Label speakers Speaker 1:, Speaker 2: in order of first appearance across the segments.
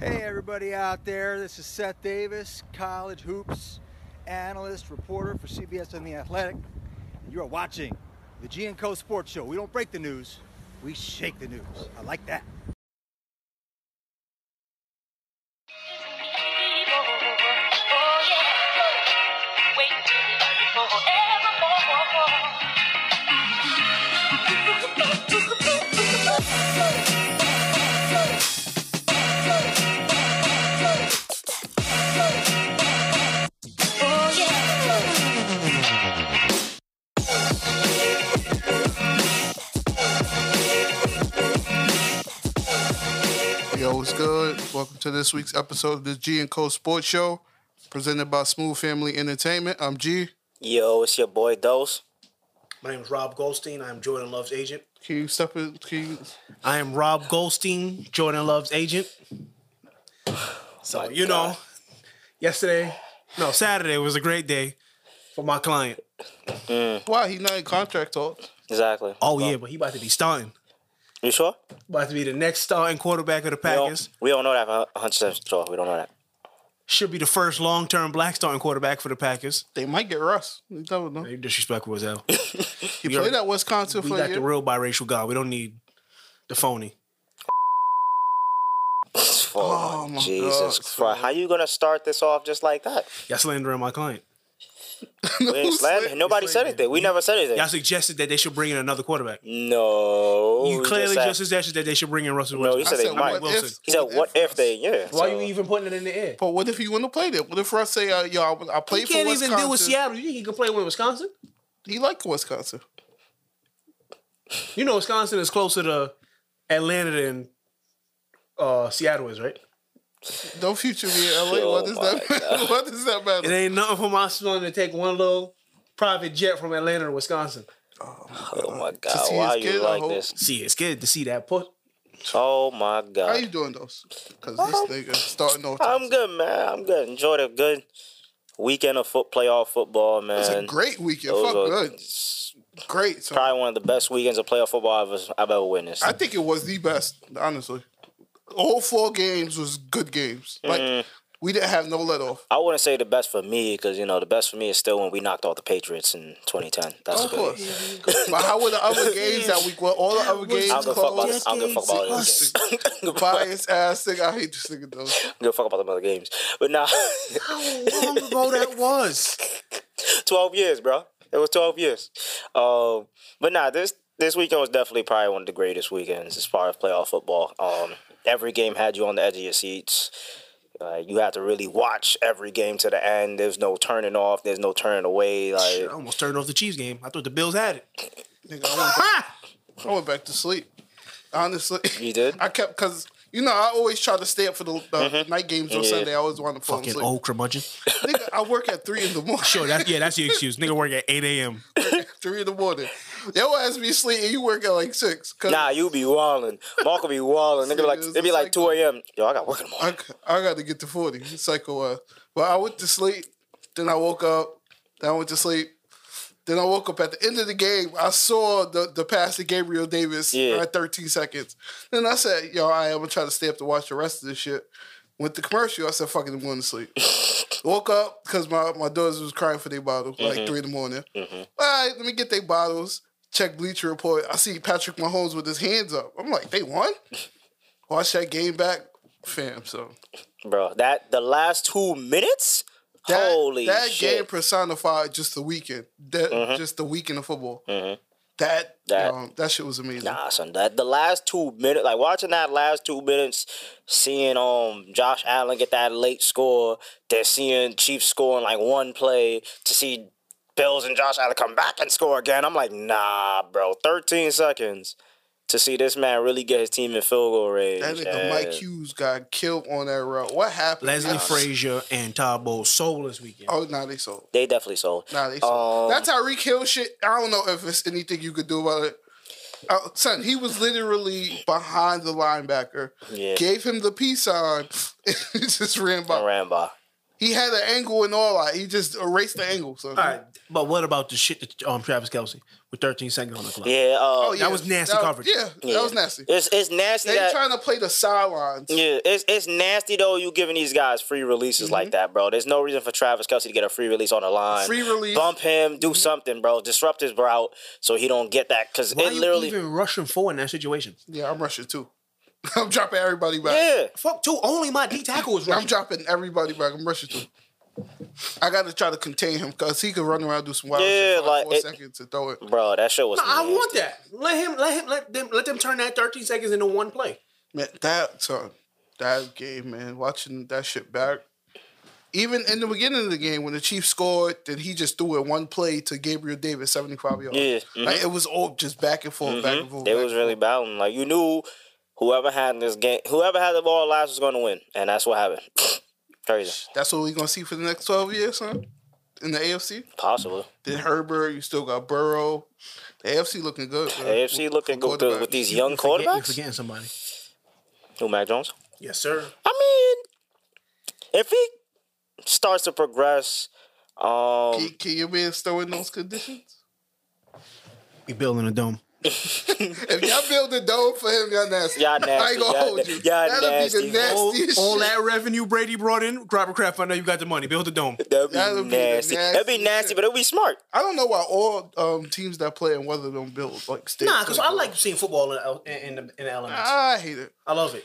Speaker 1: Hey, everybody out there. This is Seth Davis, college hoops analyst, reporter for CBS and The Athletic. And you are watching the G and Co Sports Show. We don't break the news, we shake the news. I like that.
Speaker 2: Yo, what's good? Welcome to this week's episode of the G and Co Sports Show, presented by Smooth Family Entertainment. I'm G.
Speaker 3: Yo, it's your boy Dose.
Speaker 4: My name is Rob Goldstein. I am Jordan Love's agent.
Speaker 2: Can you step in? Can you,
Speaker 4: I am Rob Goldstein, Jordan Love's agent. So, you know, yesterday, no, Saturday was a great day for my client.
Speaker 2: why he not in contract talk?
Speaker 3: Exactly.
Speaker 4: Oh, yeah, but he about to be starting.
Speaker 3: You sure?
Speaker 4: About to be the next starting quarterback of the
Speaker 3: We
Speaker 4: Packers.
Speaker 3: don't, we don't know that for 100% sure. We don't know that.
Speaker 4: Should be the first long term black starting quarterback for the Packers.
Speaker 2: They might get Russ. You never know.
Speaker 4: Very disrespectful as hell.
Speaker 2: He played at Wisconsin
Speaker 4: we
Speaker 2: for a
Speaker 4: got the
Speaker 2: year.
Speaker 4: real biracial guy. We don't need the phony.
Speaker 3: Oh,
Speaker 2: my
Speaker 3: Jesus
Speaker 2: God,
Speaker 3: Christ. How you going to start this off just like that?
Speaker 4: Y'all slandering my client.
Speaker 3: We ain't slamming. Nobody said anything. We never said anything.
Speaker 4: Y'all suggested that they should bring in another quarterback.
Speaker 3: No.
Speaker 4: You
Speaker 3: Oh, we
Speaker 4: clearly
Speaker 3: said-
Speaker 4: just suggested that they should bring in Russell
Speaker 3: No,
Speaker 4: Wilson.
Speaker 3: you said they might.
Speaker 4: what Wilson.
Speaker 3: He said, what if
Speaker 2: Russ-
Speaker 3: they, yeah.
Speaker 4: Why
Speaker 3: so-
Speaker 4: you even putting it in the air?
Speaker 2: But what if he wouldn't have played it? What if Russ say, uh, "Yo, I, I played
Speaker 4: He
Speaker 2: for
Speaker 4: can't
Speaker 2: Wisconsin."
Speaker 4: even deal with Seattle. You think he can play with Wisconsin?
Speaker 2: He liked Wisconsin.
Speaker 4: You know, Wisconsin is closer to Atlanta than uh, Seattle is, right?
Speaker 2: No future be in LA.
Speaker 3: Oh
Speaker 2: what does that?
Speaker 3: my
Speaker 2: Matter? What does that
Speaker 4: It
Speaker 2: matter?
Speaker 4: ain't nothing for my son to take one little private jet from Atlanta to Wisconsin.
Speaker 3: Oh, my
Speaker 2: uh, To
Speaker 3: God.
Speaker 2: see
Speaker 3: Why
Speaker 2: his
Speaker 3: are you
Speaker 2: kid, I
Speaker 3: like
Speaker 2: hope.
Speaker 3: this?
Speaker 4: See, it's good to see that put.
Speaker 3: Oh, my
Speaker 2: How you
Speaker 3: God.
Speaker 2: doing, those? Because this nigga starting off.
Speaker 3: Um, I'm good, man. I'm good. Enjoyed a good weekend of foot playoff football, man.
Speaker 2: It's a great weekend.
Speaker 3: Those
Speaker 2: Fuck
Speaker 3: are-
Speaker 2: good. Great. So
Speaker 3: probably one of the best weekends of playoff football I've, I've ever witnessed.
Speaker 2: I think it was the best, honestly. All four games was good games. Like
Speaker 3: Mm.
Speaker 2: we didn't have no let off.
Speaker 3: I wouldn't say the best for me because you know the best for me is still when we knocked out the Patriots in 2010. That's
Speaker 4: Oh,
Speaker 2: Of
Speaker 3: a good.
Speaker 2: course. but how were the other games that week? Were all the other games
Speaker 3: I don't give a fuck about
Speaker 2: closed?
Speaker 3: this. I don't give a fuck about this.
Speaker 2: Us. Biased ass thing. I hate this nigga though.
Speaker 3: Give a fuck about the other games, but now
Speaker 4: How long ago that was?
Speaker 3: 12 years, bro. It was 12 years. Um, but nah, this this weekend was definitely probably one of the greatest weekends as far as playoff football. Um, every game had you on the edge of your seats. Uh, you had to really watch every game to the end. There's no turning off. There's no turning away. Like
Speaker 4: I almost turned off the Chiefs game. I thought the Bills had it.
Speaker 2: Nigga, I went,
Speaker 4: Ha!
Speaker 2: I went back to sleep. Honestly.
Speaker 3: You did? Mm-hmm.
Speaker 2: I kept because you know I always try to stay up for the uh, night games on
Speaker 3: Yeah.
Speaker 2: Sunday. I always want to fall
Speaker 4: Fucking
Speaker 2: asleep.
Speaker 4: old curmudgeon.
Speaker 2: Nigga, I work at three in the morning.
Speaker 4: Sure, that, yeah, that's the excuse. Nigga work at 8 a.m.
Speaker 2: three in the morning. They will ask me to sleep and you work at like six. 'Cause
Speaker 3: Nah, you be wildin'. Mark will be wildin'. Nigga, like
Speaker 2: Serious,
Speaker 3: it be
Speaker 2: it's
Speaker 3: like
Speaker 2: like-
Speaker 3: two a.m. Yo, I got work in the
Speaker 2: I,
Speaker 3: morning.
Speaker 2: I got to get to 40. Psycho was. But uh, I went to sleep. Then I woke up. Then I went to sleep. Then I woke up at the end of the game. I saw the, the pass to Gabriel Davis
Speaker 3: Yeah.
Speaker 2: at 13 seconds. Then I said, yo, all right, I'm going to try to stay up to watch the rest of this shit. Went to commercial. I said, fucking, I'm going to sleep. woke up because my, my daughters was crying for their bottle,
Speaker 3: Mm-hmm.
Speaker 2: like 3 in the morning. All right, let me get their bottles. Check Bleacher Report. I see Patrick Mahomes with his hands up. I'm like, they won? Watch that game back, fam. So
Speaker 3: Bro, that the last two minutes?
Speaker 2: that,
Speaker 3: Holy
Speaker 2: that
Speaker 3: shit. Mm-hmm.
Speaker 2: game personified just the weekend, that, just the weekend of football. That
Speaker 3: That-
Speaker 2: that um, that shit was amazing.
Speaker 3: Mm-hmm. Nah, son. That the last two minutes, like watching that last two minutes, seeing um Josh Allen get that late score, then seeing Chiefs score in like one play, to see Bills and Josh Allen come back and score again. I'm like, nah, bro. 13 seconds to see this man really get his team in field goal range.
Speaker 2: That nigga
Speaker 3: and-
Speaker 2: Mike Hughes got killed on that route. What happened?
Speaker 4: Leslie
Speaker 2: Nah,
Speaker 4: Frazier and Todd Bowles sold this weekend.
Speaker 2: Oh, nah, they sold.
Speaker 3: They definitely sold.
Speaker 2: Nah, they sold.
Speaker 3: Um,
Speaker 2: that Tyreek Hill shit. I don't know if it's anything you could do about it. Uh, son, he was literally behind the linebacker.
Speaker 3: Yeah.
Speaker 2: Gave him the peace sign. and just ran by.
Speaker 3: Ramba.
Speaker 2: He had an angle and all that. He just erased the angle. So
Speaker 4: All right, but what about the shit that um, Travis Kelsey with 13 seconds on the clock?
Speaker 3: Yeah. Uh,
Speaker 2: Oh, yeah.
Speaker 4: was nasty
Speaker 2: that,
Speaker 4: coverage.
Speaker 2: Yeah,
Speaker 3: yeah.
Speaker 2: that was nasty.
Speaker 3: It's it's nasty.
Speaker 2: They
Speaker 3: that-
Speaker 2: trying to play the sidelines.
Speaker 3: Yeah, it's it's nasty though. You giving these guys free releases like that, bro. There's no reason for Travis Kelsey to get a free release on the line.
Speaker 2: Mm-hmm. Free release. Mm-hmm.
Speaker 3: bump him, do something, bro. Disrupt his route so he don't get that because
Speaker 4: Why
Speaker 3: it
Speaker 4: you
Speaker 3: literally,
Speaker 4: even rushing forward in that situation?
Speaker 2: Yeah, I'm rushing too. I'm dropping everybody back.
Speaker 3: yeah.
Speaker 4: Fuck, too. Only my D tackle was
Speaker 2: I'm
Speaker 4: rushing.
Speaker 2: dropping everybody back. I'm rushing too. I got to try to contain him because he could run around do some wild
Speaker 3: Yeah,
Speaker 2: shit for
Speaker 3: like,
Speaker 2: like four
Speaker 3: it-
Speaker 2: seconds and throw it.
Speaker 3: Bro, that shit was.
Speaker 4: No, I
Speaker 3: nasty.
Speaker 4: want that. Let him, let him, let them, let them turn that 13 seconds into one play.
Speaker 2: Man, that son, that game, man. Watching that shit back. Even in the beginning of the game, when the Chiefs scored, then he just threw it one play to Gabriel Davis, seventy-five yards.
Speaker 3: Yeah, mhm.
Speaker 2: like, it was all just back and forth, back and forth.
Speaker 3: They
Speaker 2: back
Speaker 3: was
Speaker 2: and
Speaker 3: really battling. Like you knew, whoever had this game, whoever had the ball last was gonna win, and that's what happened. Crazy,
Speaker 2: forth. That's what we gonna see for the next twelve years, son. In the AFC,
Speaker 3: possible.
Speaker 2: then Herbert, you still got Burrow. The AFC looking good. bro.
Speaker 3: AFC looking good
Speaker 2: quarterback.
Speaker 3: with these young
Speaker 4: Forget- you're
Speaker 3: quarterbacks.
Speaker 4: forgetting somebody.
Speaker 3: Who, Mac Jones?
Speaker 4: Yes, sir.
Speaker 3: I mean, if he starts to progress, um,
Speaker 2: Can, can your man still in those conditions?
Speaker 4: We building a dome.
Speaker 2: If y'all build a dome for him, y'all nasty.
Speaker 3: Y'all
Speaker 2: I
Speaker 3: nasty.
Speaker 2: ain't gonna
Speaker 3: Y'all
Speaker 2: hold
Speaker 3: na-
Speaker 2: you.
Speaker 3: y'all
Speaker 2: That'll
Speaker 3: nasty.
Speaker 2: be the
Speaker 4: All,
Speaker 2: nastiest
Speaker 4: all
Speaker 2: shit.
Speaker 4: that revenue Brady brought in, Robert Kraft. I know you got the money. Build a dome.
Speaker 3: that'd be
Speaker 2: that'll be the
Speaker 3: nasty. That'd be
Speaker 2: nastiest
Speaker 3: nasty,
Speaker 2: shit.
Speaker 3: but it'll be smart.
Speaker 2: I don't know why all um, teams that play in weather don't build like states.
Speaker 4: Nah, because I like seeing football in in, in, the, in the elements.
Speaker 2: I hate it.
Speaker 4: I love it.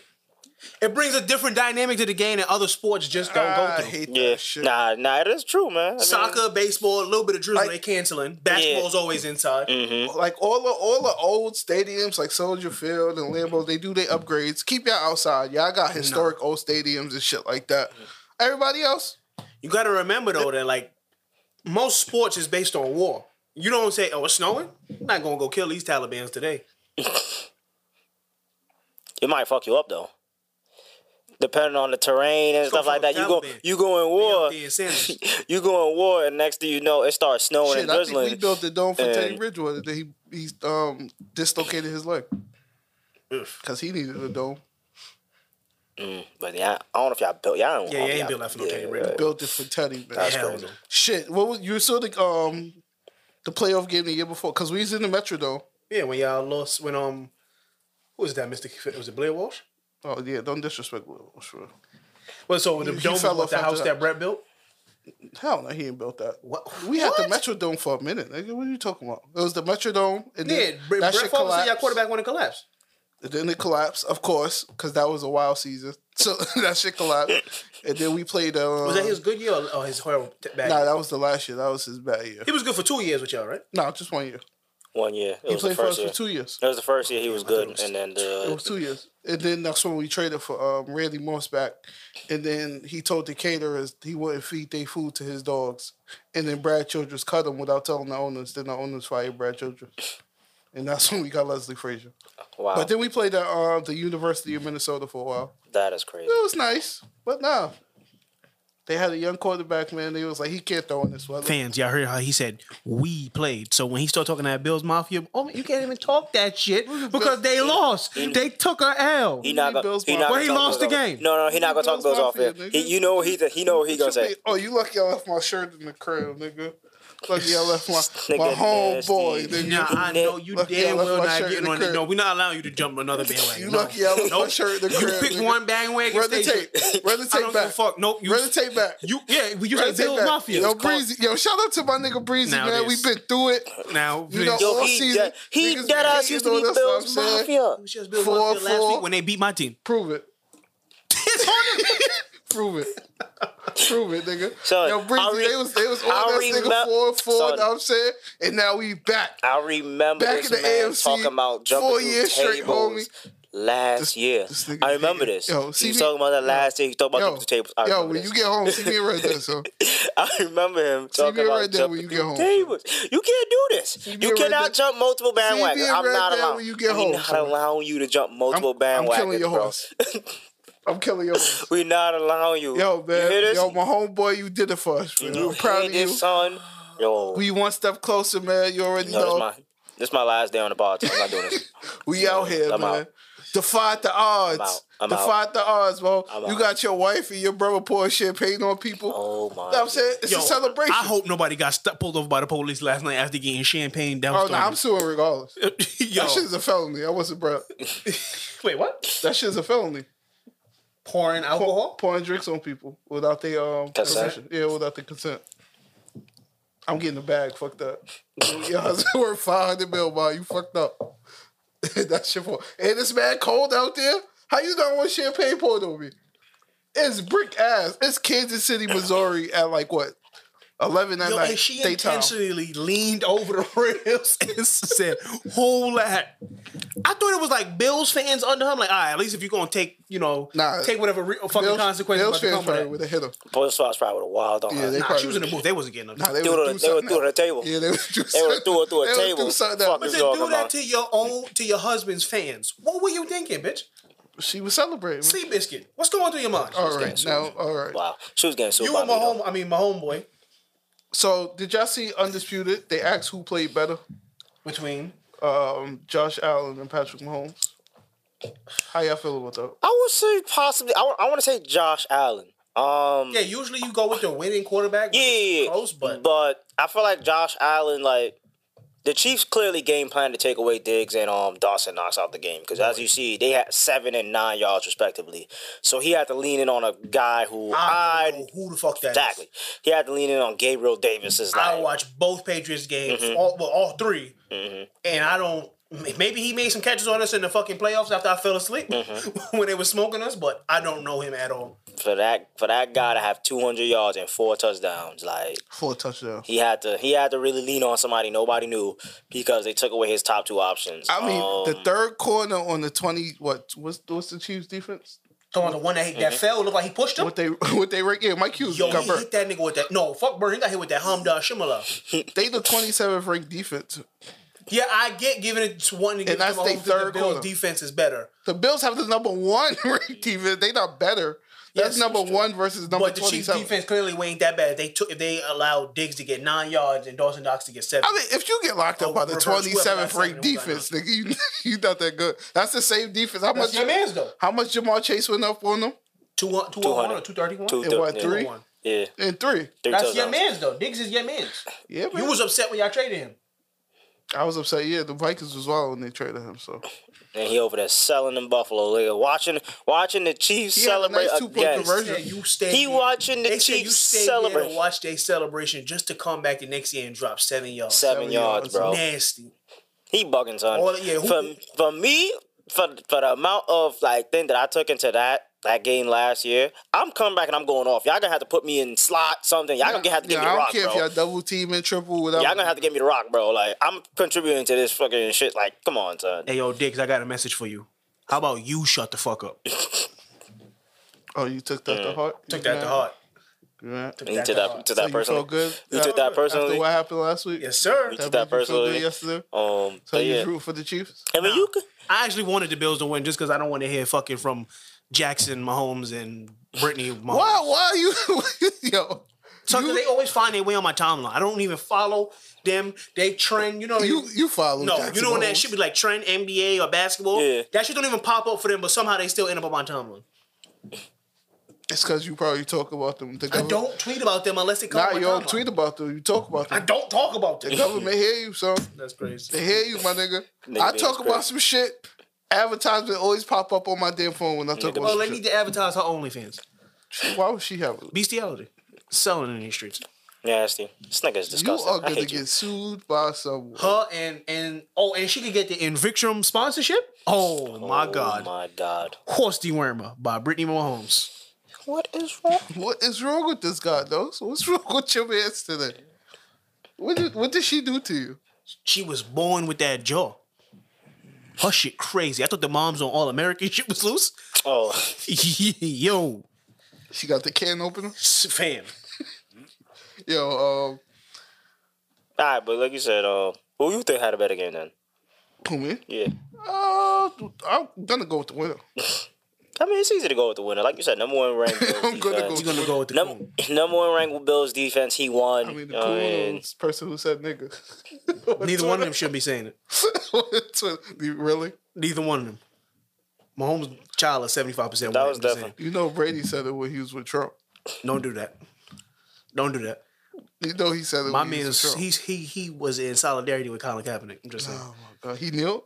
Speaker 4: It brings a different dynamic to the game that other sports just don't
Speaker 2: I
Speaker 4: go through.
Speaker 2: hate
Speaker 3: Yeah,
Speaker 2: that shit.
Speaker 3: nah, nah, it is true, man. I mean,
Speaker 4: Soccer, baseball, a little bit of drizzle,
Speaker 2: Like-
Speaker 4: they canceling. Basketball's always inside.
Speaker 3: mm.
Speaker 2: Like all the all the old stadiums, like Soldier Field and Lambeau, they do their upgrades. Keep y'all outside. Y'all got historic old stadiums and shit like that. Everybody else,
Speaker 4: You got to remember though that like most sports is based on war. You don't say, "Oh, it's snowing. I'm not gonna go kill these Taliban's today."
Speaker 3: it might fuck you up though. Depending on the terrain and stuff
Speaker 4: Come
Speaker 3: like
Speaker 4: from
Speaker 3: that, you go
Speaker 4: Taliban.
Speaker 3: you go in
Speaker 4: They out
Speaker 3: war,
Speaker 4: there in sandals.
Speaker 3: you go in war, and next thing you know, it starts snowing
Speaker 2: shit.
Speaker 3: Oh, and
Speaker 2: I think we
Speaker 3: drizzling.
Speaker 2: built the dome for Teddy
Speaker 3: and-
Speaker 2: Bridgewater. Then he he um dislocated his leg because he needed a dome.
Speaker 3: But yeah, I don't know if y'all built y'all. Don't want
Speaker 4: Yeah, yeah,
Speaker 3: me
Speaker 4: ain't
Speaker 3: out-
Speaker 4: built that for no
Speaker 3: yeah,
Speaker 4: Teddy Bridgewater.
Speaker 2: Built it for Teddy, man.
Speaker 3: That's
Speaker 4: Hell
Speaker 3: crazy.
Speaker 4: no.
Speaker 2: Shit, what was you saw the um the playoff game the year before? Because we was in the Metrodome.
Speaker 4: Yeah, when y'all lost, when um, who was that? Mister was it Blair Walsh?
Speaker 2: Oh yeah, don't disrespect Will. Sure.
Speaker 4: Well, so the
Speaker 2: He- he
Speaker 4: dome was
Speaker 2: fell
Speaker 4: what,
Speaker 2: off
Speaker 4: the
Speaker 2: after
Speaker 4: house
Speaker 2: that.
Speaker 4: that Brett built.
Speaker 2: Hell no, he ain't built that.
Speaker 4: What?
Speaker 2: We had
Speaker 4: What?
Speaker 2: the Metrodome for a minute. Nigga. What are you talking about? It was the Metrodome, and
Speaker 4: Yeah,
Speaker 2: then
Speaker 4: Brett,
Speaker 2: that
Speaker 4: Brett
Speaker 2: shit
Speaker 4: Favre said y'all
Speaker 2: collapsed.
Speaker 4: quarterback want to collapse.
Speaker 2: And then it collapsed, of course, because that was a wild season. So that shit collapsed, and then we played. Um,
Speaker 4: Was that his good year or, or his horrible t- bad?
Speaker 2: Nah,
Speaker 4: year?
Speaker 2: that was the last year. That was his bad year.
Speaker 4: He was good for two years with y'all, right?
Speaker 2: No, just one year.
Speaker 3: One year, it
Speaker 2: He
Speaker 3: was the
Speaker 2: played for us
Speaker 3: first year.
Speaker 2: for two years.
Speaker 3: It was the first year he was good, and then
Speaker 2: It
Speaker 3: the
Speaker 2: was two years. And then that's when we traded for um, Randy Moss back. And then he told the caterers he wouldn't feed their food to his dogs. And then Brad Childress cut him without telling the owners. Then the owners fired Brad Childress. And that's when we got Leslie Frazier.
Speaker 3: wow,
Speaker 2: But then we played at uh, the University of Minnesota for a while.
Speaker 3: that is crazy.
Speaker 2: It was nice. But nah. They had a young quarterback, man. They was like, he can't throw in this weather.
Speaker 4: fans, y'all heard how he said we played. So when he started talking that Bills Mafia, oh man, you can't even talk that shit because they lost. They took a L.
Speaker 3: He not gonna.
Speaker 2: Bills
Speaker 3: He
Speaker 2: Mafia.
Speaker 3: not
Speaker 2: Well,
Speaker 3: gonna
Speaker 4: he
Speaker 3: talk
Speaker 4: lost
Speaker 3: Bills
Speaker 4: the
Speaker 3: off-
Speaker 4: game.
Speaker 3: No, no, he not gonna talk
Speaker 2: Bills
Speaker 3: Bills off
Speaker 2: Mafia,
Speaker 3: here.
Speaker 2: nigga.
Speaker 3: He, you know what he. th- He know what he gonna say.
Speaker 2: Oh, you lucky I left my shirt in the crib, nigga. Lucky I left my,
Speaker 3: Nigga
Speaker 2: my homeboy, nigga.
Speaker 3: nasty.
Speaker 4: Nah, I know you
Speaker 2: Look, yeah,
Speaker 4: damn
Speaker 2: left
Speaker 4: well
Speaker 2: my
Speaker 4: not
Speaker 2: shirt in
Speaker 4: getting
Speaker 2: the
Speaker 4: on it.
Speaker 2: crib.
Speaker 4: No, we're not allowing you to jump another bandwagon.
Speaker 2: You
Speaker 4: No.
Speaker 2: lucky I left my
Speaker 4: Nope.
Speaker 2: shirt in the
Speaker 4: You
Speaker 2: crib.
Speaker 4: pick
Speaker 2: nigga.
Speaker 4: one bandwagon.
Speaker 2: Run the
Speaker 4: stay-
Speaker 2: tape. Run the
Speaker 4: I
Speaker 2: tape
Speaker 4: don't give a
Speaker 2: back.
Speaker 4: fuck. Nope. You,
Speaker 2: Run the tape back.
Speaker 4: You yeah. You
Speaker 2: Run
Speaker 4: say
Speaker 2: the tape
Speaker 4: Bills
Speaker 2: back.
Speaker 4: Mafia.
Speaker 2: Yo,
Speaker 4: It's called-
Speaker 2: Breezy. Yo, shout out to my nigga Breezy, man.
Speaker 4: Nowadays.
Speaker 2: We've been through it.
Speaker 4: Now
Speaker 2: You know,
Speaker 4: Vince-
Speaker 2: all
Speaker 3: Yo, he,
Speaker 2: season.
Speaker 3: de- he
Speaker 2: niggas
Speaker 3: dead
Speaker 2: been
Speaker 3: ass
Speaker 2: hating
Speaker 3: used to
Speaker 2: on
Speaker 3: be
Speaker 2: us,
Speaker 3: Bills
Speaker 2: so I'm saying,
Speaker 3: Mafia.
Speaker 4: it was just Bills
Speaker 2: Four,
Speaker 4: Mafia last
Speaker 2: four.
Speaker 4: week when they beat my team.
Speaker 2: Prove it. Prove it. Prove it, nigga.
Speaker 3: Son,
Speaker 2: Yo,
Speaker 3: I
Speaker 2: Breezy,
Speaker 3: re-
Speaker 2: they was they was on
Speaker 3: I
Speaker 2: us,
Speaker 3: remem-
Speaker 2: nigga. Four, four.
Speaker 3: Son.
Speaker 2: Know what I'm saying, and now we back.
Speaker 3: I remember
Speaker 2: Back
Speaker 3: this
Speaker 2: in the
Speaker 3: man
Speaker 2: AFC,
Speaker 3: talking about jumping
Speaker 2: four
Speaker 3: through
Speaker 2: years
Speaker 3: tables
Speaker 2: straight, homie.
Speaker 3: last
Speaker 2: This-
Speaker 3: year.
Speaker 2: this nigga
Speaker 3: I remember
Speaker 2: hating.
Speaker 3: this.
Speaker 2: Yo,
Speaker 3: he
Speaker 2: see
Speaker 3: was
Speaker 2: me-
Speaker 3: talking about that last year. He talking about
Speaker 2: Yo,
Speaker 3: jumping through tables. I
Speaker 2: yo,
Speaker 3: remember
Speaker 2: when
Speaker 3: this.
Speaker 2: you get home, see me right there. So
Speaker 3: I remember him
Speaker 2: See me
Speaker 3: talking about
Speaker 2: right there
Speaker 3: jumping
Speaker 2: when you
Speaker 3: through
Speaker 2: get home,
Speaker 3: tables. You can't do this.
Speaker 2: me
Speaker 3: You
Speaker 2: right
Speaker 3: cannot
Speaker 2: there-
Speaker 3: jump multiple bandwagons. I'm
Speaker 2: right
Speaker 3: not
Speaker 2: there
Speaker 3: allowing
Speaker 2: when you get
Speaker 3: we
Speaker 2: home,
Speaker 3: not
Speaker 2: son.
Speaker 3: allowing you to jump multiple
Speaker 2: I'm
Speaker 3: bandwagons.
Speaker 2: killing your
Speaker 3: bro.
Speaker 2: horse. I'm killing your horse.
Speaker 3: we not allowing you.
Speaker 2: Yo,
Speaker 3: You
Speaker 2: man.
Speaker 3: hear this?
Speaker 2: Yo, my homeboy, you did it for us, man.
Speaker 3: you
Speaker 2: I'm proud
Speaker 3: hear
Speaker 2: of you.
Speaker 3: this, son? Yo,
Speaker 2: We one step closer, man. You already
Speaker 3: yo, this
Speaker 2: know.
Speaker 3: my this my last day on the podcast. I'm not doing this.
Speaker 2: We out here,
Speaker 3: I'm
Speaker 2: man.
Speaker 3: out.
Speaker 2: Defied the odds.
Speaker 3: out. I'm out.
Speaker 2: Defied the odds, bro.
Speaker 3: I'm
Speaker 2: you
Speaker 3: out.
Speaker 2: got your wife and your brother pouring champagne on people.
Speaker 3: Oh my!
Speaker 2: You know what I'm saying? It's
Speaker 4: Yo,
Speaker 2: a celebration.
Speaker 4: I hope nobody got stu- pulled over by the police last night after getting champagne down.
Speaker 2: Oh, no, I'm suing regardless.
Speaker 4: Yo,
Speaker 2: That shit's a felony. I wasn't brought.
Speaker 4: wait, what?
Speaker 2: That shit's a felony.
Speaker 4: Pouring alcohol?
Speaker 2: Pouring drinks on people without their um,
Speaker 3: Consent.
Speaker 2: permission. Yeah, without their consent. I'm getting the bag fucked up. Your husband worth 500 mil, man. You fucked up. That's your fault. And it's mad cold out there. How you don't want champagne poured on me? It's brick ass. It's Kansas City, Missouri at like what? 11 at
Speaker 4: Yo,
Speaker 2: night.
Speaker 4: and she
Speaker 2: daytime.
Speaker 4: intentionally leaned over the rails and said, "Whole lot." I thought it was like Bills fans under him. Like, all right, at least if you're gonna take, you know,
Speaker 2: Nah.
Speaker 4: take whatever re- fucking
Speaker 2: Bills-
Speaker 4: consequences
Speaker 2: Bills
Speaker 4: about
Speaker 2: fans
Speaker 4: to come with
Speaker 2: probably
Speaker 4: that.
Speaker 2: would have hit him.
Speaker 3: Police spots probably with a wild on
Speaker 2: Yeah,
Speaker 3: her.
Speaker 2: they
Speaker 3: Nah,
Speaker 4: Nah, she was in the
Speaker 2: probably-
Speaker 4: booth. They wasn't getting
Speaker 2: Nah,
Speaker 4: nothing.
Speaker 2: they
Speaker 3: They
Speaker 2: would
Speaker 3: would've-
Speaker 2: do
Speaker 3: they
Speaker 2: something.
Speaker 3: would've threw her
Speaker 2: else.
Speaker 3: a table.
Speaker 2: Yeah, they would do
Speaker 3: They
Speaker 2: something.
Speaker 3: would've threw her through a
Speaker 2: they would've
Speaker 3: table.
Speaker 2: do something else.
Speaker 4: But
Speaker 3: Fuck.
Speaker 4: to
Speaker 3: Y'all
Speaker 4: do
Speaker 3: come
Speaker 4: that
Speaker 3: on.
Speaker 4: to your own, to your husband's fans, what were you thinking, bitch?
Speaker 2: She was celebrating.
Speaker 4: Sea biscuit, what's going through your mind?
Speaker 2: all right,
Speaker 3: getting
Speaker 2: now, all right.
Speaker 3: Wow, she was getting sued
Speaker 4: you
Speaker 3: by
Speaker 4: and my
Speaker 3: me, though.
Speaker 4: home, I mean my homeboy,
Speaker 2: So, did y'all see Undisputed? They asked who played better,
Speaker 4: between
Speaker 2: um, Josh Allen and Patrick Mahomes. How y'all feel about that?
Speaker 3: I would say possibly. I want to say Josh Allen. Um,
Speaker 4: yeah. Usually you go with the winning quarterback. when
Speaker 3: yeah,
Speaker 4: it's
Speaker 3: yeah, yeah.
Speaker 4: close, but
Speaker 3: I feel like Josh Allen, like the Chiefs, clearly game plan to take away Diggs and um Dawson knocks out the game because as you see, they had seven and nine yards respectively. So he had to lean in on a guy who
Speaker 4: I don't
Speaker 3: I
Speaker 4: know who the fuck that is.
Speaker 3: exactly he had to lean in on Gabriel Davis. Is
Speaker 4: I
Speaker 3: like
Speaker 4: watched both Patriots games, all well, all 3 and I don't. Maybe he made some catches on us in the fucking playoffs after I fell asleep when they were smoking us, but I don't know him at all.
Speaker 3: for that for that guy to have two hundred yards and four touchdowns, like
Speaker 2: Full touchdown.
Speaker 3: he had to he had to really lean on somebody nobody knew because they took away his top two options.
Speaker 2: I mean,
Speaker 3: Um,
Speaker 2: the third corner on the twenty. What? What's what's the Chiefs' defense?
Speaker 4: Talking about the one that he, that fell, looked like he pushed him.
Speaker 2: What they what they rank? Yeah, Mike Hughes
Speaker 4: Yo,
Speaker 2: got
Speaker 4: he
Speaker 2: burnt.
Speaker 4: hit that nigga with that. No, fuck Burn. He got hit with that Hamda Shimala.
Speaker 2: They the twenty seventh ranked defense.
Speaker 4: yeah, I get giving it to one to give
Speaker 2: that's
Speaker 4: him a
Speaker 2: they
Speaker 4: whole third
Speaker 2: third
Speaker 4: Bills
Speaker 2: quarter.
Speaker 4: defense is better.
Speaker 2: The Bills have the number one ranked defense. They not better. That's
Speaker 4: Yes,
Speaker 2: number
Speaker 4: that's true.
Speaker 2: one versus number
Speaker 4: But the
Speaker 2: twenty
Speaker 4: Chiefs
Speaker 2: seven.
Speaker 4: defense clearly ain't that bad. If they took if they allowed Diggs to get nine yards and Dawson Knox to get seven.
Speaker 2: I mean, if you get locked
Speaker 4: Oh,
Speaker 2: up by the
Speaker 4: reverse weapon,
Speaker 2: twenty seventh
Speaker 4: that's
Speaker 2: ranked
Speaker 4: something that
Speaker 2: defense,
Speaker 4: was
Speaker 2: nigga, you you not that good. That's the same defense. How
Speaker 4: That's
Speaker 2: much?
Speaker 4: your man's though.
Speaker 2: How much Jamar Chase went up on them?
Speaker 4: Two one- two oh one or
Speaker 3: 200.
Speaker 4: two thirty one.
Speaker 3: Two-
Speaker 2: And what
Speaker 3: Yeah.
Speaker 2: three?
Speaker 4: One.
Speaker 3: yeah,
Speaker 2: And three.
Speaker 3: three
Speaker 4: That's your
Speaker 3: touchdowns.
Speaker 4: man's though. Diggs is your man's.
Speaker 2: Yeah,
Speaker 4: You
Speaker 2: man.
Speaker 4: was upset when y'all traded him.
Speaker 2: I was upset. Yeah, the Vikings was wild when they traded him. So
Speaker 3: And he over there selling them Buffalo. Nigga. Watching watching the Chiefs
Speaker 2: He had a
Speaker 3: celebrate
Speaker 2: nice two-point
Speaker 3: against.
Speaker 2: conversion.
Speaker 4: Said you stay.
Speaker 3: He watching the
Speaker 4: they said you
Speaker 3: Chiefs
Speaker 4: stay There
Speaker 3: celebrate.
Speaker 4: to watch their celebration just to come back the next year and drop seven yards.
Speaker 3: Seven
Speaker 2: Seven yards.
Speaker 3: yards, bro.
Speaker 4: Nasty.
Speaker 3: He bugging son.
Speaker 4: All- yeah, who-
Speaker 3: for, for me, for for the amount of like thing that I took into that that game last year, I'm coming back and I'm going off. Y'all gonna have to put me in slot something. Y'all gonna have to
Speaker 2: yeah,
Speaker 3: give me
Speaker 2: I
Speaker 3: the
Speaker 2: don't
Speaker 3: rock,
Speaker 2: care
Speaker 3: bro.
Speaker 2: if y'all double team and triple without.
Speaker 3: Y'all gonna have to give me the rock, bro. Like I'm contributing to this fucking shit. Like, come on, son.
Speaker 4: Hey yo, Diggs, I got a message for you. How about you shut the fuck up?
Speaker 2: oh, you took that to heart.
Speaker 4: Took that to heart.
Speaker 2: Right.
Speaker 4: Took
Speaker 3: You
Speaker 4: that
Speaker 3: Mm. took
Speaker 4: to
Speaker 3: that
Speaker 4: heart.
Speaker 2: So
Speaker 3: to that
Speaker 2: you
Speaker 3: person.
Speaker 2: felt good.
Speaker 3: You took that personally.
Speaker 2: After what happened last week?
Speaker 4: Yes, sir.
Speaker 2: made
Speaker 3: took that
Speaker 2: you feel good
Speaker 3: personally.
Speaker 2: yesterday.
Speaker 3: Um,
Speaker 2: So
Speaker 3: but
Speaker 2: you
Speaker 3: yeah.
Speaker 2: root for the Chiefs.
Speaker 3: I mean, you could.
Speaker 4: I actually wanted the Bills to win just because I don't want to hear fucking from Jackson Mahomes and Brittany Mahomes.
Speaker 2: Why? Why are you? yo,
Speaker 4: Tucker,
Speaker 2: you-
Speaker 4: they always find their way on my timeline. I don't even follow them. They trend, you know.
Speaker 2: you you follow?
Speaker 4: No,
Speaker 2: Jackson
Speaker 4: you know when that
Speaker 2: Mahomes.
Speaker 4: shit be like trend NBA or basketball.
Speaker 3: Yeah.
Speaker 4: That shit don't even pop up for them, but somehow they still end up on my timeline.
Speaker 2: It's because you probably talk about them. The
Speaker 4: I
Speaker 2: government-
Speaker 4: don't tweet about them unless they come.
Speaker 2: Nah,
Speaker 4: on my
Speaker 2: you don't
Speaker 4: timeline.
Speaker 2: tweet about them. You talk about
Speaker 4: I
Speaker 2: them.
Speaker 4: don't talk about
Speaker 2: The
Speaker 4: them.
Speaker 2: government hear you, son.
Speaker 4: That's
Speaker 2: They
Speaker 4: crazy.
Speaker 2: hear you, my nigga.
Speaker 3: Nigga
Speaker 2: I
Speaker 3: being
Speaker 2: talk about
Speaker 3: crazy.
Speaker 2: some shit. Advertisement always pop up on my damn phone when I talk
Speaker 3: Nigga
Speaker 2: about
Speaker 4: Well,
Speaker 2: some
Speaker 4: Oh, they
Speaker 2: shit.
Speaker 4: need to advertise her OnlyFans.
Speaker 2: Why would she have it?
Speaker 4: Bestiality, selling in these streets.
Speaker 3: Nasty. This nigga's
Speaker 2: You
Speaker 3: disgusting.
Speaker 2: are
Speaker 3: I
Speaker 2: gonna
Speaker 3: hate
Speaker 2: get
Speaker 3: you.
Speaker 2: sued by someone.
Speaker 4: Her and and oh, and she could get the Invictrum sponsorship. Oh my
Speaker 3: Oh
Speaker 4: God,
Speaker 3: my god.
Speaker 4: Horse Dewormer by Brittany Mahomes.
Speaker 3: What is wrong?
Speaker 2: What is wrong with this guy, though? So what's wrong with your man today? What did what did she do to you?
Speaker 4: She was born with that jaw. Her shit crazy. I thought the moms on All American shit was loose.
Speaker 3: Oh,
Speaker 4: Yo,
Speaker 2: She got the can opener.
Speaker 4: s- fam.
Speaker 2: Yo, um,
Speaker 3: all right. But like you said, uh, who you think had a better game then?
Speaker 2: um, who me?
Speaker 3: Yeah.
Speaker 2: Uh, I'm gonna go with the winner.
Speaker 3: I mean, it's easy to go with the winner. Like you said, number one ranked. Bills
Speaker 2: I'm gonna
Speaker 3: defense.
Speaker 4: You gonna go with the
Speaker 3: Number,
Speaker 4: queen?
Speaker 3: number one ranked Bills defense. He won.
Speaker 2: I mean, the
Speaker 3: You know what I mean?
Speaker 2: cool person who said nigga.
Speaker 4: Neither one of them should be saying it.
Speaker 2: Twitter. You really?
Speaker 4: Neither one of them. Mahomes' child is seventy five percent.
Speaker 3: That was definitely-
Speaker 2: You know Brady said it when he was with Trump.
Speaker 4: Don't do that. Don't do that.
Speaker 2: You know he said it.
Speaker 4: My
Speaker 2: when
Speaker 4: man,
Speaker 2: he was with
Speaker 4: is,
Speaker 2: Trump.
Speaker 4: he's he he was in solidarity with Colin Kaepernick. I'm just saying.
Speaker 2: Oh my god, he kneeled.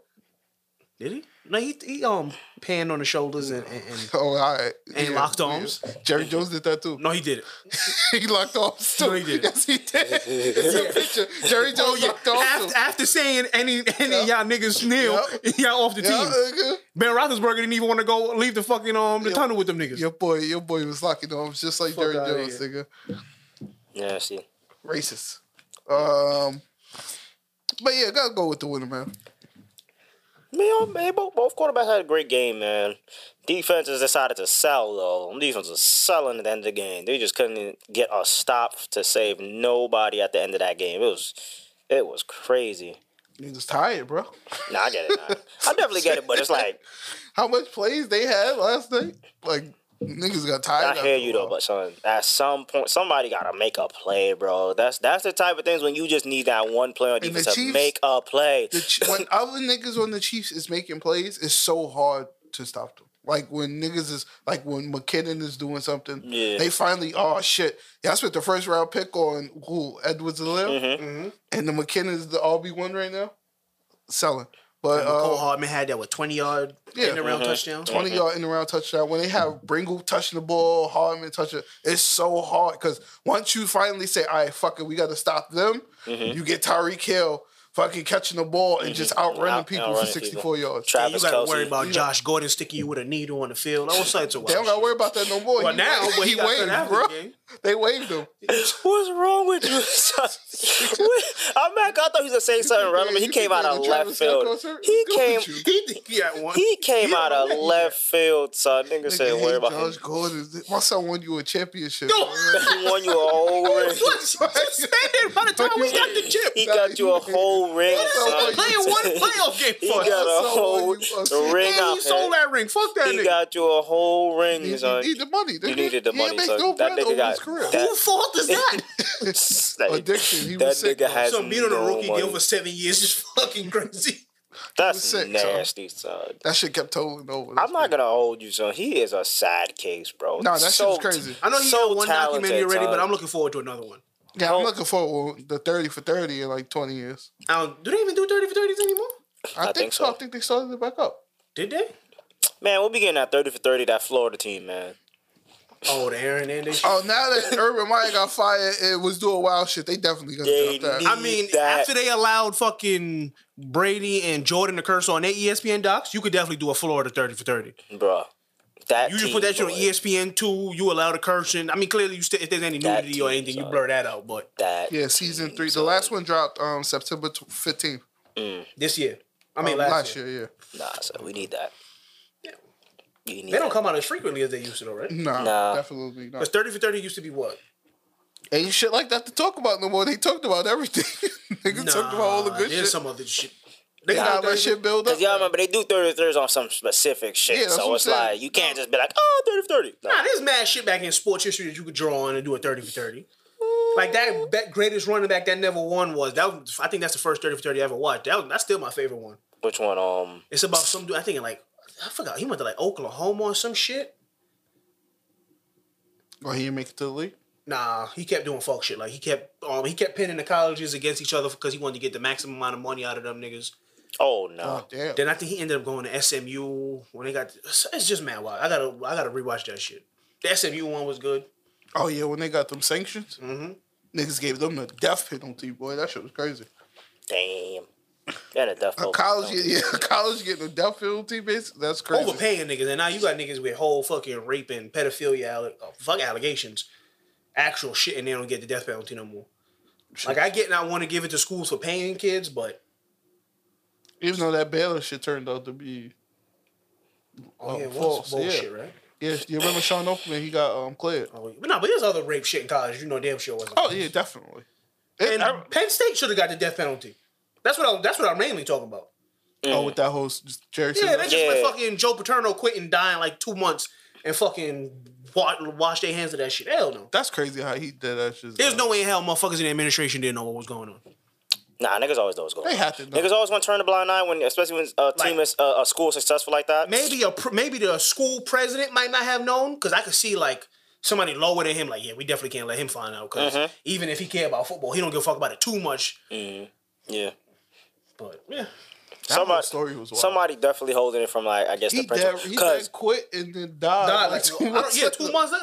Speaker 4: Did he? No, he he um panned on the shoulders and, and, and
Speaker 2: Oh, all right.
Speaker 4: And locked arms?
Speaker 2: Jerry Jones did that too.
Speaker 4: no, he did it.
Speaker 2: he locked arms too.
Speaker 4: No, he didn't. Oh,
Speaker 2: Yes, he did. It's a picture. Jerry Jones locked arms.
Speaker 4: After, after saying any any of y'all niggas kneel, y'all off the
Speaker 2: uh, Yeah,
Speaker 4: team.
Speaker 2: nigga.
Speaker 4: Ben Roethlisberger didn't even want to go leave the fucking um the tunnel with them niggas.
Speaker 2: Your boy, your boy was locking arms just like
Speaker 4: Fuck
Speaker 2: Jerry
Speaker 4: outta
Speaker 2: Jones, nigga.
Speaker 3: Yeah, see.
Speaker 2: Racist. Um, but yeah, gotta go with the winner, man.
Speaker 3: Man, man um, both, both quarterbacks had a great game, man. Defenses decided to sell, though. Them Defenses was selling at the end of the game. They just couldn't get a stop to save nobody at the end of that game. It was it was crazy.
Speaker 2: You just tired, bro.
Speaker 3: Nah, I get it. Nah. I definitely get it, but it's like,
Speaker 2: How much plays they had last night? Like niggas got
Speaker 3: I
Speaker 2: tired.
Speaker 3: hear you, though,
Speaker 2: but
Speaker 3: but son, at some point, somebody got to make a play, bro. That's that's the type of things when you just need that one player on
Speaker 2: And the
Speaker 3: defense to
Speaker 2: Chiefs-
Speaker 3: make a play.
Speaker 2: the Ch- when other niggas on the Chiefs is making plays, it's so hard to stop them. Like when niggas is like when McKinnon is doing something,
Speaker 3: Yeah.
Speaker 2: they finally oh shit. Yeah, I spent the first round pick on who Edwards Alaire,
Speaker 3: Mm-hmm.
Speaker 2: and the McKinnon is the RB one right now, selling. But
Speaker 4: Cole
Speaker 2: uh,
Speaker 4: Hardman had that with twenty yard
Speaker 2: Yeah.
Speaker 4: in
Speaker 3: Mm-hmm.
Speaker 4: around touchdown.
Speaker 2: 20 yard in the round touchdown. When they have Bringle touching the ball, Hardman touching, it's so hard because once you finally say, all right, fuck it, we got to stop them,
Speaker 3: Mm-hmm.
Speaker 2: you get Tyreek Hill fucking catching the ball and just outrunning
Speaker 3: Out-
Speaker 2: people
Speaker 3: outrunning
Speaker 2: for 64 yards.
Speaker 4: And you
Speaker 3: Travis
Speaker 4: got to
Speaker 3: Kelsey.
Speaker 4: worry about Josh Gordon sticking you with a needle on the field. All sorts of
Speaker 2: They don't got to
Speaker 4: wild
Speaker 2: worry about that no more.
Speaker 4: Well, now,
Speaker 2: wa-
Speaker 4: but he got cut after the game.
Speaker 2: They waived him.
Speaker 3: What's wrong with you? son? What- I'm mad. I thought he was gonna say something relevant. He
Speaker 2: You
Speaker 3: came
Speaker 2: think
Speaker 3: out
Speaker 2: that
Speaker 3: of
Speaker 2: the Travis
Speaker 3: left
Speaker 2: Scott
Speaker 3: field.
Speaker 2: concert was
Speaker 3: He
Speaker 2: good
Speaker 3: came.
Speaker 2: with you?
Speaker 4: shit. He got one.
Speaker 3: He came out of left field, son. Nigga said,
Speaker 2: Nigga,
Speaker 3: "Worry
Speaker 2: hey,
Speaker 3: about
Speaker 2: Josh
Speaker 3: him."
Speaker 2: Gordon. My son won you a championship.
Speaker 3: He won you a whole ring.
Speaker 4: What? Suspended by the time we got the chip.
Speaker 3: He got you a whole ring, son.
Speaker 2: What the fuck
Speaker 4: Playing one playoff game
Speaker 3: He
Speaker 4: for
Speaker 3: got a
Speaker 4: us.
Speaker 2: That's so
Speaker 3: whole
Speaker 2: what you- uh,
Speaker 3: ring
Speaker 4: Man, he
Speaker 3: out
Speaker 4: sold
Speaker 3: here.
Speaker 4: that ring. Fuck that
Speaker 3: He
Speaker 4: nigga.
Speaker 3: got you a whole ring,
Speaker 2: You
Speaker 3: son.
Speaker 2: need the money.
Speaker 3: You needed the
Speaker 2: he
Speaker 3: money,
Speaker 2: He
Speaker 3: son.
Speaker 2: make no
Speaker 3: That
Speaker 2: bread
Speaker 3: nigga
Speaker 2: over
Speaker 3: got-
Speaker 2: his career.
Speaker 3: that-
Speaker 4: Who fault is that?
Speaker 3: Like,
Speaker 2: Addiction. He
Speaker 3: that
Speaker 2: was sick,
Speaker 3: nigga
Speaker 2: though.
Speaker 3: has
Speaker 4: so being on a
Speaker 3: no
Speaker 4: rookie
Speaker 3: money.
Speaker 4: deal for seven years is fucking crazy.
Speaker 3: That's
Speaker 2: sick, son.
Speaker 3: nasty, son.
Speaker 2: That shit kept totaling over.
Speaker 3: I'm not gonna hold you, son. He is a sad case, bro.
Speaker 2: Nah, that shit
Speaker 3: so,
Speaker 2: was crazy.
Speaker 4: I know he
Speaker 3: so
Speaker 4: got one
Speaker 3: talented,
Speaker 4: documentary already,
Speaker 3: son.
Speaker 4: but I'm looking forward to another one.
Speaker 2: Yeah, I'm looking forward to the 30 for 30 in like 20 years.
Speaker 4: I don't, Um, do they even do 30 for 30s anymore?
Speaker 2: I, think,
Speaker 3: think
Speaker 2: so.
Speaker 3: so.
Speaker 2: I think they started it back up.
Speaker 4: Did they?
Speaker 3: Man, we'll be getting that 30 for 30, that Florida team, man.
Speaker 4: Oh, the Aaron and they
Speaker 2: Oh, now that Urban Meyer got fired and was doing wild shit, they definitely gonna
Speaker 3: They
Speaker 2: drop that.
Speaker 3: need-
Speaker 4: I mean,
Speaker 3: that-
Speaker 4: after they allowed fucking Brady and Jordan to curse on their E ESPN docs, you could definitely do a Florida 30 for 30.
Speaker 3: Bruh. That
Speaker 4: You just
Speaker 3: team,
Speaker 4: put that shit on E
Speaker 3: boy.
Speaker 4: ESPN two. You allow the cursing. I mean, clearly, you still, if there's any
Speaker 3: That
Speaker 4: nudity or
Speaker 3: team,
Speaker 4: anything, you
Speaker 3: son.
Speaker 4: blur that out. But
Speaker 3: That
Speaker 2: yeah, season three. The
Speaker 3: son.
Speaker 2: last one dropped um September tw- 15th.
Speaker 4: this year, I mean,
Speaker 2: Um,
Speaker 4: last, year.
Speaker 2: year,
Speaker 3: Nah, son, we need that. You need
Speaker 4: they don't
Speaker 3: that.
Speaker 4: come out as frequently as they used to, though, right?
Speaker 2: yeah. Nah,
Speaker 3: Nah.
Speaker 2: definitely not.
Speaker 4: Because thirty for thirty used to be what?
Speaker 2: Ain't shit like that to talk about no more. They talked about everything. Niggas talked about all the
Speaker 4: Nah,
Speaker 2: good
Speaker 4: there's
Speaker 2: shit.
Speaker 4: some other shit. They
Speaker 2: They
Speaker 4: got
Speaker 2: got that
Speaker 4: 30
Speaker 2: shit build up.
Speaker 3: Because y'all remember, they do 30 for 30s on some specific shit.
Speaker 2: Yeah, that's what
Speaker 3: so
Speaker 2: I'm
Speaker 3: it's
Speaker 2: saying.
Speaker 3: like, you can't just be like, oh, 30 for 30. No.
Speaker 4: Nah, there's mad shit back in sports history that you could draw on and do a 30 for 30. Like that be- greatest running back that never won was that. Was, I think that's the first 30 for 30 I ever watched. That was, that's still my favorite one.
Speaker 3: Which one? Um,
Speaker 4: It's about some dude. I think in like I forgot he went to like Oklahoma or some shit.
Speaker 2: Oh, he didn't make it to the league.
Speaker 4: Nah, he kept doing fuck shit. Like he kept um he kept pinning the colleges against each other because he wanted to get the maximum amount of money out of them niggas.
Speaker 3: Oh, no.
Speaker 2: Oh damn.
Speaker 4: Then I think he ended up going to SMU when they got. It's just mad wild. I gotta I gotta rewatch that shit. The SMU one was good.
Speaker 2: Oh yeah, when they got them sanctions,
Speaker 4: Mm-hmm.
Speaker 2: niggas gave them the death penalty. Boy, that shit was crazy.
Speaker 3: Damn. That a death
Speaker 2: A
Speaker 4: Oh,
Speaker 3: row.
Speaker 2: college, yeah, college getting a death penalty, basically. That's crazy.
Speaker 4: overpaying niggas, and now you got niggas with whole fucking rape and pedophilia alle- uh, fuck allegations, actual shit, and they don't get the death penalty no more. Like I get, and I want to give it to schools for paying kids, but
Speaker 2: Even though that Baylor shit turned out to be,
Speaker 4: oh,
Speaker 2: Oh,
Speaker 4: yeah, what's
Speaker 2: false,
Speaker 4: bullshit,
Speaker 2: yeah.
Speaker 4: right?
Speaker 2: yeah, you remember Sean Oakman? He got um cleared.
Speaker 4: Oh, yeah. But no, but there's other rape shit in college. You know, damn sure wasn't.
Speaker 2: Oh yeah, definitely. It-
Speaker 4: and
Speaker 2: I-
Speaker 4: Penn State should have got the death penalty. That's what I, that's what I'm mainly talking about.
Speaker 2: oh, with that whole s- Jerry.
Speaker 4: Yeah,
Speaker 2: Simmons-
Speaker 4: they just let
Speaker 3: Yeah.
Speaker 4: fucking Joe Paterno quit and die in like two months and fucking wa- wash their hands of that shit. Hell no.
Speaker 2: that's crazy how he did that shit.
Speaker 4: There's no way in hell motherfuckers in the administration didn't know what was going on.
Speaker 3: Nah, niggas always know what's going
Speaker 2: They
Speaker 3: on.
Speaker 2: have to know.
Speaker 3: Niggas always want to turn the blind eye when, especially when a team
Speaker 4: Like-
Speaker 3: is uh, a school successful like that.
Speaker 4: Maybe a pr- maybe the school president might not have known because I could see like somebody lower than him. Like, yeah, we definitely can't let him find out because even if he care about football, he don't give a fuck about it too much.
Speaker 3: Yeah.
Speaker 4: But yeah,
Speaker 3: Somebody,
Speaker 2: story was wild.
Speaker 3: somebody definitely holding it from like I guess
Speaker 2: He
Speaker 3: the principal
Speaker 2: dead, he
Speaker 3: because
Speaker 2: dead quit and then died.
Speaker 4: Nah,
Speaker 2: Uh, like, Mm-hmm.
Speaker 4: like,
Speaker 2: two
Speaker 4: I don't-
Speaker 2: months
Speaker 4: yeah, two
Speaker 2: later.
Speaker 4: months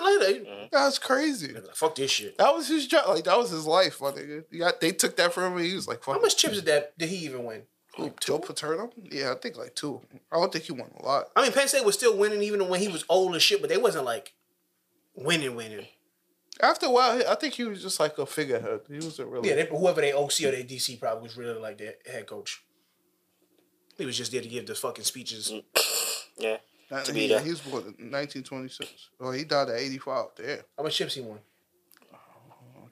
Speaker 4: later,
Speaker 2: That's crazy.
Speaker 4: like, fuck this shit.
Speaker 2: That was his job. Like that was his life, my nigga. He got- they took that from him. And he was like, "Fuck."
Speaker 4: How much chips did that? Did he even win?
Speaker 2: Who, Joe Paterno? Yeah, I think like two. I don't think he won a lot.
Speaker 4: I mean, Penn State was still winning even when he was old and shit, but they wasn't like winning, winning.
Speaker 2: After a while, he- I think he was just like a figurehead. He wasn't really.
Speaker 4: Yeah, they, whoever they OC or they DC probably was really like their head coach. He was just there to give the fucking speeches.
Speaker 3: yeah,
Speaker 2: Not-
Speaker 3: to be
Speaker 2: he,
Speaker 3: there.
Speaker 2: he was born in 1926. Oh, he died at 85. Damn.
Speaker 4: How much chips he won?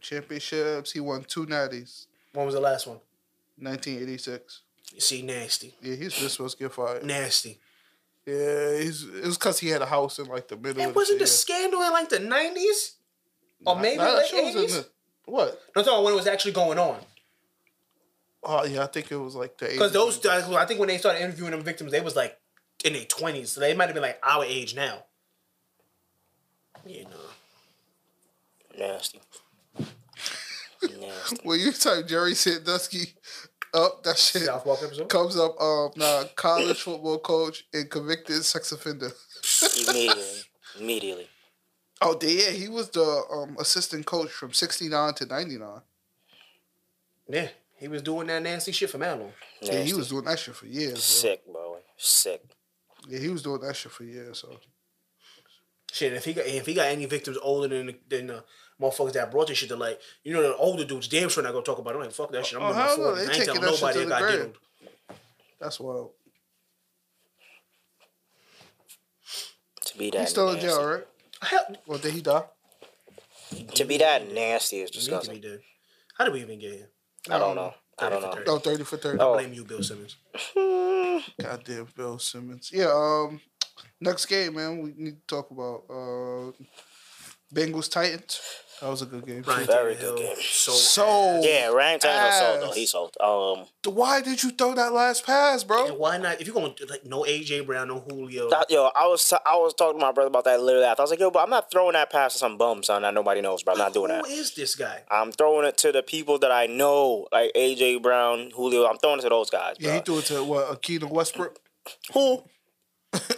Speaker 2: Championships. He won two natties.
Speaker 4: When was the last one?
Speaker 2: 1986.
Speaker 4: You see, nasty,
Speaker 2: Yeah, he's just supposed to get fired.
Speaker 4: nasty.
Speaker 2: Yeah, he's, it was because he had a house in like the middle.
Speaker 4: It
Speaker 2: of
Speaker 4: wasn't
Speaker 2: the
Speaker 4: the scandal in like the nineties
Speaker 3: Oh,
Speaker 4: or maybe
Speaker 2: Nah, that
Speaker 4: late
Speaker 2: shit was in
Speaker 4: eighties.
Speaker 2: the- What?
Speaker 4: I'm talking about when it was actually going on.
Speaker 2: Oh yeah, I think it was like the.
Speaker 4: Because
Speaker 2: 80s.
Speaker 4: those, I think when they started interviewing them victims, they was like in their twenties, so they might have been like our age now. You know,
Speaker 3: nasty. nasty.
Speaker 2: When you type Jerry Sandusky up, that shit
Speaker 4: South Park episode.
Speaker 2: comes up. Um, nah, college football coach and convicted sex offender.
Speaker 3: Immediately, immediately.
Speaker 2: Oh, they- yeah, he was the um, assistant coach from '69 to '99.
Speaker 4: Yeah, he was doing that nasty shit for mad long.
Speaker 2: Yeah, he
Speaker 3: Nasty.
Speaker 2: was doing that shit for years. Bro.
Speaker 3: sick, bro. Sick.
Speaker 2: Yeah, he was doing that shit for years. So
Speaker 4: Shit, if he got if he got any victims older than than the motherfuckers that brought this shit to like, you know, the older dudes damn sure not gonna talk about. It. I'm like, fuck that shit. I'm
Speaker 2: Oh,
Speaker 4: in my
Speaker 2: hell no,
Speaker 4: forties.
Speaker 2: they
Speaker 4: I ain't
Speaker 2: taking
Speaker 4: telling
Speaker 2: that shit
Speaker 4: nobody
Speaker 2: to
Speaker 4: I
Speaker 2: the
Speaker 4: got
Speaker 2: grave.
Speaker 4: diddled.
Speaker 2: that's wild.
Speaker 3: To be that
Speaker 2: He's still in
Speaker 3: nasty.
Speaker 2: jail, right?
Speaker 4: Hell,
Speaker 2: Well, did he die?
Speaker 3: To be that nasty is
Speaker 4: you need to be
Speaker 3: disgusting.
Speaker 4: dead. How did we even get here?
Speaker 3: I don't know. I don't know. Hmm.
Speaker 2: Oh, 30 for 30.
Speaker 3: Oh.
Speaker 4: Blame you, Bill Simmons.
Speaker 2: Goddamn Bill Simmons. Yeah, um, next game, man, we need to talk about uh, Bengals Titans. That was a good game.
Speaker 4: Ryan
Speaker 3: Very
Speaker 4: Tannehill,
Speaker 3: good game.
Speaker 4: So,
Speaker 2: So
Speaker 3: Yeah, Ryan Tannehill sold though.
Speaker 2: ass.
Speaker 3: He sold. Um,
Speaker 2: Why did you throw that last pass,
Speaker 4: and
Speaker 2: bro?
Speaker 4: why not? If you're gonna like no AJ Brown, no Julio,
Speaker 3: that- yo, I was I was talking to my brother about that literally. After. I was like, yo, but I'm not throwing that pass to some bum, son. That nobody knows, bro. I'm not doing that.
Speaker 4: who is this guy?
Speaker 3: I'm throwing it to the people that I know, like AJ Brown, Julio. I'm throwing it to those guys, bro.
Speaker 2: Yeah, he threw it to what? Akina Westbrook.
Speaker 3: Who?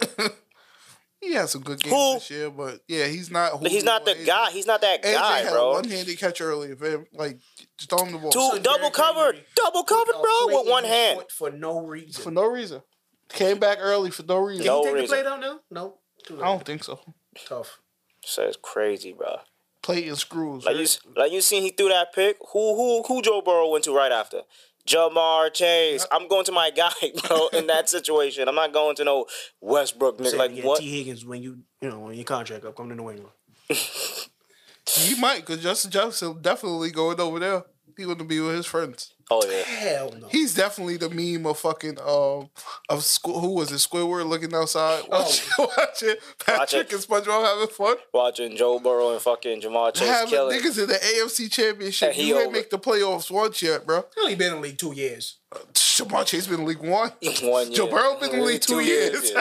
Speaker 2: He had some good games
Speaker 3: Who?
Speaker 2: this year, but yeah, he's not.
Speaker 3: But he's
Speaker 2: Julio
Speaker 3: not the
Speaker 2: or AJ.
Speaker 3: guy. He's not that
Speaker 2: AJ
Speaker 3: guy,
Speaker 2: had
Speaker 3: bro.
Speaker 2: one handed catch early. Man. Like, just throw him the ball
Speaker 3: Two double
Speaker 4: Derrick
Speaker 3: covered,
Speaker 4: Henry.
Speaker 3: double covered,
Speaker 4: A
Speaker 3: bro,
Speaker 4: play
Speaker 3: with
Speaker 4: in
Speaker 3: one
Speaker 4: his
Speaker 3: hand.
Speaker 4: foot For no reason.
Speaker 2: for no reason. Came back early for no reason.
Speaker 3: No
Speaker 4: Can you take
Speaker 3: reason.
Speaker 4: the play down now? No. Too
Speaker 2: I
Speaker 4: late.
Speaker 2: don't think so.
Speaker 4: Tough.
Speaker 3: So it's crazy, bro.
Speaker 2: Playing screws.
Speaker 3: Like
Speaker 2: right?
Speaker 3: you, like you seen he threw that pick. Who, who, who Joe Burrow went to right after? Jamar Chase. I'm going to my guy, bro. In that situation, I'm not going to no Westbrook nigga.
Speaker 4: Say it
Speaker 3: Like
Speaker 4: again,
Speaker 3: what?
Speaker 4: T Higgins when you you know when your contract up, come to New England.
Speaker 2: He might, because Justin Jefferson definitely going over there. He gonna be with his friends.
Speaker 3: Oh yeah.
Speaker 4: Hell no.
Speaker 2: He's definitely the meme of fucking um of school. Who was it? Squidward looking outside,
Speaker 3: Oh.
Speaker 2: watching, watching Patrick and SpongeBob having fun.
Speaker 3: Watching Joe Burrow and fucking Jamar Chase
Speaker 2: Having
Speaker 3: killing.
Speaker 2: niggas in the AFC Championship.
Speaker 3: And he
Speaker 2: you ain't
Speaker 3: over.
Speaker 2: make the playoffs once yet, bro.
Speaker 4: He only been in the league two years.
Speaker 2: Jamar Chase been in League One.
Speaker 3: One year. Mm-hmm.
Speaker 2: Joe Burrow been in the league two, years.
Speaker 3: yeah.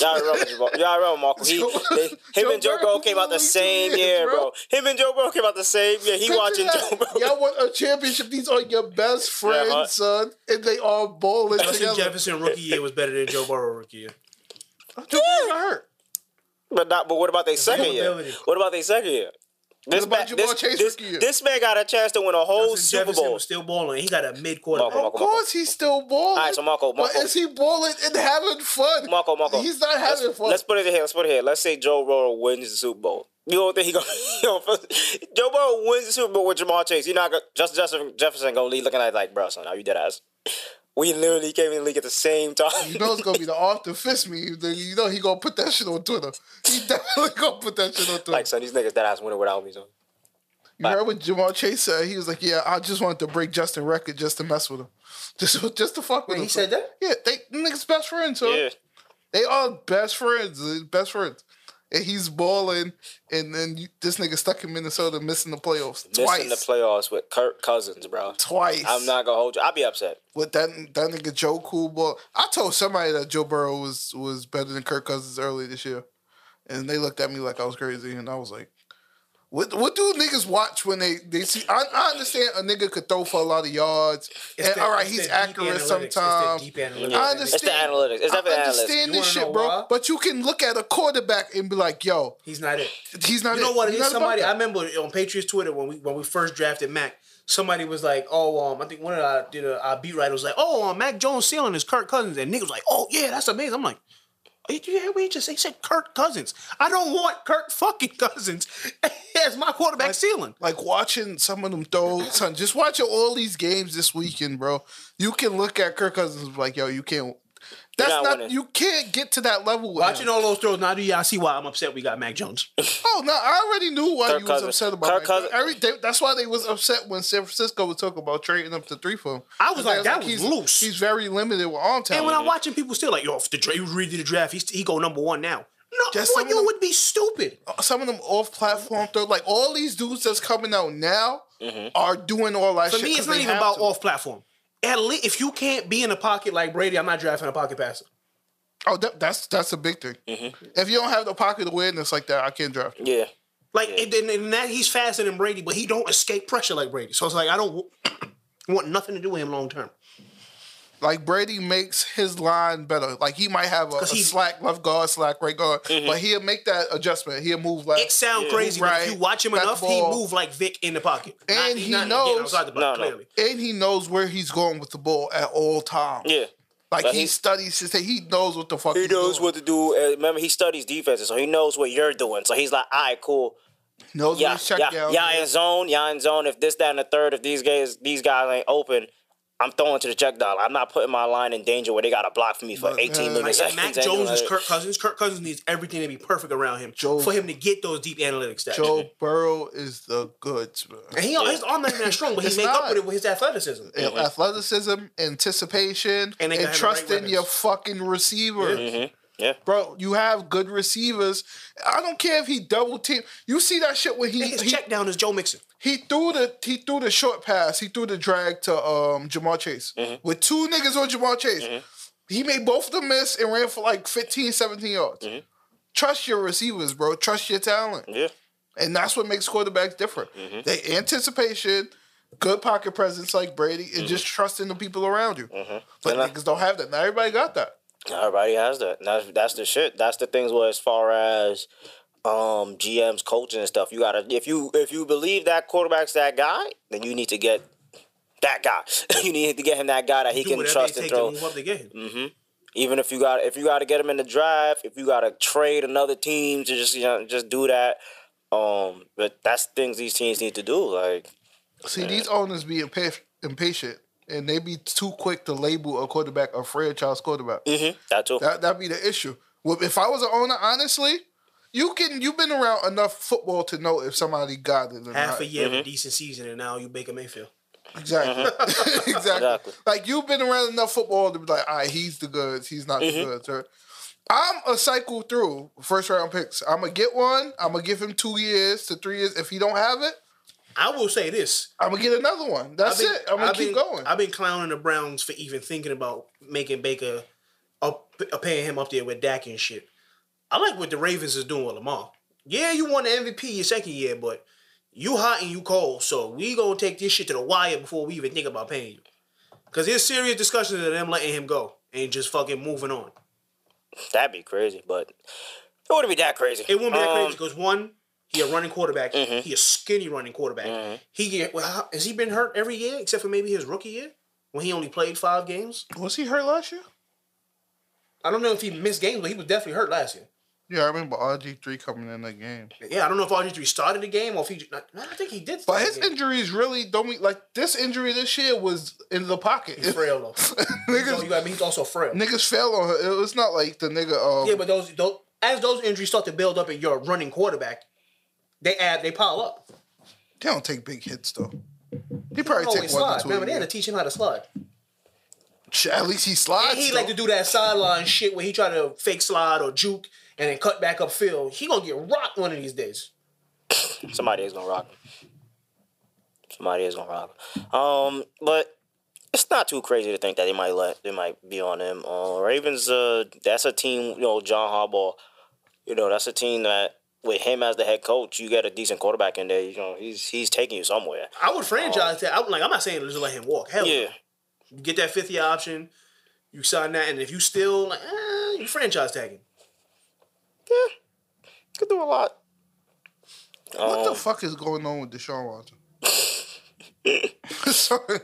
Speaker 3: Y'all remember, Jabbar- y'all remember Marco. He,
Speaker 2: Joe-
Speaker 3: they, him
Speaker 2: Joe
Speaker 3: and Joe
Speaker 2: Burrow
Speaker 3: Burrow came out the
Speaker 2: only two
Speaker 3: same
Speaker 2: years,
Speaker 3: year,
Speaker 2: bro.
Speaker 3: bro. Him and Joe Burrow came out the same year. He watching
Speaker 2: Picture
Speaker 3: Joe
Speaker 2: that.
Speaker 3: Burrow.
Speaker 2: Y'all want a championship? These are your best friends,
Speaker 3: huh?
Speaker 2: son, and they all bowling
Speaker 4: Justin
Speaker 2: together.
Speaker 4: Jefferson rookie year was better than Joe Burrow rookie year.
Speaker 2: Dude, hurt.
Speaker 3: But not, but what about their second year?
Speaker 4: Availability.
Speaker 3: What about their second year? This,
Speaker 2: about
Speaker 3: man-
Speaker 2: Ja'Marr
Speaker 3: this,
Speaker 2: Chase
Speaker 3: this,
Speaker 2: rookie year?
Speaker 3: this man got a chance to win a whole Oh, Super
Speaker 4: Justin Jefferson
Speaker 3: Bowl.
Speaker 4: was still balling. He got a mid quarter.
Speaker 3: Marco,
Speaker 2: Of course, he's still balling.
Speaker 3: All right, so Marco, Marco.
Speaker 2: But is he balling and having fun?
Speaker 3: Marco, Marco.
Speaker 2: He's not having
Speaker 3: let's,
Speaker 2: fun.
Speaker 3: Let's put it here. Let's put it here. Let's say Joe Burrow wins the Super Bowl. You don't think he gonna? You don't feel- Joe Burrow wins the Super Bowl with Jamar Chase. You're not gonna just Justin Jefferson gonna leave looking at it like, bro, son, are you dead ass? We literally came in the league at the same time.
Speaker 2: you know it's gonna be the Arthur fist me. You know he gonna put that shit on Twitter. He definitely gonna put that shit on Twitter.
Speaker 3: like, son, these niggas dead ass winning without me, son.
Speaker 2: you heard what Jamal Chase said? He was like, "Yeah, I just wanted to break Justin record just to mess with him, just just to fuck with him."
Speaker 4: He said that.
Speaker 2: "Yeah, they niggas best friends, so
Speaker 3: Yeah,
Speaker 2: they are best friends, uh, best friends." and he's balling, and then you, this nigga stuck in Minnesota missing the playoffs twice.
Speaker 3: Missing the playoffs with Kirk Cousins, bro.
Speaker 2: twice.
Speaker 3: I'm not gonna hold you. I'll be upset.
Speaker 2: with that that nigga Joe Cool ball. I told somebody that Joe Burrow was was better than Kirk Cousins early this year, and they looked at me like I was crazy, and I was like, "What what do niggas watch when they they see?" I, I understand a nigga could throw for a lot of yards, and
Speaker 4: the-
Speaker 2: all right,
Speaker 4: it's the
Speaker 2: he's
Speaker 4: deep
Speaker 2: accurate
Speaker 4: analytics.
Speaker 2: sometimes.
Speaker 4: It's the deep analytics.
Speaker 2: I
Speaker 3: It's the
Speaker 2: understand.
Speaker 3: analytics. It's
Speaker 2: I
Speaker 3: definitely analytics.
Speaker 2: understand
Speaker 4: You
Speaker 2: this
Speaker 4: wanna
Speaker 2: shit,
Speaker 4: know
Speaker 2: bro.
Speaker 4: why?
Speaker 2: But you can look at a quarterback and be like, "Yo,
Speaker 4: He's not it.
Speaker 2: he's not."
Speaker 4: You know what? It
Speaker 2: He's
Speaker 4: is
Speaker 2: not about
Speaker 4: somebody.
Speaker 2: that.
Speaker 4: I remember on Patriots Twitter when we when we first drafted Mac. Somebody was like, "Oh, um, I think one of our did a our beat writer was like, oh, um, Mac Jones ceiling is Kirk Cousins," and niggas was like, "Oh yeah, that's amazing." I'm like. "Are you- Yeah, we just he said Kirk Cousins. I don't want Kirk fucking Cousins as my quarterback ceiling.
Speaker 2: like watching some of them throw, son. Just watching all these games this weekend, bro. You can look at Kirk Cousins and be like, yo, you can't. That's
Speaker 3: not
Speaker 2: not,
Speaker 3: winning.
Speaker 2: you can't get to that level. With
Speaker 4: Watching
Speaker 2: him.
Speaker 4: all those throws now, do y'all see why I'm upset we got Mac Jones?
Speaker 2: Oh no, I already knew why
Speaker 3: Kirk
Speaker 2: you
Speaker 3: Cousins.
Speaker 2: was upset about
Speaker 3: Kirk
Speaker 2: Kirk
Speaker 3: Cousins-
Speaker 2: that's why they was upset when San Francisco was talking about trading up to three for him.
Speaker 4: I was like,
Speaker 2: It's
Speaker 4: that was
Speaker 2: he's,
Speaker 4: loose.
Speaker 2: He's very limited with arm
Speaker 4: And
Speaker 2: talent.
Speaker 4: when I'm watching people still like, yo, if the dra- you read the draft, he's, he go number one now. No,
Speaker 2: Just
Speaker 4: boy,
Speaker 2: some of
Speaker 4: you
Speaker 2: them-
Speaker 4: would be stupid.
Speaker 2: some of them off platform throw, like all these dudes that's coming out now
Speaker 3: Mm-hmm.
Speaker 2: are doing all that
Speaker 4: For
Speaker 2: shit.
Speaker 4: me,
Speaker 2: 'cause
Speaker 4: it's not
Speaker 2: they
Speaker 4: even
Speaker 2: have
Speaker 4: about
Speaker 2: to.
Speaker 4: off platform. At least if you can't be in a pocket like Brady, I'm not drafting a pocket passer.
Speaker 2: Oh, that, that's that's a big thing.
Speaker 3: Mm-hmm.
Speaker 2: If you don't have the pocket awareness like that, I can't draft. you.
Speaker 3: Yeah.
Speaker 4: Like and, and, and that he's faster than Brady, but he don't escape pressure like Brady. So it's like I don't w- want nothing to do with him long term.
Speaker 2: Like Brady makes his line better. Like he might have a, a
Speaker 4: 'Cause he-
Speaker 2: slack left guard, slack right guard,
Speaker 3: Mm-hmm.
Speaker 2: but he'll make that adjustment. He'll move left.
Speaker 4: It sounds crazy, but
Speaker 2: Uh, Right.
Speaker 4: if you watch him
Speaker 2: Got the
Speaker 4: enough, he
Speaker 2: ball.
Speaker 4: move like Vic in the pocket.
Speaker 2: And
Speaker 4: he's
Speaker 2: he
Speaker 4: getting
Speaker 2: knows-
Speaker 4: outside the
Speaker 3: No,
Speaker 4: pocket,
Speaker 3: no.
Speaker 4: clearly.
Speaker 2: and he knows where he's going with the ball at all times.
Speaker 3: Yeah.
Speaker 2: Like
Speaker 3: But
Speaker 2: he,
Speaker 3: he-
Speaker 2: studies his he knows what the fuck
Speaker 3: He
Speaker 2: he's
Speaker 3: knows
Speaker 2: doing.
Speaker 3: what to do. And remember, he studies defenses, so he knows what you're doing. So he's like, all right, cool.
Speaker 2: knows
Speaker 3: Yeah,
Speaker 2: what his
Speaker 3: yeah,
Speaker 2: check down.
Speaker 3: yeah, in zone, yeah, in zone. If this, that, and the third, if these guys, these guys ain't open, I'm throwing to the check dollar. I'm not putting my line in danger where they got to block for me for 18
Speaker 2: uh,
Speaker 3: niggas.
Speaker 4: Like if Mac
Speaker 3: seconds anyway.
Speaker 4: Jones is Kirk Cousins. Kirk Cousins needs everything to be perfect around him
Speaker 2: Joe-
Speaker 4: for him to get those deep analytics stats.
Speaker 2: Joe Burrow is the goods, man.
Speaker 4: And he, his arm not even that strong, but he
Speaker 2: It's
Speaker 4: make
Speaker 2: not.
Speaker 4: up with it with his athleticism.
Speaker 2: And athleticism, anticipation,
Speaker 4: And
Speaker 2: and,
Speaker 4: they gotta have the right
Speaker 2: trusting your
Speaker 4: weapons.
Speaker 2: fucking receiver.
Speaker 3: Hmm? Yeah. Mm-hmm.
Speaker 2: Bro, you have good receivers. I don't care if he double team. You see that shit when he
Speaker 4: His
Speaker 2: he,
Speaker 4: check down is Joe Mixon.
Speaker 2: he threw the he threw the short pass. He threw the drag to um Jamar Chase
Speaker 3: Mm-hmm.
Speaker 2: with two niggas on Jamar Chase. He made both of them miss and ran for like 15, 17 yards.
Speaker 3: Mm-hmm.
Speaker 2: Trust your receivers, bro. Trust your talent.
Speaker 3: Yeah.
Speaker 2: And that's what makes quarterbacks different.
Speaker 3: Mm-hmm.
Speaker 2: They anticipation, good pocket presence like Brady, and just trusting the people around you. But
Speaker 3: Mm-hmm. And I-
Speaker 2: niggas don't have that. Not everybody got that.
Speaker 3: Everybody has that. And That's that's the shit. That's the things where as far as um GMs coaching and stuff, you gotta if you if you believe that quarterback's that guy, then you need to get that guy. you need to get him that guy that he
Speaker 4: Do
Speaker 3: can
Speaker 4: whatever
Speaker 3: trust
Speaker 4: it
Speaker 3: and
Speaker 4: takes
Speaker 3: throw.
Speaker 4: to move up the game.
Speaker 3: Even if you got if you gotta get him in the draft, if you gotta trade another team to just you know just do that. Um but that's things these teams need to do. Like
Speaker 2: See, these owners be impa- impatient and they be too quick to label a quarterback a franchise quarterback.
Speaker 3: that too.
Speaker 2: That that'd be the issue. Well, if I was an owner, honestly, you can you've been around enough football to know if somebody got it or
Speaker 4: Half
Speaker 2: not.
Speaker 4: a year of a decent season, and now you Baker Mayfield.
Speaker 2: Exactly. exactly.
Speaker 3: Exactly.
Speaker 2: Like you've been around enough football to be like, all right, he's the goods, he's not the
Speaker 4: Mm-hmm.
Speaker 2: goods, right? I'm a cycle through first round picks. I'm gonna get one. I'm gonna give him two years to three years. If he don't have it,
Speaker 4: I will say this.
Speaker 2: I'm gonna get another one. That's it. I'm gonna
Speaker 4: I've
Speaker 2: keep
Speaker 4: been-
Speaker 2: going.
Speaker 4: I've been clowning the Browns for even thinking about making Baker up, uh, paying him up there with Dak and shit. I like what the Ravens is doing with Lamar. Yeah, you won the MVP your second year, but you hot and you cold, so we gonna take this shit to the wire before we even think about paying you. Cause there's serious discussions of them letting him go and just fucking moving on.
Speaker 3: That'd be crazy, but it wouldn't be that crazy.
Speaker 4: It wouldn't be that
Speaker 3: Um,
Speaker 4: crazy because one, he a running quarterback. He a skinny running quarterback. He get well, how, has he been hurt every year except for maybe his rookie year when he only played five games.
Speaker 2: was he hurt last year?
Speaker 4: I don't know if he missed games, but he was definitely hurt last year.
Speaker 2: Yeah, I remember RG three coming in that game.
Speaker 4: Yeah, I don't know if RG three started the game or if he. ju- Not, I don't think he did.
Speaker 2: But
Speaker 4: start
Speaker 2: his
Speaker 4: the game.
Speaker 2: injuries really don't mean like this injury this year was in the pocket.
Speaker 4: He's frail though.
Speaker 2: niggas,
Speaker 4: So you got me. He's also frail.
Speaker 2: niggas fell on her. It was not like the nigga. Um,
Speaker 4: Yeah, but those those as those injuries start to build up and you're a running quarterback, they add they pile up.
Speaker 2: they don't take big hits though. He probably
Speaker 4: Oh,
Speaker 2: take
Speaker 4: and
Speaker 2: one
Speaker 4: slide.
Speaker 2: or two.
Speaker 4: Remember, they
Speaker 2: a
Speaker 4: had to
Speaker 2: year.
Speaker 4: teach him how to slide.
Speaker 2: Shit, At least he slides.
Speaker 4: And he like to do that sideline shit where he try to fake slide or juke and then cut back up field, he gonna get rocked one of these days.
Speaker 3: Somebody is gonna rock him. Somebody is gonna rock him. Um, but it's not too crazy to think that they might let they might be on him. Uh, Ravens, uh, that's a team. You know, John Harbaugh. You know, that's a team that with him as the head coach, you get a decent quarterback in there. You know, he's he's taking you somewhere.
Speaker 4: I would franchise that. I would, like I'm not saying just let him walk. Hell,
Speaker 3: Yeah,
Speaker 4: yeah. get that fifth year option. You sign that, and if you still, like, eh, you franchise tagging.
Speaker 3: could do a lot.
Speaker 2: What
Speaker 3: Um,
Speaker 2: the fuck is going on with Deshaun Watson? Sorry.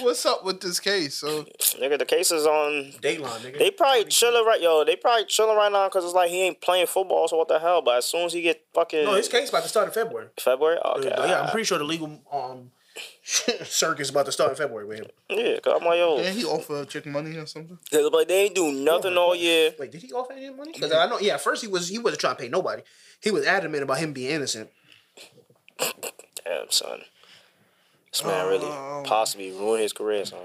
Speaker 2: What's up with this case? So
Speaker 3: Nigga, the case is on.
Speaker 4: Dateline, nigga.
Speaker 3: They probably chilling right, yo. They probably chilling right now because it's like he ain't playing football. So what the hell? But as soon as he get fucking
Speaker 4: no, Oh, his case about to start in February.
Speaker 3: February, Oh, okay,
Speaker 4: yeah, I'm pretty sure the legal um circus about to start in February with him.
Speaker 3: yeah. Cause I'm like, yo,
Speaker 2: did he offer a chick money or something?
Speaker 3: 'cause, like they ain't do nothing all year.
Speaker 4: Wait, did he offer any money? Because I know, yeah. At first, he was he wasn't trying to pay nobody. He was adamant about him being innocent.
Speaker 3: Damn, son. This man really possibly ruined his career, son.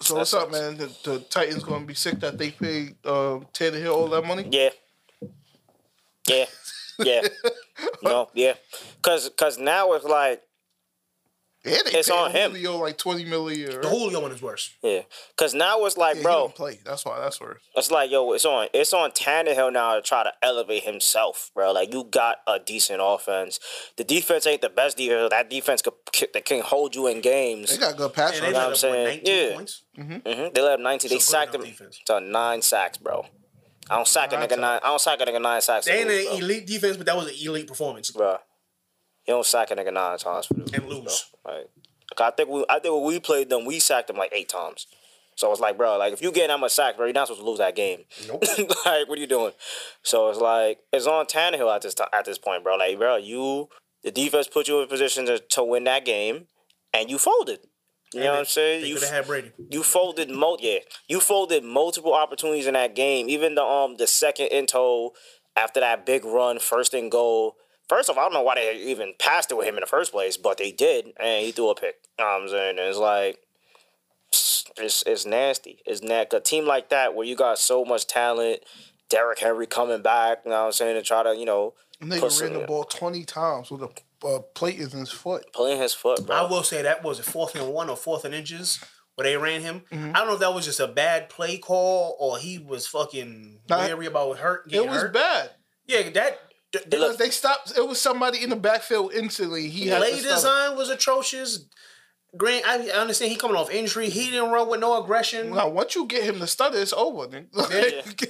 Speaker 2: So
Speaker 3: That
Speaker 2: what's up,
Speaker 3: sucks.
Speaker 2: man? The, the Titans gonna be sick that they paid uh, Taylor Hill all that money.
Speaker 3: Yeah. Yeah. Yeah. no, yeah. Cause, Cause now it's like
Speaker 2: Yeah, they
Speaker 3: It's
Speaker 2: paid
Speaker 3: on him.
Speaker 2: Julio like twenty mil a year.
Speaker 4: The Julio one is worse.
Speaker 3: yeah. Cause now it's like,
Speaker 2: Yeah, he
Speaker 3: bro,
Speaker 2: don't play. That's why. That's worse.
Speaker 3: It's like, yo, it's on it's on Tannehill now to try to elevate himself, bro. Like you got a decent offense. The defense ain't the best defense. That defense could ki- that can hold you in games.
Speaker 2: They got good pass
Speaker 4: And they
Speaker 2: rush.
Speaker 3: know what
Speaker 4: ended up
Speaker 3: I'm
Speaker 4: with
Speaker 3: saying?
Speaker 4: 19
Speaker 3: Yeah.
Speaker 4: points.
Speaker 3: hmm They let up 19. They
Speaker 4: So good
Speaker 3: sacked him
Speaker 4: enough defense.
Speaker 3: to nine sacks, bro. I don't sack a nigga nine. I don't sack a nigga nine sacks.
Speaker 4: They ain't
Speaker 3: lose,
Speaker 4: an elite defense, but that was an elite performance.
Speaker 3: bro. Bruh. You don't sack a nigga nine times for this.
Speaker 4: And lose.
Speaker 3: Like, I think we, I think when we played them, we sacked them like eight times. So it's like, bro, like if you get that much sack, bro, you're not supposed to lose that game.
Speaker 4: Nope.
Speaker 3: like, what are you doing? So it's like it's on Tannehill at this time, at this point, bro. Like, bro, you the defense put you in a position to, to win that game, and you folded. You know what I'm saying?
Speaker 4: They
Speaker 3: You
Speaker 4: could have had Brady.
Speaker 3: you folded mul- yeah, you folded multiple opportunities in that game. Even the um the second in tow after that big run, first and goal. First off, I don't know why they even passed it with him in the first place, but they did, and he threw a pick. You know what I'm saying? And it's like it's it's nasty. It's that a team like that where you got so much talent, Derrick Henry coming back, you know what I'm saying, to try to, you know,
Speaker 2: Nigga
Speaker 3: pussy,
Speaker 2: ran the
Speaker 3: yeah.
Speaker 2: ball twenty times with a uh, plate in his foot.
Speaker 3: playing his foot, bro.
Speaker 4: I will say that was a fourth and one or fourth and inches where they ran him.
Speaker 2: Mm-hmm.
Speaker 4: I don't know if that was just a bad play call or he was fucking
Speaker 2: Nah.
Speaker 4: wary about hurt
Speaker 2: It
Speaker 4: getting
Speaker 2: was
Speaker 4: hurt.
Speaker 2: bad.
Speaker 4: Yeah, that th- th-
Speaker 3: looked-
Speaker 2: They stopped. It was somebody in the backfield instantly. He had
Speaker 4: play
Speaker 2: to stop.
Speaker 4: design was atrocious. Grant, I I understand he coming off injury. He didn't run with no aggression.
Speaker 2: it. Now once you get him to stutter, it's over. Then.
Speaker 4: No,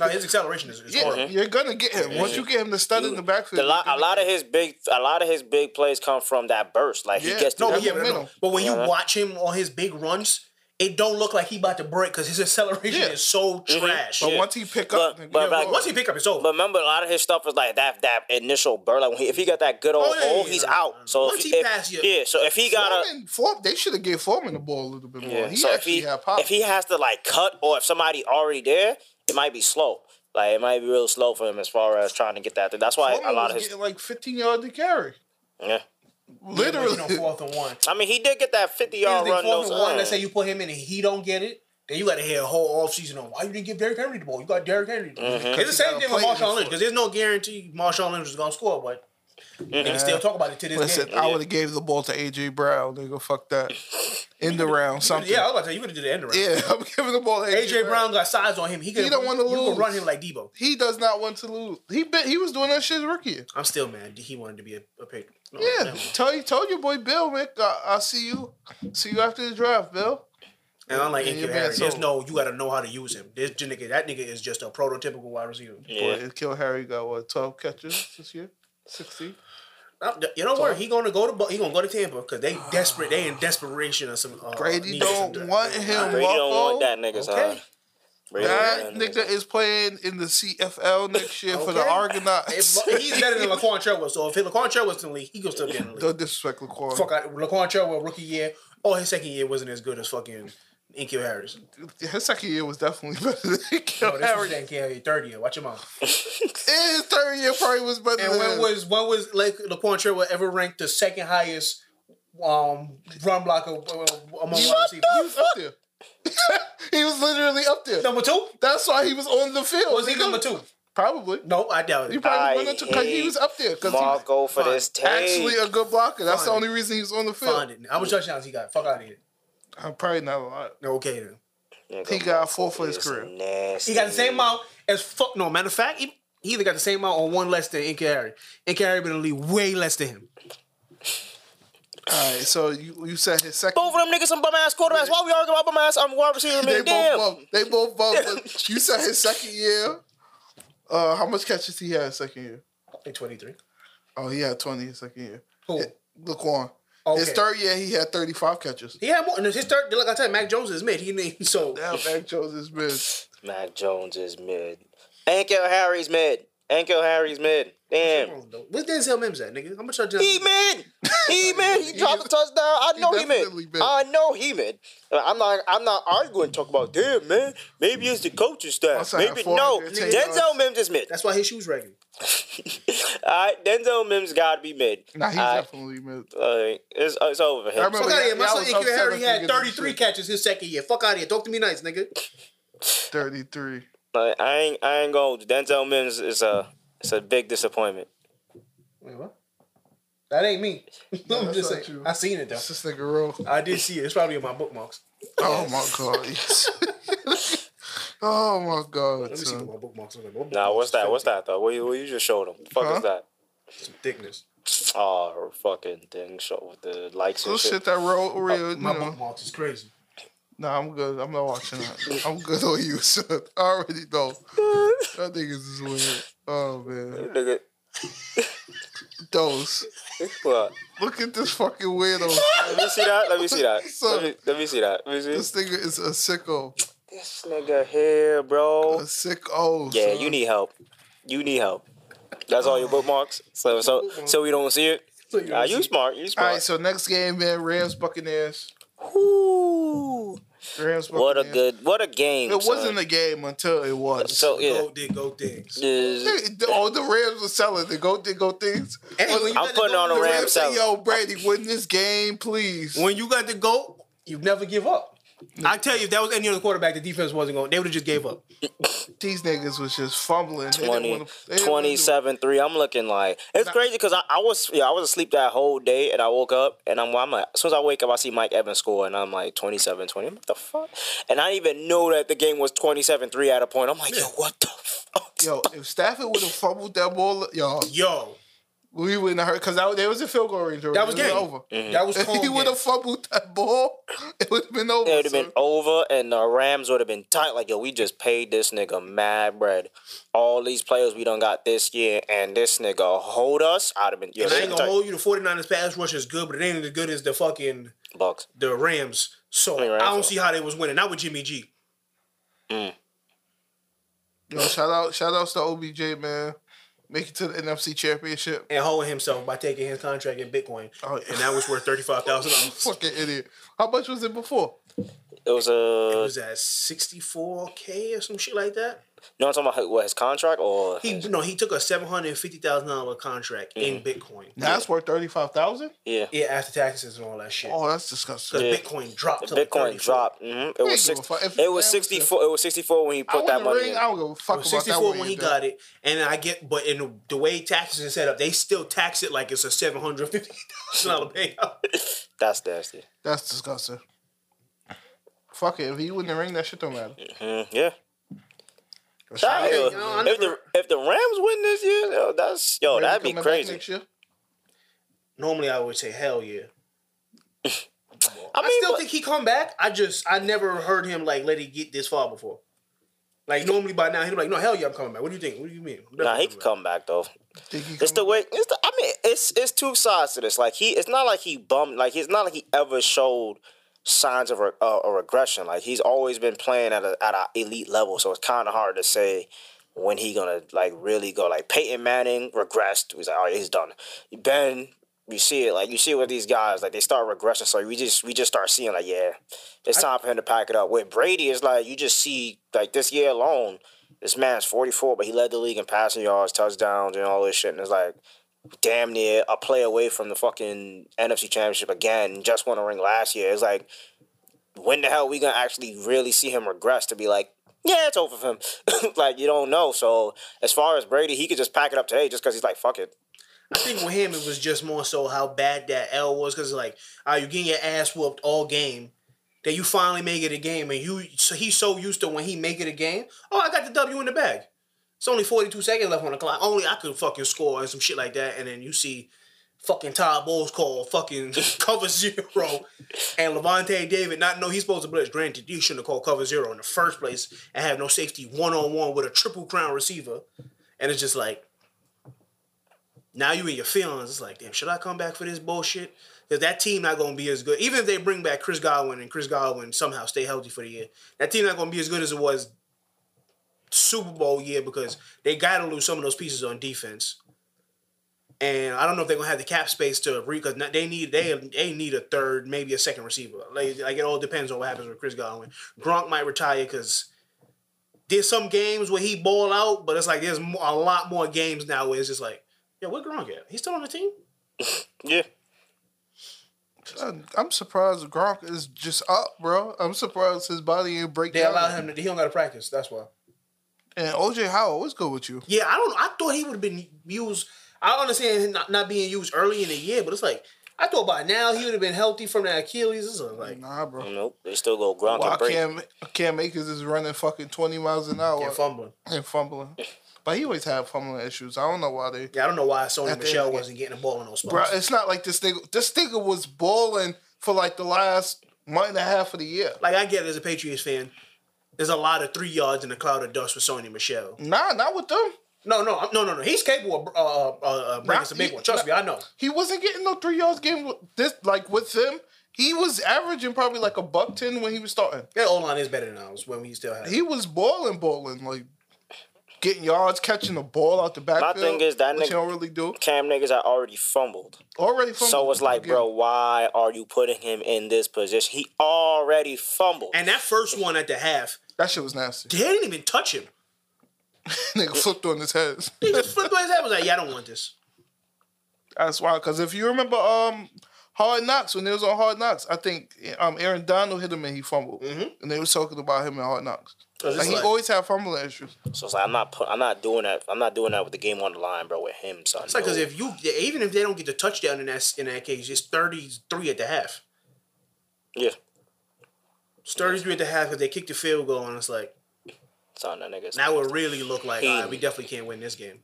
Speaker 4: his acceleration is, is horrible.
Speaker 2: You're gonna get him once you get him to stutter in the backfield.
Speaker 3: The lot,
Speaker 2: you're
Speaker 3: a
Speaker 2: gonna-
Speaker 3: lot of his big, a lot of his big plays come from that burst. Like
Speaker 2: Yeah.
Speaker 3: he gets through
Speaker 4: No, but
Speaker 2: That's
Speaker 4: yeah,
Speaker 2: the
Speaker 4: but, no.
Speaker 2: middle.
Speaker 4: but when you watch him on his big runs, it don't look like he about to break because his acceleration
Speaker 2: Yeah.
Speaker 4: is so trash.
Speaker 2: Mm-hmm. But once he pick up,
Speaker 3: But-
Speaker 2: then
Speaker 3: but
Speaker 2: you're
Speaker 3: like-
Speaker 2: going.
Speaker 4: Once he pick up, it's over.
Speaker 3: But remember, a lot of his stuff was like that that initial burst. Like when he, if he got that good old
Speaker 4: Oh, yeah,
Speaker 3: hole,
Speaker 4: yeah,
Speaker 3: he's
Speaker 4: yeah.
Speaker 3: out. So
Speaker 4: Once
Speaker 3: if,
Speaker 4: he
Speaker 3: if-
Speaker 4: pass you-
Speaker 3: yeah, so if he got a
Speaker 2: Foreman, Fore- they should have gave Foreman the ball a little bit more.
Speaker 3: yeah,
Speaker 2: He
Speaker 3: so if
Speaker 2: actually
Speaker 3: he
Speaker 2: had pop.
Speaker 3: if he has to like cut or if somebody already there, it might be slow. Like it might be real slow for him as far as trying to get that. That's why
Speaker 2: Foreman
Speaker 3: a lot
Speaker 2: was
Speaker 3: of his
Speaker 2: getting like 15 yards to carry.
Speaker 3: yeah.
Speaker 2: Literally.
Speaker 4: on fourth and one.
Speaker 3: I mean, he did get that fifty
Speaker 4: Here's
Speaker 3: yard
Speaker 4: the
Speaker 3: run.
Speaker 4: fourth
Speaker 3: Those
Speaker 4: and one. Let's say you put him in and he don't get it. Then you got to hear a whole offseason on why you didn't give Derrick Henry the ball. You got Derrick Henry.
Speaker 3: Mm-hmm.
Speaker 4: It's the same
Speaker 2: got
Speaker 4: thing
Speaker 2: a
Speaker 4: with
Speaker 2: play in
Speaker 4: Marshawn
Speaker 2: his
Speaker 4: Lynch because there's no guarantee Marshawn Lynch is gonna score, but
Speaker 3: Mm-hmm.
Speaker 4: niggas still talk about it to this
Speaker 2: Listen,
Speaker 4: day.
Speaker 2: I would have gave the ball to AJ Brown. Nigga, fuck that. In the round, something.
Speaker 4: Yeah, I
Speaker 2: Yeah,
Speaker 4: was about to say you could have did the end around.
Speaker 2: I'm giving the ball to AJ,
Speaker 4: AJ Brown got size on him. He, could
Speaker 2: He don't wanna
Speaker 4: You could
Speaker 2: lose.
Speaker 4: run him like Debo.
Speaker 2: He does not want to lose. He been, he was doing that shit his rookie. year.
Speaker 4: I'm still mad. He wanted to be a, a pick. No,
Speaker 2: Yeah,
Speaker 4: never mind.
Speaker 2: tell you told your boy Bill, man. I, I'll see you. See you after the draft, Bill.
Speaker 4: And I'm like,
Speaker 2: Yeah,
Speaker 4: yeah,
Speaker 2: you're
Speaker 4: Harry,
Speaker 2: bad,
Speaker 4: there's
Speaker 2: so-
Speaker 4: no, you got to know how to use him. This nigga, that nigga is just a prototypical wide receiver.
Speaker 3: Yeah.
Speaker 2: Boy, Kill Harry got what twelve catches this year, sixteen.
Speaker 4: Uh, You know what? He gonna go to Bu- he gonna go to Tampa because they desperate. They in desperation of some. Uh,
Speaker 2: Brady
Speaker 4: need of some-
Speaker 2: don't want him.
Speaker 3: Brady don't
Speaker 2: Waffle.
Speaker 3: want that nigga.
Speaker 4: Okay.
Speaker 3: son. Brady don't
Speaker 2: That
Speaker 3: want that
Speaker 2: nigga is playing in the CFL next year for the
Speaker 4: Okay.
Speaker 2: Argonauts.
Speaker 4: If, he's better than Laquan Trevor. So if Laquan Trevor was in the league, he could still get in the league.
Speaker 2: Don't disrespect Laquan.
Speaker 4: Fuck, I, Laquan Trevor rookie year. Oh, his second year wasn't as good as fucking Inkyo Harris.
Speaker 2: His second year was definitely better than
Speaker 4: No,
Speaker 2: Kill
Speaker 4: this
Speaker 2: Harry.
Speaker 4: was Inkyo Harris third year. Watch him out.
Speaker 2: And his third year probably was better
Speaker 4: And
Speaker 2: than
Speaker 4: when was when was like Laquan Trevor ever ranked the second highest um run blocker uh, among wide receivers?
Speaker 2: he was up there. he was literally up there.
Speaker 4: Number two?
Speaker 2: That's why he was on the field.
Speaker 4: Was he
Speaker 2: nigga.
Speaker 4: number two?
Speaker 2: Probably.
Speaker 4: No, I doubt
Speaker 2: He
Speaker 4: it.
Speaker 2: probably
Speaker 3: I
Speaker 2: went into because he
Speaker 3: hate
Speaker 2: was up there because he was
Speaker 3: Marco for
Speaker 4: fine.
Speaker 3: this take.
Speaker 2: actually uh, a good blocker. That's the
Speaker 4: Fine.
Speaker 2: only reason he was on the field.
Speaker 4: Find it. How much touchdowns he got? Fuck out of here.
Speaker 2: Uh, probably not a lot.
Speaker 4: Okay then.
Speaker 3: Nigga,
Speaker 2: He got
Speaker 3: Marco
Speaker 2: four for his
Speaker 3: is
Speaker 2: career.
Speaker 3: Nasty.
Speaker 4: He got the same amount as fuck. No, matter of fact, he, he either got the same amount or one less than Inkari. Inkari been in the league way less than him.
Speaker 2: All right, so you you said his second.
Speaker 3: Both of them niggas some bum ass quarterbacks. Why we arguing about bum ass? I'm wide receiver.
Speaker 2: They
Speaker 3: man. Damn.
Speaker 2: both bum. They both bum. But you said his second year. Uh, how much catches he had his second year?
Speaker 4: In 23.
Speaker 2: Oh, he had twenty his second year.
Speaker 4: Who?
Speaker 2: Laquan.
Speaker 4: Okay.
Speaker 2: His third year, he had thirty five catches.
Speaker 4: He had more. And his third, like I said, Mac Jones is mid. He named so.
Speaker 2: Now Mac Jones is mid.
Speaker 3: Mac Jones is mid. Ankel Harry's mid. Ankel Harry's mid. Damn.
Speaker 4: Where's Denzel Mims at, nigga? How much y'all
Speaker 3: He mid. He mid. He dropped a touchdown. I know he,
Speaker 2: definitely
Speaker 3: mid.
Speaker 2: mid.
Speaker 3: I know he mid. Uh, I'm not. I'm not arguing. Talk about damn man. Maybe it's the coaching staff.
Speaker 2: Once I had
Speaker 3: Maybe
Speaker 2: four
Speaker 3: no.
Speaker 2: hundred and ten
Speaker 3: Denzel
Speaker 2: yards.
Speaker 3: Mims is mid.
Speaker 4: That's why his shoes raggedy.
Speaker 3: All right, Denzel Mims got to be mid.
Speaker 2: Nah, he's
Speaker 3: All right,
Speaker 2: definitely mid.
Speaker 3: like, it's, it's over for him.
Speaker 2: I remember-
Speaker 4: Fuck out of here. My
Speaker 2: y'all
Speaker 4: son
Speaker 2: was
Speaker 4: Inkari
Speaker 2: upset
Speaker 4: Harry
Speaker 2: at the
Speaker 4: had
Speaker 2: beginning of
Speaker 4: 33
Speaker 2: shit.
Speaker 4: catches his second year. Fuck out of here. Talk to me nice, nigga.
Speaker 2: Thirty three.
Speaker 3: Like, uh, I ain't. I ain't going. Denzel Mims is a. It's a big disappointment.
Speaker 4: Wait, what? That ain't me. I'm
Speaker 2: that's
Speaker 4: just
Speaker 2: not
Speaker 4: saying.
Speaker 2: true.
Speaker 4: I seen it though.
Speaker 2: That's this nigga real.
Speaker 4: I did see it. It's probably in my bookmarks.
Speaker 2: Oh my god. yes. oh my god.
Speaker 4: Let me see what
Speaker 2: son.
Speaker 4: my bookmarks are. My bookmarks
Speaker 3: Nah, what's
Speaker 4: is
Speaker 3: that?
Speaker 4: filthy.
Speaker 3: What's that though? What you, what you just showed him? Fuck
Speaker 2: Huh?
Speaker 3: is that?
Speaker 4: Some thickness.
Speaker 3: Oh, her fucking thing show with the likes
Speaker 2: Some
Speaker 3: and shit. Uh,
Speaker 2: shit that real real. you
Speaker 4: My
Speaker 2: know.
Speaker 4: bookmarks is crazy.
Speaker 2: Nah, I'm good. I'm not watching that. I'm good on you, son. I already know. That niggas is weird. Oh man.
Speaker 3: Nigga,
Speaker 2: Those.
Speaker 3: what?
Speaker 2: Look at this fucking weirdo.
Speaker 3: Let me see that. Let me see that.
Speaker 2: So-
Speaker 3: Let me, let me see that. Let me
Speaker 2: This
Speaker 3: see.
Speaker 2: nigga is a sicko.
Speaker 3: This nigga here,
Speaker 2: A
Speaker 3: bro.
Speaker 2: sicko.
Speaker 3: Yeah,
Speaker 2: son.
Speaker 3: you need help. You need help. That's
Speaker 2: Oh.
Speaker 3: all your bookmarks. So so so we don't see it.
Speaker 4: So you
Speaker 3: Nah, you smart. You
Speaker 2: All right,
Speaker 3: smart.
Speaker 2: so next game, man. Rams Buccaneers.
Speaker 3: Ooh,
Speaker 2: Rams Buccaneers.
Speaker 3: what a good what a game.
Speaker 2: It wasn't
Speaker 3: son.
Speaker 2: a game until it was.
Speaker 3: so yeah.
Speaker 4: Go dig, go things.
Speaker 3: Just-
Speaker 2: They- the- All the Rams were selling the go, they go things.
Speaker 4: Hey, when you
Speaker 3: I'm
Speaker 4: got the
Speaker 3: putting
Speaker 4: goat-
Speaker 3: on a
Speaker 2: The
Speaker 3: Rams
Speaker 2: Rams say,
Speaker 3: selling.
Speaker 2: "Yo, Brady, win this game, please."
Speaker 4: When you got the goat, you never give up. I tell you, if that was any other quarterback, the defense wasn't going. They would have just gave up.
Speaker 2: These niggas was just fumbling. They didn't
Speaker 3: 20,
Speaker 2: wanna- they didn't wanna do-
Speaker 3: 27 3. I'm looking like it's crazy because I, I was yeah, I was asleep that whole day and I woke up and I'm, I'm like, as soon as I wake up, I see Mike Evans score and I'm like 27 20. What the fuck? And I didn't even know that the game was 27 3 at a point. I'm like, yo, what the fuck?
Speaker 2: Yo, if Stafford would have fumbled that ball, yo,
Speaker 4: Yo,
Speaker 2: we wouldn't have hurt because that there was a field goal range. already.
Speaker 4: That was
Speaker 2: It
Speaker 4: game.
Speaker 2: over.
Speaker 3: Mm-hmm.
Speaker 4: that was
Speaker 2: If he
Speaker 4: calm.
Speaker 2: would have
Speaker 4: game.
Speaker 2: fumbled that ball, it would have been over.
Speaker 3: It would have
Speaker 2: son.
Speaker 3: been over and the Rams would have been tight. Like, yo, we just paid this nigga mad bread. All these players we done got this year and this nigga hold us. I'd have been, yo,
Speaker 4: And I ain't gonna
Speaker 3: tight.
Speaker 4: hold you. The 49ers pass rush is good, but it ain't as good as the fucking
Speaker 3: Bucks.
Speaker 4: the Rams. So I,
Speaker 3: mean, Rams
Speaker 4: don't
Speaker 3: are-
Speaker 4: see how they was winning. Not with Jimmy G.
Speaker 2: Yo, shout out, shout outs to OBJ, man. Make it to the NFC Championship.
Speaker 4: And holding himself by taking his contract in Bitcoin,
Speaker 2: Oh,
Speaker 4: and that was worth thirty five thousand dollars.
Speaker 2: Fucking idiot. How much was it before?
Speaker 3: It was
Speaker 4: It
Speaker 3: a.
Speaker 4: was at sixty four k or some shit like that.
Speaker 3: you know what I'm talking about? What, his contract or.
Speaker 4: He no, he took a seven hundred and fifty thousand dollar contract
Speaker 3: Mm.
Speaker 4: in Bitcoin.
Speaker 2: Now that's worth thirty five thousand.
Speaker 3: yeah.
Speaker 4: Yeah, after taxes and all that shit.
Speaker 2: Oh, that's disgusting.
Speaker 4: Because
Speaker 3: Yeah.
Speaker 4: Bitcoin dropped. To like
Speaker 3: Bitcoin
Speaker 4: 34.
Speaker 3: dropped. hmm It was
Speaker 2: give a
Speaker 3: six,
Speaker 2: fuck. If
Speaker 3: It was
Speaker 2: that was
Speaker 3: sixty four. It was sixty four when he
Speaker 2: I
Speaker 3: put that
Speaker 2: wouldn't
Speaker 3: money.
Speaker 2: ring. I
Speaker 3: in.
Speaker 2: don't give a fuck
Speaker 4: It was
Speaker 2: about
Speaker 4: Sixty
Speaker 2: that.
Speaker 4: four
Speaker 2: one
Speaker 4: when he got it, and I get, but in the, the way taxes is set up, they still tax it like it's a seven hundred fifty thousand dollar payout.
Speaker 3: That's nasty.
Speaker 2: That's disgusting. Fuck it. If he wouldn't ring, that shit don't matter.
Speaker 3: Mhm, Yeah.
Speaker 2: Shout out
Speaker 3: That-
Speaker 2: to
Speaker 3: yo,
Speaker 2: him,
Speaker 4: know, I
Speaker 3: if the
Speaker 4: never-
Speaker 3: if the Rams win this year, yo, that's yo,
Speaker 2: man.
Speaker 3: Oh, that'd
Speaker 2: Brady
Speaker 3: be
Speaker 2: coming back
Speaker 3: crazy.
Speaker 2: next year.
Speaker 4: Normally, I would say hell yeah.
Speaker 3: I
Speaker 4: I
Speaker 3: mean,
Speaker 4: still
Speaker 3: but-
Speaker 4: think he come back. I just I never heard him like let it get this far before. Like normally by now he'd be like, no hell yeah I'm coming back. What do you think? What do you mean?
Speaker 3: nah, he could come back though.
Speaker 2: Think he
Speaker 3: It's the
Speaker 2: coming
Speaker 3: way. It's the. I mean, it's it's two sides to this. Like he, it's not like he bummed. Like it's not like he ever showed signs of re, uh, a regression. Like he's always been playing at a at an elite level. So it's kind of hard to say when he gonna like really go. Like Peyton Manning regressed. He was like, all right, he's done. Ben. You see it, like you see it with these guys, like they start regressing. So we just we just start seeing, like, yeah, it's time for him to pack it up. With Brady, it's like you just see, like this year alone, this man's 44, but he led the league in passing yards, touchdowns, and all this shit. And it's like, damn near a play away from the fucking NFC Championship again. Just won a ring last year. It's like, when the hell we gonna actually really see him regress to be like, yeah, it's over for him. like you don't know. So as far as Brady, he could just pack it up today just because he's like, fuck it.
Speaker 4: I think with him, it was just more so how bad that L was because like, are you getting your ass whooped all game? That you finally make it a game, and you so he's so used to when he make it a game. Oh, I got the W in the bag. It's only forty two seconds left on the clock. Only I could fucking score and some shit like that, and then you see fucking Todd Bowles call fucking cover zero, and Levante David not know he's supposed to blitz. Granted, you shouldn't have called cover zero in the first place and have no safety one on one with a triple crown receiver, and it's just like now you in your feelings. It's like, damn, should I come back for this bullshit? Because that team not gonna be as good. Even if they bring back Chris Godwin and Chris Godwin somehow stay healthy for the year, that team not gonna be as good as it was Super Bowl year because they gotta lose some of those pieces on defense. And I don't know if they're gonna have the cap space to re because they need they they need a third, maybe a second receiver. Like, like it all depends on what happens with Chris Godwin. Gronk might retire because there's some games where he ball out, but it's like there's mo- a lot more games now where it's just like, yeah, where Gronk at? He's still on the team.
Speaker 3: Yeah.
Speaker 2: I- I'm surprised Gronk is just up, bro. I'm surprised his body ain't break
Speaker 4: They
Speaker 2: down.
Speaker 4: allow him to. He don't got to practice. That's why.
Speaker 2: And OJ Howard, what's good with you?
Speaker 4: Yeah, I don't. I thought he would have been used. I understand him not, not being used early in the year, but it's like I thought by now he would have been healthy from that Achilles. It's like
Speaker 2: Nah, bro.
Speaker 3: Nope. They still go Gronk
Speaker 2: Why
Speaker 3: and Brady.
Speaker 2: Cam, Cam Akers is running fucking 20 miles an hour
Speaker 4: yeah, fumbling.
Speaker 2: and fumbling. But he always had fumbling issues. I don't know why they.
Speaker 4: Yeah, I don't know why
Speaker 2: At
Speaker 4: Sony
Speaker 2: the end
Speaker 4: Michelle
Speaker 2: of the
Speaker 4: wasn't getting the ball in those spots.
Speaker 2: Bro, it's not like this nigga. This nigga was balling for like the last month and a half of the year.
Speaker 4: like I get it as a Patriots fan. There's a lot of three yards in a cloud of dust for Sony Michelle.
Speaker 2: Nah, not with them.
Speaker 4: No, no, I'm- no, no, no. He's capable of uh, uh, uh, breaking
Speaker 2: Nah,
Speaker 4: some big
Speaker 2: he-
Speaker 4: one. Trust me, I know.
Speaker 2: He wasn't getting no three yards game with this like with him. He was averaging probably like a buck ten when he was starting.
Speaker 4: That O line is better than ours when we still have.
Speaker 2: He was balling, balling, like getting yards, catching the ball out the backfield.
Speaker 3: thing is that
Speaker 2: which
Speaker 3: nigga-
Speaker 2: you don't really do.
Speaker 3: Cam niggas are already fumbled.
Speaker 2: Already from
Speaker 3: So it's like,
Speaker 2: again,
Speaker 3: bro, why are you putting him in this position? He already fumbled.
Speaker 4: and that first one at the half,
Speaker 2: that shit was nasty.
Speaker 4: they didn't even touch him.
Speaker 2: nigga flipped on his head.
Speaker 4: He just flipped on his head. and Was like, yeah, I don't want this.
Speaker 2: That's why, because if you remember, um, Hard Knocks when they was on Hard Knocks, I think um Aaron Donald hit him and he fumbled,
Speaker 3: Mm-hmm.
Speaker 2: and they was talking about him in Hard Knocks.
Speaker 4: it's
Speaker 2: Like, he
Speaker 4: like-
Speaker 2: always had fumbling issues.
Speaker 3: so it's like I'm not put, I'm not doing that. I'm not doing that with the game on the line, bro, with him, son.
Speaker 4: It's like because if you even if they don't get the touchdown in that in that case, it's thirty three at the half.
Speaker 3: Yeah.
Speaker 4: It's thirty three at the half because they kicked the field goal and it's like
Speaker 3: Son, that nigga's
Speaker 4: now it really looked like all right, we definitely can't win this game.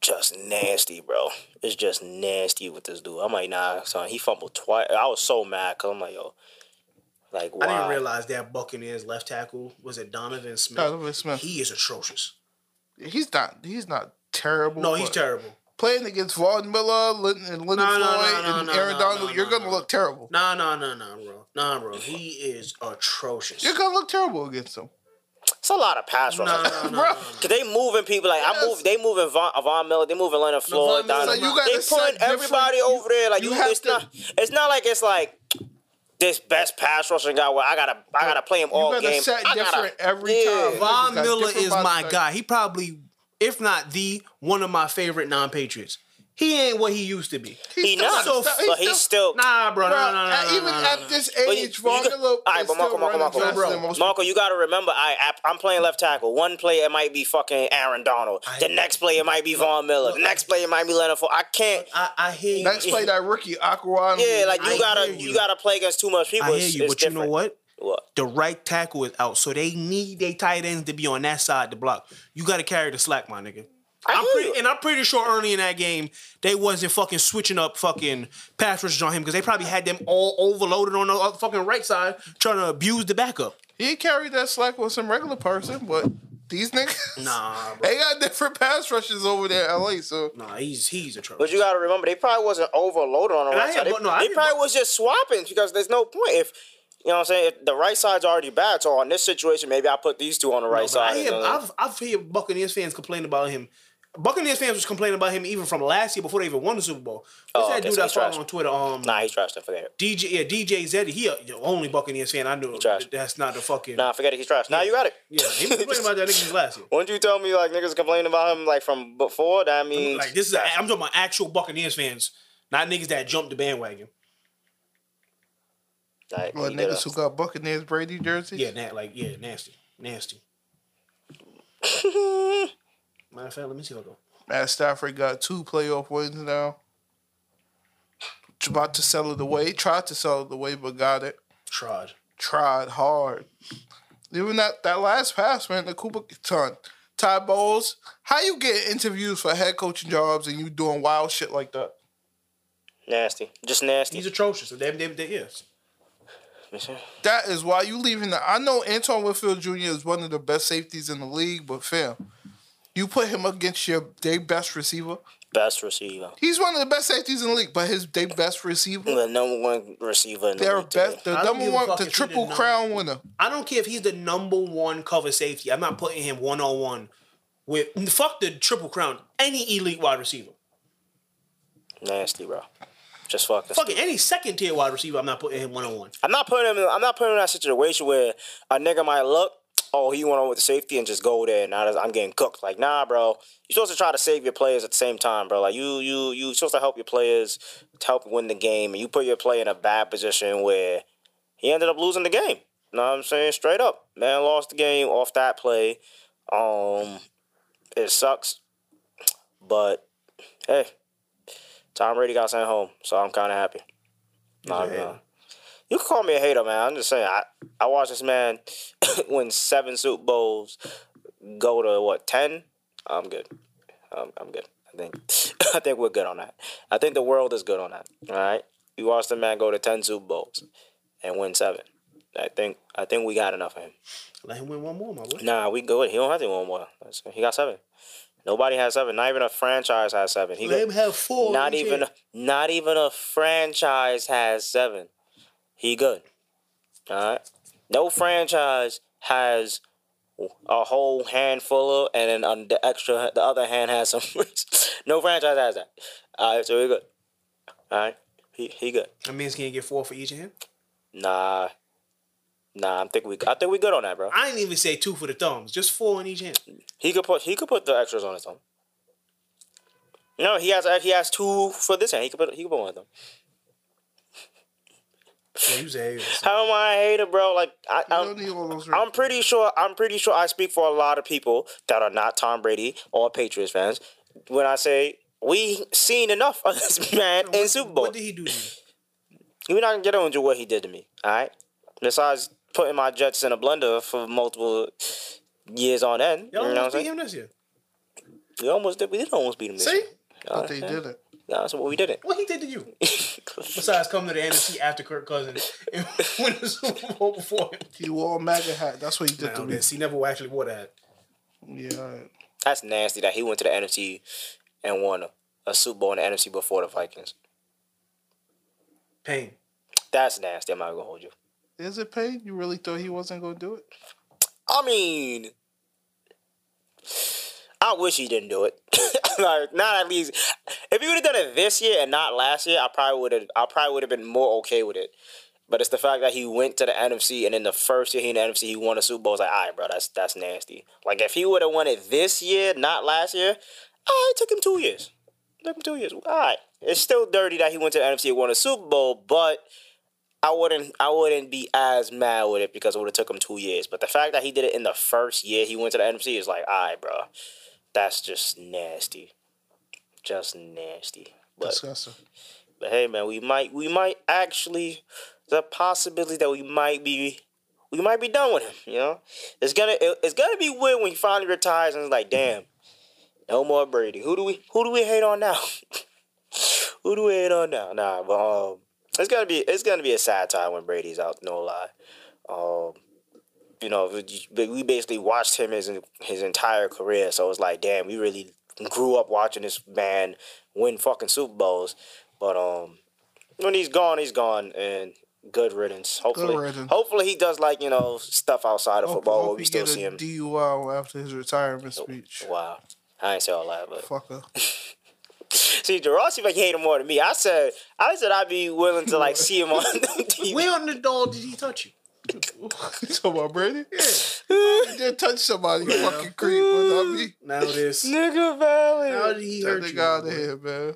Speaker 3: just nasty, bro. It's just nasty with this dude. I'm like, nah, son, he fumbled twice. I was so mad because I'm like, yo, like, why?
Speaker 4: I didn't realize that Buccaneers left tackle was it Donovan Smith.
Speaker 2: Donovan Smith.
Speaker 4: He is atrocious.
Speaker 2: He's not. He's not terrible.
Speaker 4: No, he's
Speaker 2: but
Speaker 4: terrible.
Speaker 2: Playing against Vaughn Miller Lin- and Leonard
Speaker 4: No, no,
Speaker 2: Floyd
Speaker 4: no, no,
Speaker 2: and
Speaker 4: no,
Speaker 2: Aaron
Speaker 4: no,
Speaker 2: Donald,
Speaker 4: no,
Speaker 2: you're
Speaker 4: no,
Speaker 2: gonna
Speaker 4: no.
Speaker 2: look terrible.
Speaker 4: Nah, nah, nah, nah, bro. Nah, bro. He is atrocious.
Speaker 2: You're gonna look terrible against him,
Speaker 3: It's a lot of pass
Speaker 4: Nah,
Speaker 3: rush.
Speaker 4: nah, nah,
Speaker 2: bro.
Speaker 4: nah.
Speaker 3: Cause they moving people like
Speaker 2: Yes.
Speaker 3: I move. They moving Von, uh, Von Miller. They moving Leonard Floyd.
Speaker 4: Miller's
Speaker 3: Donovan.
Speaker 4: like, you
Speaker 2: gotta
Speaker 3: they
Speaker 2: set
Speaker 3: putting
Speaker 2: different-
Speaker 3: everybody over there. Like
Speaker 2: you
Speaker 3: you,
Speaker 2: have
Speaker 3: it's
Speaker 2: to-
Speaker 3: not. It's not like it's like this best pass rushing guy. Where I gotta, I gotta play him all
Speaker 2: gotta
Speaker 3: game.
Speaker 2: set
Speaker 3: I gotta-
Speaker 2: different every time.
Speaker 4: Von
Speaker 2: Niggas got
Speaker 4: Miller
Speaker 2: different
Speaker 4: is my
Speaker 2: body
Speaker 4: guy. He probably, if not the, one of my favorite non-patriots. He ain't what he used to be.
Speaker 2: He's still
Speaker 3: He not.
Speaker 2: so- he's
Speaker 3: but he's still.
Speaker 4: Nah, bro.
Speaker 2: Bro,
Speaker 4: no, no, no,
Speaker 2: at-
Speaker 4: no, no,
Speaker 2: even
Speaker 4: no, no,
Speaker 2: at
Speaker 4: no.
Speaker 2: this
Speaker 3: But you-
Speaker 2: age, Von
Speaker 3: you go-
Speaker 2: Miller
Speaker 3: all right,
Speaker 2: is
Speaker 3: but Marco,
Speaker 2: still
Speaker 3: Marco,
Speaker 2: running
Speaker 3: Marco,
Speaker 2: faster than
Speaker 3: Marco,
Speaker 2: most
Speaker 3: Marco, you got to remember, I, I, I'm playing left tackle. One play, it might be fucking Aaron Donald. the next play, it might be Von Miller. the next play, it might be Leonard Ford. I can't.
Speaker 4: I, I hear you.
Speaker 2: Next play that rookie Aquan.
Speaker 3: yeah, like you
Speaker 4: I
Speaker 3: gotta,
Speaker 4: hear you.
Speaker 3: you. gotta play against too much people.
Speaker 4: I hear
Speaker 3: It's-
Speaker 4: you,
Speaker 3: it's
Speaker 4: but you know
Speaker 3: different.
Speaker 4: what?
Speaker 3: What?
Speaker 4: The right tackle is out, so they need their tight ends to be on that side to block. You got to carry the slack, my nigga.
Speaker 3: I
Speaker 4: I'm
Speaker 3: hear
Speaker 4: pretty,
Speaker 3: you.
Speaker 4: and I'm pretty sure early in that game they wasn't fucking switching up fucking pass rushes on him because they probably had them all overloaded on the other fucking right side trying to abuse the backup.
Speaker 2: he carried that slack with some regular person, but these niggas,
Speaker 4: Nah, bro.
Speaker 2: they got different pass rushes over there, in LA. So
Speaker 4: Nah, he's he's a trouble.
Speaker 3: But you gotta remember, they probably wasn't overloaded on the
Speaker 4: And I
Speaker 3: right
Speaker 4: had
Speaker 3: side. They,
Speaker 4: one- no, I
Speaker 3: they
Speaker 4: had
Speaker 3: probably
Speaker 4: one-
Speaker 3: was just swapping because there's no point if you know what I'm saying. If the right side's already bad, so on this situation, maybe I put these two on the right
Speaker 4: But
Speaker 3: side.
Speaker 4: I
Speaker 3: and
Speaker 4: hear,
Speaker 3: then-
Speaker 4: I've I've heard Buccaneers fans complain about him. Buccaneers fans was complaining about him even from last year before they even won the Super Bowl. What's
Speaker 3: Oh,
Speaker 4: that
Speaker 3: okay,
Speaker 4: dude
Speaker 3: so
Speaker 4: I
Speaker 3: he's
Speaker 4: follow
Speaker 3: trash.
Speaker 4: on Twitter? Um,
Speaker 3: nah, he's trash. I forget it.
Speaker 4: DJ, yeah, DJ Zeddy, he a, the only Buccaneers fan I know.
Speaker 3: trash.
Speaker 4: That's not the fucking.
Speaker 3: Nah, forget it. He's trash. Now you got it.
Speaker 4: Yeah, he was complaining about that nigga last year.
Speaker 3: Once you tell me like niggas complaining about him like from before, that means
Speaker 4: Like this is, a, I'm talking about actual Buccaneers fans, not niggas that jumped the bandwagon.
Speaker 3: like,
Speaker 2: Well,
Speaker 3: he did
Speaker 2: niggas
Speaker 3: a-
Speaker 2: who got Buccaneers Brady jersey.
Speaker 4: Yeah, na- like yeah, nasty, nasty. Matter of fact, let me see if I go.
Speaker 2: Matt Stafford got two playoff wins now. About to sell it away. Tried to sell it away, but got it.
Speaker 4: Trod.
Speaker 2: Tried hard. Even that, that last pass, man, the Cooper ton. Ty Bowles, how you get interviews for head coaching jobs and you doing wild shit like that?
Speaker 3: Nasty. Just nasty.
Speaker 4: He's atrocious. They, they, they, yes.
Speaker 2: That is why you leaving. The, I know Antoine Winfield Jr. is one of the best safeties in the league, but fam, you put him against your their best receiver.
Speaker 3: Best receiver.
Speaker 2: He's one of the best safeties in the league, but his their best receiver,
Speaker 3: The number one receiver in the
Speaker 2: their
Speaker 3: league today.
Speaker 2: best, the
Speaker 4: I don't
Speaker 2: number
Speaker 4: give a
Speaker 2: one,
Speaker 4: fuck
Speaker 2: the
Speaker 4: if he did
Speaker 2: triple
Speaker 4: not.
Speaker 2: crown winner.
Speaker 4: I don't care if he's the number one cover safety. I'm not putting him one on one with fuck the triple crown. Any elite wide receiver.
Speaker 3: Nasty, bro. Just fucking.
Speaker 4: Fucking any second tier wide receiver, I'm not putting him one on one.
Speaker 3: I'm not putting him. In, I'm not putting him in that situation where a nigga might look. Oh, he went on with the safety and just go there. And now I'm getting cooked. Like, nah, bro. You're supposed to try to save your players at the same time, bro. Like, you, you, you supposed to help your players, to help win the game, and you put your player in a bad position where he ended up losing the game. You know what I'm saying? Straight up, man, lost the game off that play. Um, it sucks, but hey, Tom Brady got sent home, so I'm kind of happy. Nah,
Speaker 4: a hater.
Speaker 3: nah. You can call me a hater, man. I'm just saying. I I watched this man win seven Super Bowls, go to what ten? I'm good. I'm, I'm good. I think I think we're good on that. I think the world is good on that. All right. You watched the man go to ten Super Bowls and win seven. I think I think we got enough of him.
Speaker 4: Let him win one more, my boy.
Speaker 3: Nah, we good. He don't have to win more. That's- He got seven. Nobody has seven. Not even a franchise has seven. He
Speaker 4: Let him
Speaker 3: go,
Speaker 4: have four.
Speaker 3: not
Speaker 4: Let him
Speaker 3: even
Speaker 4: have-
Speaker 3: not even a franchise has seven. He good. All right. No franchise has a whole handful of, and then on the extra, the other hand has some. no franchise has that. All right, so we good. All right, he he good.
Speaker 4: That means he can get four for each of him.
Speaker 3: Nah, nah. I think we I think we good on that, bro.
Speaker 4: I didn't even say two for the thumbs, just four in each hand.
Speaker 3: He could put he could put the extras on his own. No, he has he has two for this hand. He could put he could put one of them.
Speaker 4: Yeah, you say
Speaker 3: How am I a hater, bro? Like I,
Speaker 2: You
Speaker 3: I'm,
Speaker 2: don't need all
Speaker 4: Mm.
Speaker 2: those.
Speaker 3: I'm pretty sure I'm pretty sure I speak for a lot of people that are not Tom Brady or Patriots fans when I say we seen enough of this man in Super Bowl.
Speaker 4: What did he do to you?
Speaker 3: We're not gonna get into what he did to me. All right. Besides putting my Jets in a blender for multiple years on end. You
Speaker 4: Y'all
Speaker 3: know what I'm
Speaker 4: almost beat
Speaker 3: saying?
Speaker 4: him this year.
Speaker 3: We almost did. We did almost beat him. This
Speaker 4: See?
Speaker 3: year.
Speaker 2: but they did it.
Speaker 3: That's what we didn't.
Speaker 4: What he did to you? Besides coming to the NFC after Kirk Cousins and winning the Super Bowl before him.
Speaker 2: He wore a MAGA hat. That's what he did
Speaker 4: Now,
Speaker 2: to me.
Speaker 4: this, he never actually wore that.
Speaker 2: Yeah, all right.
Speaker 3: That's nasty that he went to the NFC and won a, a Super Bowl in the NFC before the Vikings.
Speaker 4: Pain.
Speaker 3: That's nasty. I'm not gonna hold you.
Speaker 2: is it pain? You really thought he wasn't gonna do it?
Speaker 3: I mean, I wish he didn't do it. like, not at least. If he would have done it this year and not last year, I probably would have. I probably would have been more okay with it. But it's the fact that he went to the NFC and in the first year he in the NFC he won a Super Bowl. It's like, all right, bro, that's that's nasty. Like if he would have won it this year, not last year, I took him two years. Took him two years. All right, it's still dirty that he went to the NFC and won a Super Bowl, but. I wouldn't I wouldn't be as mad with it because it would have took him two years. But the fact that he did it in the first year he went to the NFC is like, all right, bro, that's just nasty, just nasty. But,
Speaker 2: Disgusting.
Speaker 3: but hey, man, we might we might actually the possibility that we might be we might be done with him. You know, it's gonna it- it's gonna be weird when he finally retires and it's like, damn, no more Brady. Who do we who do we hate on now? who do we hate on now? Nah, but um, it's gonna be it's gonna be a sad time when Brady's out. No lie, um, you know, we- we basically watched him his his entire career. So it's like, damn, we really grew up watching this man win fucking Super Bowls. But um, when he's gone, he's gone, and good riddance. Hopefully,
Speaker 2: riddance.
Speaker 3: hopefully he does like you know stuff outside Oh, of
Speaker 2: Hope-
Speaker 3: football
Speaker 2: hope
Speaker 3: where we
Speaker 2: he
Speaker 3: still
Speaker 2: get a
Speaker 3: see him.
Speaker 2: DUI after his retirement speech.
Speaker 3: Wow. I ain't say all that, but
Speaker 2: Fucker.
Speaker 3: see, Gerard seemed like he hated more than me. I said, I said I'd be willing to like see him on TV.
Speaker 4: Where on the dog did he touch you?
Speaker 2: You talking about Brady? Yeah. you did touch somebody, you fucking creep, but not me.
Speaker 4: Now this.
Speaker 3: Nigga
Speaker 4: How
Speaker 3: Valley.
Speaker 4: did he
Speaker 2: That
Speaker 4: hurt you?
Speaker 2: nigga out of here, man.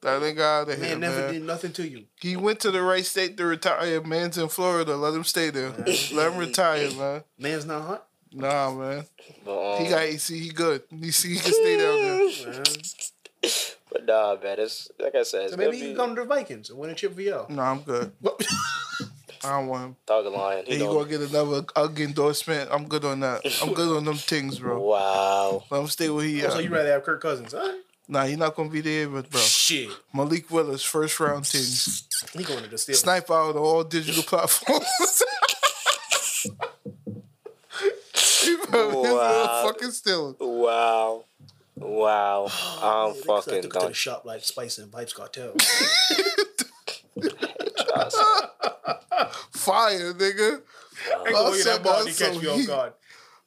Speaker 2: That nigga out of here,
Speaker 4: Man never
Speaker 2: man.
Speaker 4: did nothing to you.
Speaker 2: He went to the right state to retire. Man's in Florida. Let him stay there. Let him retire, man.
Speaker 4: Man's not hot.
Speaker 2: Nah, man.
Speaker 3: But, um,
Speaker 2: He got AC. He good. He see he can stay down there.
Speaker 3: but nah, man. It's like I said. It's
Speaker 4: So
Speaker 3: gonna
Speaker 4: maybe you
Speaker 3: be
Speaker 4: can come to the Vikings and win a chip for y'all.
Speaker 2: No, I'm good. I don't want him.
Speaker 3: Thug Lion. He
Speaker 2: Then you
Speaker 3: don't-
Speaker 2: gonna get another UGG endorsement. I'm good on that. I'm good on them things, bro.
Speaker 3: Wow.
Speaker 2: Let him stay where he
Speaker 4: Oh, So you
Speaker 2: at.
Speaker 4: rather have Kirk Cousins, huh?
Speaker 2: Nah, he not gonna be there, but bro.
Speaker 4: Shit,
Speaker 2: Malik Willis, first round team.
Speaker 4: he going to the Steelers.
Speaker 2: Snipe out on all digital platforms. He found his
Speaker 3: Wow.
Speaker 2: fucking stealing.
Speaker 3: Wow. Wow. I'm
Speaker 4: They just like
Speaker 3: fucking
Speaker 4: took it to
Speaker 3: done.
Speaker 4: the shop like Spice and Vibes Cartel.
Speaker 2: Fire, nigga.
Speaker 4: They go get that
Speaker 2: Also,
Speaker 4: ball and they
Speaker 2: also,
Speaker 4: catch you off
Speaker 2: he-
Speaker 4: guard.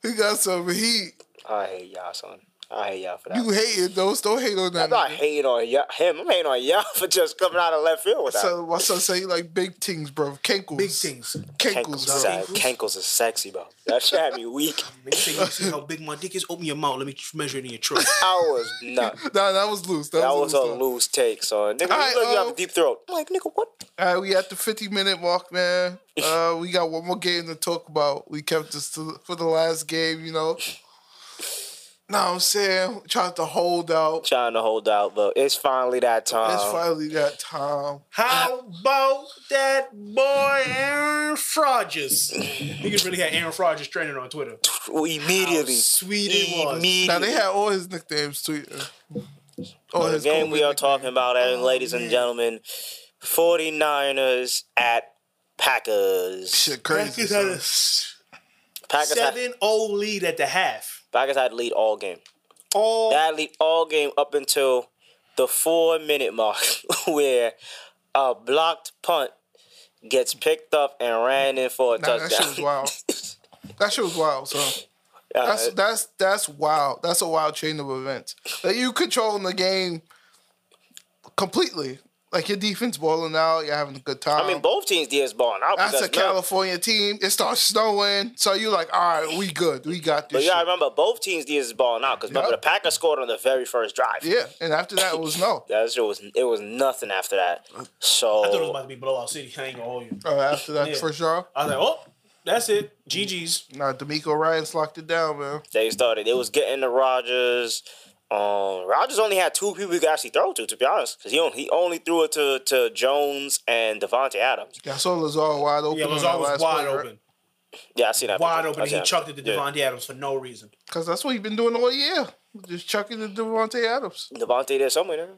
Speaker 2: He got some heat.
Speaker 3: I hate y'all, son. I hate y'all for that.
Speaker 2: You hating those? Don't hate on
Speaker 3: I'm
Speaker 2: that.
Speaker 3: not
Speaker 2: nigga.
Speaker 3: hating on y'all, him. I'm hating on y'all for just coming out of left field with that.
Speaker 2: So my son say he like big things, bro. Kenkles.
Speaker 4: Big things.
Speaker 2: Kenkles,
Speaker 3: Cankles, is,
Speaker 2: bro.
Speaker 3: uh, Cankles is sexy, bro. That shit had me weak.
Speaker 4: Nigga say, you see how big my dick is? Open your mouth. Let me measure it in your throat.
Speaker 3: I was nuts.
Speaker 2: Nah, that was loose. That,
Speaker 3: That
Speaker 2: was,
Speaker 3: was a
Speaker 2: loose.
Speaker 3: loose take, son. Nigga,
Speaker 2: Alright,
Speaker 3: you look, you
Speaker 2: um,
Speaker 3: have a deep throat. I'm like, nigga, what?
Speaker 2: All right, we at the 50 minute mark, man. Uh, we got one more game to talk about. We kept this to, for the last game, you know. Nah, I'm saying trying to hold out.
Speaker 3: Trying to hold out, but it's finally that time.
Speaker 2: It's finally that time.
Speaker 4: How about that boy Aaron Rodgers? Niggas really had Aaron Rodgers training on Twitter.
Speaker 3: Immediately.
Speaker 4: Sweet it was.
Speaker 3: Immediately.
Speaker 2: Now they had all his nicknames tweet. Oh,
Speaker 3: the game we are talking about, uh, ladies and gentlemen, 49ers at Packers.
Speaker 2: Shit,
Speaker 4: Packers
Speaker 2: crazy.
Speaker 4: had a
Speaker 2: son.
Speaker 4: s-
Speaker 3: Packers had,
Speaker 4: 7 0 lead at the half. Oh,
Speaker 3: Packers had lead all game.
Speaker 2: Oh.
Speaker 4: All
Speaker 3: They had lead all game up until the four minute mark, where a blocked punt gets picked up and ran in for a
Speaker 2: Nah, that shit was
Speaker 3: touchdown.
Speaker 2: wild. that shit was wild. So
Speaker 3: Uh,
Speaker 2: that's that's that's wild. That's a wild chain of events. That you controlling the game completely. Like your defense balling out, you're having a good time.
Speaker 4: Um,
Speaker 3: I mean, both teams did balling out.
Speaker 2: that's a
Speaker 3: because now-
Speaker 2: California team. It starts snowing, so you like, all right, we good. We got
Speaker 3: But
Speaker 2: this.
Speaker 3: you gotta
Speaker 2: shit.
Speaker 3: remember, both teams did balling out because remember
Speaker 2: Yup.
Speaker 3: the Packers scored on the very first drive.
Speaker 2: Yeah, and after that it was no.
Speaker 3: That shit was it was nothing after that. So
Speaker 4: I thought it was about to be blowout city. I ain't gonna hold you.
Speaker 2: Uh, after that
Speaker 4: Yeah.
Speaker 2: first draw,
Speaker 4: I was like, oh, that's it. GG's.
Speaker 2: nah, D'Amico Ryan's locked it down, man.
Speaker 3: they started. It was getting to Rogers. Um, Rogers only had two people he could actually throw to, to be honest, because he only, he only threw it to, to Jones and Devontae Adams.
Speaker 2: Yeah, I saw Lazard wide open.
Speaker 4: Yeah,
Speaker 2: on
Speaker 4: Lazard
Speaker 2: that
Speaker 4: was
Speaker 2: last
Speaker 4: wide
Speaker 2: play, right?
Speaker 4: open.
Speaker 3: Yeah, I see that.
Speaker 4: Wide
Speaker 3: picture.
Speaker 4: open.
Speaker 3: I
Speaker 4: and
Speaker 3: seen
Speaker 4: He
Speaker 3: that.
Speaker 4: chucked it to
Speaker 3: Yeah.
Speaker 4: Devontae Adams for no reason.
Speaker 2: Cause that's what he's been doing all year, just chucking to Devontae Adams.
Speaker 3: Devontae there somewhere. There.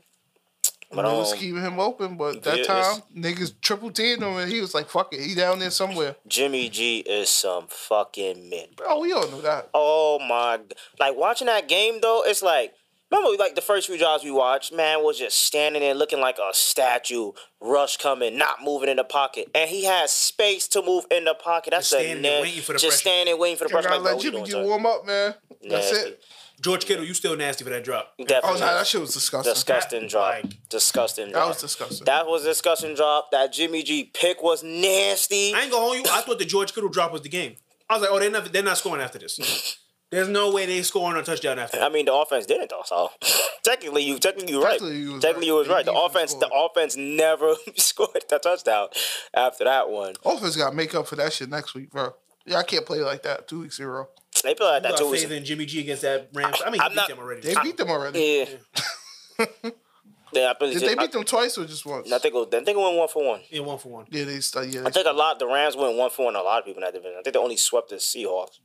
Speaker 3: But
Speaker 2: they was
Speaker 3: um,
Speaker 2: keeping him open, but that
Speaker 3: yeah,
Speaker 2: time niggas triple teamed him, and he was like, "Fuck it, he down there somewhere."
Speaker 3: Jimmy G is some fucking mid.
Speaker 2: Bro, we all know that.
Speaker 3: Oh my! g- Like watching that game though, it's like remember like the first few drives we watched, man was just standing there looking like a statue. Rush coming, not moving in the pocket, and he has space to move in the pocket. That's
Speaker 4: Just standing
Speaker 3: a
Speaker 4: there
Speaker 3: na-
Speaker 4: waiting for the
Speaker 3: just
Speaker 4: pressure.
Speaker 3: standing there waiting for the
Speaker 2: I
Speaker 3: pressure.
Speaker 2: gotta
Speaker 3: Like,
Speaker 2: let
Speaker 3: bro,
Speaker 2: Jimmy
Speaker 3: what you
Speaker 2: get
Speaker 3: doing,
Speaker 2: warm up, man. That's
Speaker 3: Nasty.
Speaker 2: it.
Speaker 4: George Kittle, you still nasty for that drop.
Speaker 3: son?
Speaker 2: Oh no,
Speaker 3: Definitely.
Speaker 2: that shit was disgusting.
Speaker 3: disgusting drop.
Speaker 4: Like-
Speaker 3: disgusting drop.
Speaker 2: That was disgusting.
Speaker 3: That was disgusting drop. That Jimmy G pick was nasty.
Speaker 4: I ain't gonna hold you. I thought the George Kittle drop was the game. I was like, oh, they're not, they're not scoring after this. There's no way they scoring a touchdown after
Speaker 3: I
Speaker 4: that.
Speaker 3: mean, the offense didn't though. So technically, you technically you right.
Speaker 2: Technically, you was
Speaker 3: Technically,
Speaker 2: right.
Speaker 3: you was
Speaker 2: The
Speaker 3: right. The
Speaker 2: defense
Speaker 3: offense, the
Speaker 2: scored.
Speaker 3: offense never scored a touchdown after that one.
Speaker 2: Offense got to make up for that shit next week, bro. Yeah, I can't play like that. Two weeks in a row,
Speaker 3: They played like
Speaker 4: I
Speaker 3: that
Speaker 4: got
Speaker 3: two weeks.
Speaker 4: faith in Jimmy G against that Rams. I mean, he
Speaker 3: I'm
Speaker 4: beat
Speaker 3: not-
Speaker 4: them already.
Speaker 2: they beat them already.
Speaker 3: Yeah. yeah, I believe
Speaker 2: Did they beat
Speaker 3: I,
Speaker 2: them twice or just once?
Speaker 3: I think it was, I think it went one for one.
Speaker 4: yeah, one for one.
Speaker 2: Yeah, they started. Yeah,
Speaker 3: I think a lot. The Rams went one for one. A lot of people in that division. I think they only swept the Seahawks.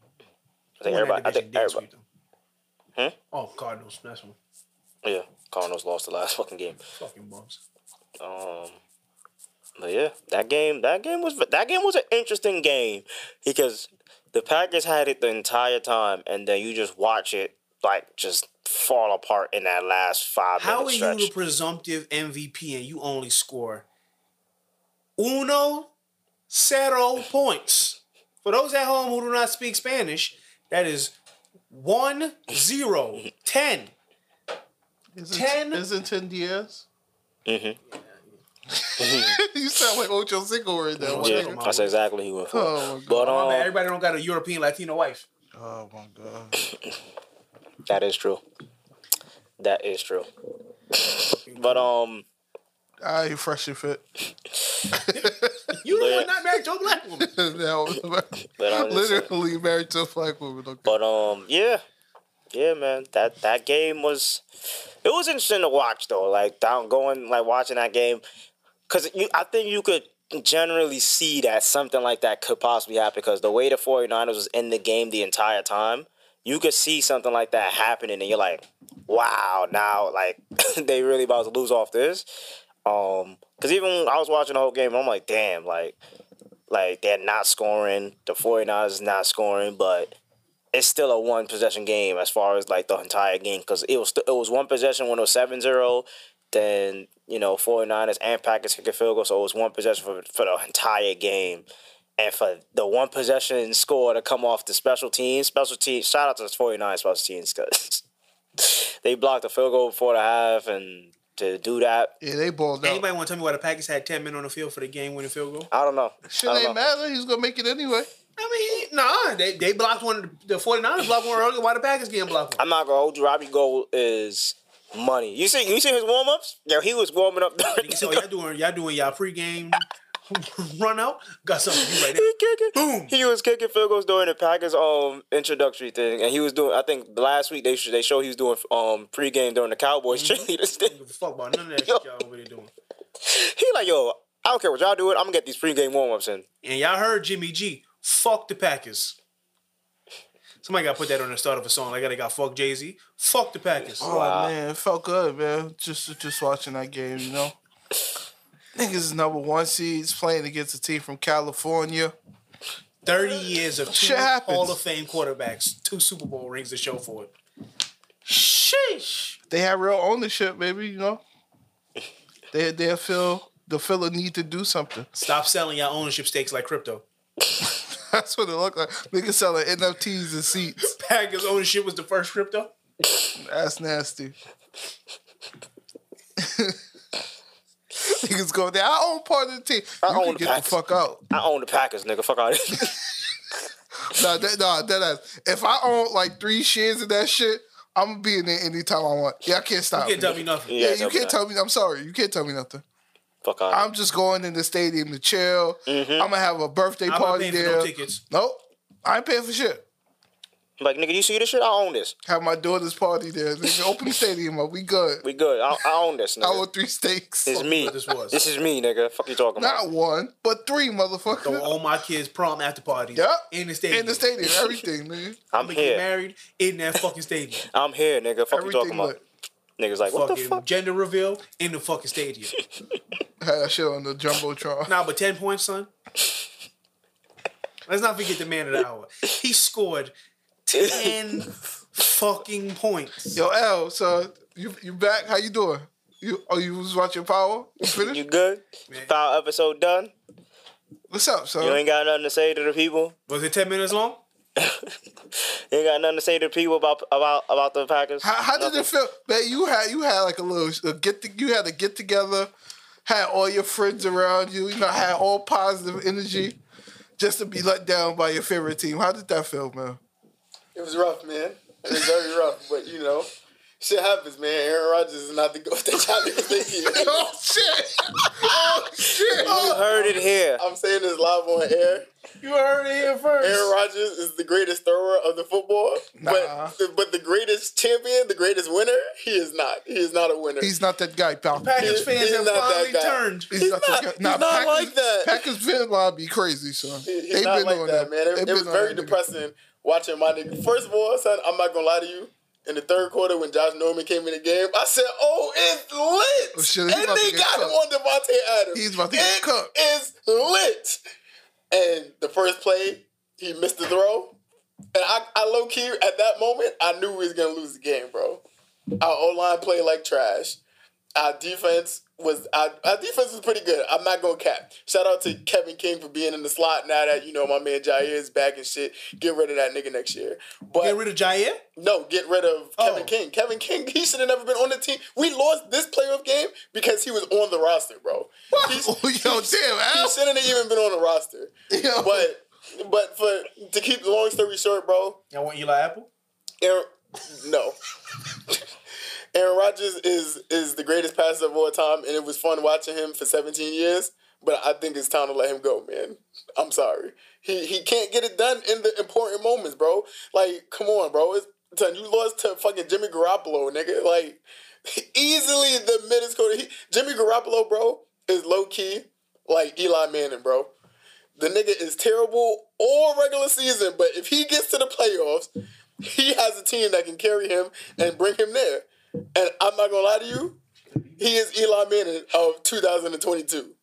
Speaker 3: I think
Speaker 4: Won that
Speaker 3: everybody. I
Speaker 4: division,
Speaker 3: think
Speaker 4: didn't
Speaker 3: everybody. Hmm?
Speaker 4: sweep them. Oh, Cardinals. That's one.
Speaker 3: Yeah, Cardinals lost the last fucking game.
Speaker 4: Fucking bums.
Speaker 3: Um, but yeah, that game, that game was that game was an interesting game because the Packers had it the entire time, and then you just watch it like just fall apart in that last five
Speaker 4: How are
Speaker 3: minute stretch.
Speaker 4: you the presumptive MVP and you only score uno cero points? For those at home who do not speak Spanish, that is one zero ten.
Speaker 2: isn't,
Speaker 4: 10?
Speaker 2: isn't ten Diaz?
Speaker 3: Mhm.
Speaker 2: you sound like Ocho Cinco right now. Oh, my
Speaker 3: yeah,
Speaker 2: nigga.
Speaker 3: that's exactly who went for.
Speaker 2: Oh, my
Speaker 3: but
Speaker 4: My bad,
Speaker 3: um,
Speaker 4: everybody don't got a European Latino wife.
Speaker 2: Oh my god.
Speaker 3: um, that is true. That is true. but um,
Speaker 2: I ain't fresh and fit.
Speaker 4: You the
Speaker 3: Yeah.
Speaker 4: one not married to a black woman.
Speaker 2: now,
Speaker 3: I'm just saying.
Speaker 2: literally married to a black woman. Okay.
Speaker 3: But um, yeah, yeah, man. That that game was it was interesting to watch though. Like down going like watching that game because you I think you could generally see that something like that could possibly happen because the way the 49ers was in the game the entire time. You could see something like that happening, and you're like, "Wow!" Now, like, they really about to lose off this. Um, because even when I was watching the whole game, I'm like, "Damn!" Like, like they're not scoring. The 49ers is not scoring, but it's still a one possession game as far as like the entire game because it was it was one possession when it was 7-0 then you know 49ers and Packers kick a field goal so it was one possession for, for the entire game and for the one possession score to come off the special teams special teams shout out to the 49 special teams because they blocked a field goal before the half and to do that
Speaker 2: Yeah, they balled out.
Speaker 4: Anybody want to tell me why the Packers had 10 men on the field for the game winning field goal?
Speaker 3: I don't know
Speaker 2: Shit
Speaker 3: I don't
Speaker 2: ain't
Speaker 3: know.
Speaker 2: matter. He's gonna make it anyway.
Speaker 4: I mean, nah, they, they blocked one, of the the 49ers blocked one earlier. Why the Packers getting blocked one?
Speaker 3: I'm not gonna hold you Robbie Gold is money you see you see his warm ups yeah he was warming up during
Speaker 4: So "Oh, y'all doing, y'all doing y'all pregame run out? Got something for you right now.
Speaker 3: He kicking. He was kicking field goals during the Packers um introductory thing, and he was doing. I think last week they sh- they showed he was doing um pregame during the Cowboys cheerleaders thing.
Speaker 4: Give a fuck about none of that shit y'all over there doing.
Speaker 3: He like yo, I don't care what y'all doing. I'm gonna get these pregame warm ups in.
Speaker 4: And y'all heard Jimmy G. Fuck the Packers. Somebody got to put that on the start of a song. Like I got fuck Jay Z. Fuck the Packers.
Speaker 2: Oh man, it felt good, man. Just just watching that game, you know. Niggas is number one seeds playing against a team from California.
Speaker 4: Thirty years of two
Speaker 2: Shit happens.
Speaker 4: Hall of Fame quarterbacks, two Super Bowl rings to show for it. Sheesh.
Speaker 2: They have real ownership, baby. You know, they they feel the feel a need to do something.
Speaker 4: Stop selling your ownership stakes like crypto.
Speaker 2: That's what it looked like. Niggas selling NFTs and seats.
Speaker 4: Packers ownership was the first crypto.
Speaker 2: That's nasty. Niggas go there. I own part of the team.
Speaker 3: I
Speaker 2: you
Speaker 3: own
Speaker 2: can
Speaker 3: the
Speaker 2: get
Speaker 3: Packers.
Speaker 2: the fuck out.
Speaker 3: I own the Packers, nigga. Fuck out.
Speaker 2: Nah, that, nah, that ass. If I own like three shares of that shit, I'm gonna be in there anytime I want. Yeah, I can't stop.
Speaker 4: Can't tell me nothing.
Speaker 2: yeah, you can't tell me. I'm sorry, you can't tell me nothing.
Speaker 3: Fuck out.
Speaker 2: I'm just going in the stadium to chill. I'm gonna have a birthday
Speaker 4: Mm-hmm. I'm not
Speaker 2: party
Speaker 4: paying
Speaker 2: there.
Speaker 4: for no tickets.
Speaker 2: Nope, I ain't paying for shit.
Speaker 3: like nigga, you see this shit? I own this.
Speaker 2: Have my daughter's party there. Nigga, open the stadium up. We good.
Speaker 3: We good. I, I own this.
Speaker 2: I
Speaker 3: Nigga.
Speaker 2: want three steaks.
Speaker 3: It's me.
Speaker 4: This was.
Speaker 3: This is me, nigga. Fuck you talking about?
Speaker 2: Not one, but three,
Speaker 4: Throw
Speaker 2: motherfucker.
Speaker 4: all my kids prom after parties.
Speaker 2: Yep.
Speaker 4: In the stadium.
Speaker 2: In the stadium, everything, nigga.
Speaker 3: I'm
Speaker 4: I'm gonna get
Speaker 3: here.
Speaker 4: married in that fucking stadium.
Speaker 3: I'm here, nigga. Fuck you talking
Speaker 2: Everything.
Speaker 3: about?
Speaker 2: Like,
Speaker 3: Niggas like what the
Speaker 4: fucking
Speaker 3: fuck?
Speaker 4: gender reveal in the fucking stadium.
Speaker 2: had that shit on the jumbotron.
Speaker 4: Nah, but 10 points, son. Let's not forget the man of the hour. He scored 10 fucking points.
Speaker 2: Yo, L, so you you back? How you doing? You oh you was watching Power? You finished?
Speaker 3: You good?
Speaker 4: Man.
Speaker 3: Foul episode done.
Speaker 2: What's up, son?
Speaker 3: You ain't got nothing to say to the people.
Speaker 4: Was it 10 minutes long?
Speaker 3: You ain't got nothing to say to people about about about the Packers.
Speaker 2: how, how did
Speaker 3: Nothing.
Speaker 2: it feel? Man, you had you had like a little a get to, you had a get together, had all your friends around you, you know, had all positive energy, just to be let down by your favorite team. How did that feel, man?
Speaker 5: It was rough, man. It was very rough, but you know, shit happens, man. Aaron Rodgers is not the ghost that y'all niggas think he is.
Speaker 2: Oh shit! Oh shit!
Speaker 3: You heard it here.
Speaker 5: I'm saying this live on air.
Speaker 4: You heard it here first.
Speaker 5: Aaron Rodgers is the greatest thrower of the football,
Speaker 2: Nah.
Speaker 5: but the, but the greatest champion, the greatest winner, he is not. He is not a winner.
Speaker 2: He's not that guy, pal.
Speaker 4: Packers
Speaker 5: He's-
Speaker 4: fans
Speaker 5: he's
Speaker 4: have
Speaker 5: not that
Speaker 4: finally
Speaker 5: guy.
Speaker 4: turned.
Speaker 2: He's,
Speaker 5: he's
Speaker 2: not,
Speaker 5: not-
Speaker 2: that
Speaker 5: he's
Speaker 2: guy. Nah,
Speaker 5: not
Speaker 2: Packers,
Speaker 5: like that.
Speaker 2: Packers fan line be crazy, son.
Speaker 5: He's
Speaker 2: They've
Speaker 5: not
Speaker 2: been
Speaker 5: like
Speaker 2: on
Speaker 5: that, man.
Speaker 2: They've
Speaker 5: It, it
Speaker 2: been
Speaker 5: was
Speaker 2: on that
Speaker 5: very
Speaker 2: nigga.
Speaker 5: depressing watching my nigga. First of all, son, I'm not gonna lie to you. In the third quarter, when Josh Norman came in the game, I said, "Oh, it's lit!"
Speaker 2: Oh, shit, he's
Speaker 5: and
Speaker 2: about to
Speaker 5: they
Speaker 2: get
Speaker 5: got him
Speaker 2: cooked.
Speaker 5: on Devontae Adams.
Speaker 2: He's about to get
Speaker 5: It
Speaker 2: cooked.
Speaker 5: is lit. And the first play, he missed the throw, and I, I low key at that moment, I knew we was gonna lose the game, bro. Our O line played like trash. Our defense was our, our defense was pretty good. I'm not gonna cap. Shout out to Kevin King for being in the slot now that you know my man Jair is back and shit. Get rid of that nigga next year. But
Speaker 4: Get rid of Jair?
Speaker 5: no, get rid of Kevin
Speaker 4: Oh.
Speaker 5: King. Kevin King, he should have never been on the team. We lost this playoff game because he was on the roster, bro. He's-
Speaker 2: Oh, yo, damn,
Speaker 5: He
Speaker 2: Al.
Speaker 5: shouldn't have even been on the roster.
Speaker 2: Yo.
Speaker 5: But but for to keep the long story short, bro,
Speaker 4: Y'all want Eli Apple?
Speaker 5: Aaron, no. Aaron Rodgers is is the greatest passer of all time, and it was fun watching him for 17 years. But I think it's time to let him go, man. I'm sorry. He he can't get it done in the important moments, bro. Like, come on, bro. It's, son, you lost to fucking Jimmy Garoppolo, nigga. Like, easily the minutes quarter. He, Jimmy Garoppolo, bro, is low key like Eli Manning, bro. The nigga is terrible all regular season, but if he gets to the playoffs, he has a team that can carry him and bring him there. And I'm not gonna lie to you, he is Eli Manning of 2022.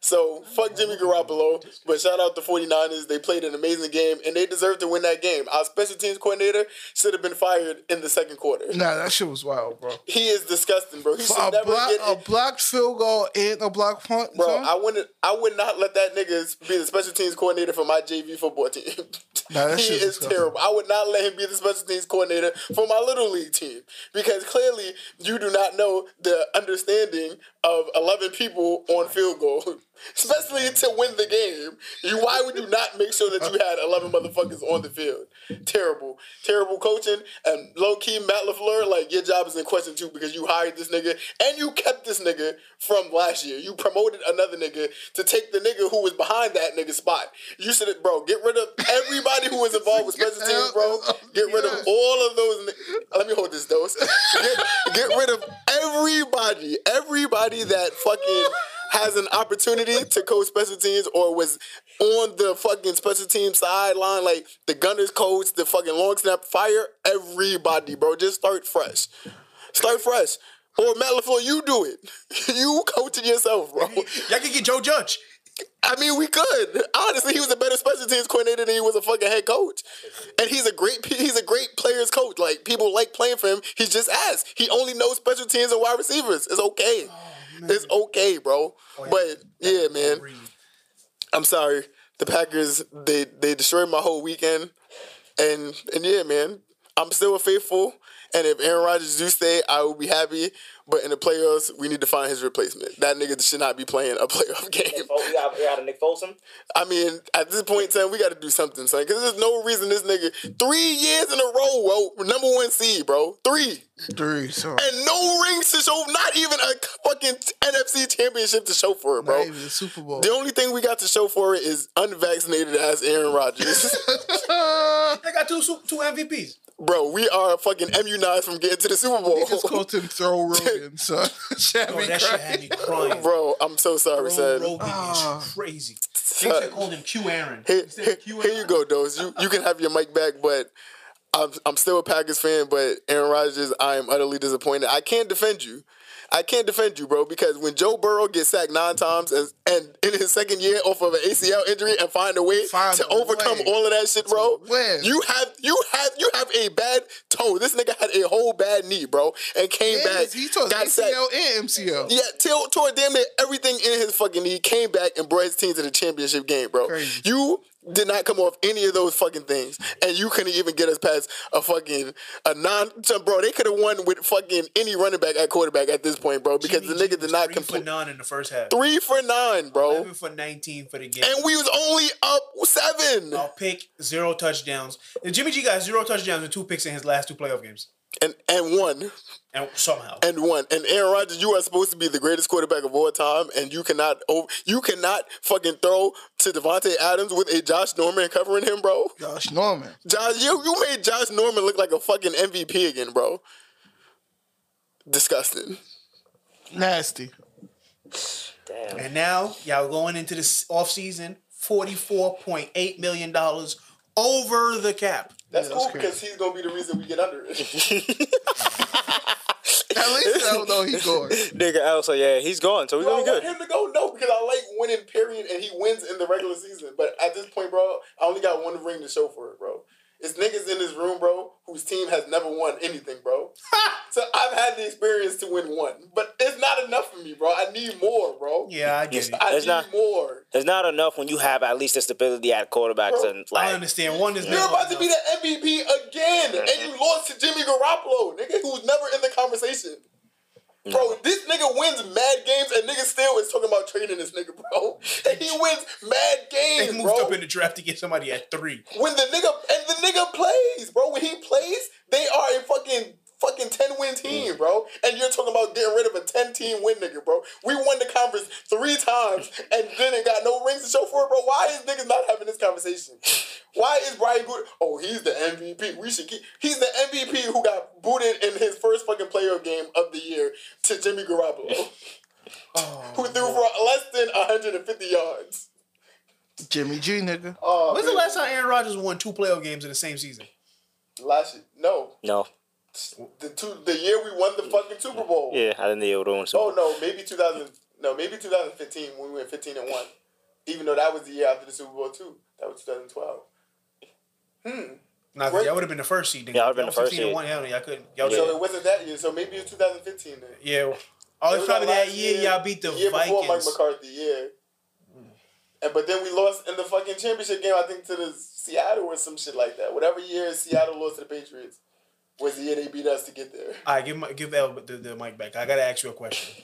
Speaker 5: So fuck Jimmy Garoppolo, but shout out the 49ers. They played an amazing game and they deserve to win that game. Our special teams coordinator should have been fired in the second quarter.
Speaker 2: Nah, that shit was wild, bro.
Speaker 5: He is disgusting, bro. He should
Speaker 2: A,
Speaker 5: never
Speaker 2: block,
Speaker 5: get
Speaker 2: a blocked field goal and a block punt.
Speaker 5: Bro,
Speaker 2: son?
Speaker 5: I wouldn't. I would not let that niggas be the special teams coordinator for my JV football team.
Speaker 2: Nah, that
Speaker 5: he
Speaker 2: shit's
Speaker 5: is
Speaker 2: disgusting.
Speaker 5: terrible. I would not let him be the special teams coordinator for my little league team because clearly you do not know the understanding of eleven people on field goal, especially to win the game. You why would you not make sure that you had eleven motherfuckers on the field? Terrible, terrible coaching and low key Matt Lafleur. Like your job is in question too because you hired this nigga and you kept this nigga from last year. You promoted another nigga to take the nigga who was behind that nigga spot. You should, have, bro, get rid of everybody who was involved with special teams, bro. Get rid of all of those. ni- Let me hold this dose. Get, get rid of everybody, everybody that fucking has an opportunity to coach special teams or was on the fucking special team sideline, like the Gunners coach, the fucking long snap. Fire everybody, bro. Just start fresh. Start fresh. Or Matt LaFleur, you do it. You coaching yourself, bro.
Speaker 4: Y'all can get Joe Judge.
Speaker 5: I mean, we could. Honestly, he was a better special teams coordinator than he was a fucking head coach. And he's a great p- he's a great players coach. Like people like playing for him. He's just ass. He only knows special teams and wide receivers. It's okay. it's okay, bro. But yeah, man. I'm sorry. The Packers they they destroyed my whole weekend. And and yeah, man. I'm still faithful. And if Aaron Rodgers do stay, I will be happy. But in the playoffs, we need to find his replacement. That nigga should not be playing a playoff game.
Speaker 3: Oh, we got, we got a Nick Folsom.
Speaker 5: I mean, at this point in time, we got to do something, son. Because there's no reason this nigga three years in a row, bro, number one seed, bro, three,
Speaker 2: Three, so
Speaker 5: and no rings to show, not even a fucking NFC championship to show for it, bro.
Speaker 2: not even the Super Bowl.
Speaker 5: The only thing we got to show for it is unvaccinated ass Aaron Rodgers,
Speaker 4: They got two su- two MVPs.
Speaker 5: bro. We are fucking immunized from getting to the Super Bowl,
Speaker 2: It's called him Throw Rogan, son. Shabby
Speaker 4: Bro, that shit had me crying.
Speaker 5: bro. "Ah." I'm so sorry,
Speaker 4: Joe
Speaker 5: son.
Speaker 4: Rogan is crazy. They should call him Q Aaron.
Speaker 5: Here,
Speaker 4: Instead of Q
Speaker 5: here- here you
Speaker 4: Aaron.
Speaker 5: go, Dose. You you can have your mic back, but I'm I'm still a Packers fan, but Aaron Rodgers, I am utterly disappointed. I can't defend you. I can't defend you, bro, because when Joe Burrow gets sacked nine times and, and in his second year off of an ACL injury and find a way
Speaker 2: Find
Speaker 5: to
Speaker 2: a
Speaker 5: overcome
Speaker 2: way
Speaker 5: all of that shit, bro,
Speaker 2: win.
Speaker 5: you have you have you have a bad toe. This nigga had a whole bad knee, bro, and came back.
Speaker 2: Yes, he tore his
Speaker 5: got sacked.
Speaker 2: ACL and MCL.
Speaker 5: Yeah, till tore damn near everything in his fucking knee, came back and brought his team to the championship game, bro.
Speaker 2: Crazy.
Speaker 5: You did not come off any of those fucking things, and you couldn't even get us past a fucking a non. so, Bro, they could have won with fucking any running back at quarterback at this point, bro, because
Speaker 4: Jimmy
Speaker 5: the
Speaker 4: G
Speaker 5: nigga
Speaker 4: was
Speaker 5: did not
Speaker 4: three for
Speaker 5: complete
Speaker 4: none in the first half.
Speaker 5: three for nine, bro,
Speaker 4: Eleven for nineteen for the game.
Speaker 5: and we was only up seven,
Speaker 4: I'll pick zero touchdowns. And Jimmy G got zero touchdowns and two picks in his last two playoff games.
Speaker 5: and and one.
Speaker 4: And somehow.
Speaker 5: and one. And Aaron Rodgers, you are supposed to be the greatest quarterback of all time, and you cannot over, you cannot fucking throw to Devontae Adams with a Josh Norman covering him, bro.
Speaker 2: Josh Norman.
Speaker 5: Josh, you you made Josh Norman look like a fucking MVP again, bro. Disgusting.
Speaker 2: Nasty.
Speaker 3: Damn.
Speaker 4: And now y'all going into this offseason, $44.8 million over the cap.
Speaker 5: That's
Speaker 2: cool crazy. because
Speaker 5: he's gonna be the reason we get under it.
Speaker 2: At least I don't know he going.
Speaker 3: Nigga, also, yeah, he's gone, so we're gonna
Speaker 5: I
Speaker 3: be
Speaker 5: want
Speaker 3: good.
Speaker 5: him to go no because I like winning period and he wins in the regular season. But at this point, bro, I only got one ring to show for it, bro. It's niggas in this room, bro, whose team has never won anything, bro. so I've had the experience to win one, but it's not enough for me, bro. I need more, bro.
Speaker 4: Yeah, I get it.
Speaker 5: I
Speaker 3: It's
Speaker 5: need
Speaker 3: not-
Speaker 5: more.
Speaker 3: There's not enough when you have at least the stability at quarterback to
Speaker 4: I
Speaker 3: like.
Speaker 4: understand. One is
Speaker 5: You're
Speaker 4: not
Speaker 5: about to be the MVP again, and you lost to Jimmy Garoppolo, nigga, who's never in the conversation. Bro, this nigga wins mad games, and nigga still is talking about trading this nigga, bro. And he wins mad
Speaker 4: They
Speaker 5: games,
Speaker 4: moved
Speaker 5: bro.
Speaker 4: up in the draft to get somebody at three.
Speaker 5: when the nigga and the nigga plays, bro. When he plays, they are a fucking fucking 10 win
Speaker 2: Mm.
Speaker 5: team, bro. And you're talking about getting rid of a 10 team win, nigga, bro. We won the conference three times and didn't got no rings to show for it, bro. Why is niggas not having this conversation? Why is Brian Good? Oh, he's the MVP. We should keep. He's the MVP who got booted in his first fucking playoff game of the year to Jimmy Garoppolo,
Speaker 2: Oh,
Speaker 5: who threw for less than 150 yards.
Speaker 2: Jimmy G, nigga.
Speaker 5: Oh,
Speaker 4: When's the
Speaker 5: man.
Speaker 4: last time Aaron Rodgers won two playoff games in the same season?
Speaker 5: Last year. No,
Speaker 3: No.
Speaker 5: the two the year we won the fucking Super Bowl.
Speaker 3: Yeah, I didn't think they were doing so.
Speaker 5: Oh no, maybe 2000. No, maybe 2015 when we went 15 and one. Even though that was the year after the Super Bowl too. That was 2012.
Speaker 4: Nah,
Speaker 5: Right.
Speaker 4: y'all would have been the first seed. nigga.
Speaker 3: Yeah, I would've been
Speaker 4: Y'all
Speaker 3: the first
Speaker 4: 15 and
Speaker 3: seed.
Speaker 4: One, y'all, y'all couldn't. Y'all
Speaker 5: So
Speaker 4: yeah.
Speaker 5: it wasn't that year. So maybe it's 2015 then.
Speaker 4: yeah. Oh,
Speaker 5: It
Speaker 4: it's
Speaker 5: was
Speaker 4: probably
Speaker 5: last
Speaker 4: that year y'all beat the
Speaker 5: the year before Mike
Speaker 4: Vikings.
Speaker 5: McCarthy. Yeah. And but then we lost in the fucking championship game. I think to the Seattle or some shit like that. Whatever year Seattle lost to the Patriots was the year they beat us to get there.
Speaker 4: All right, give my, give El the, the mic back. I gotta ask you a question.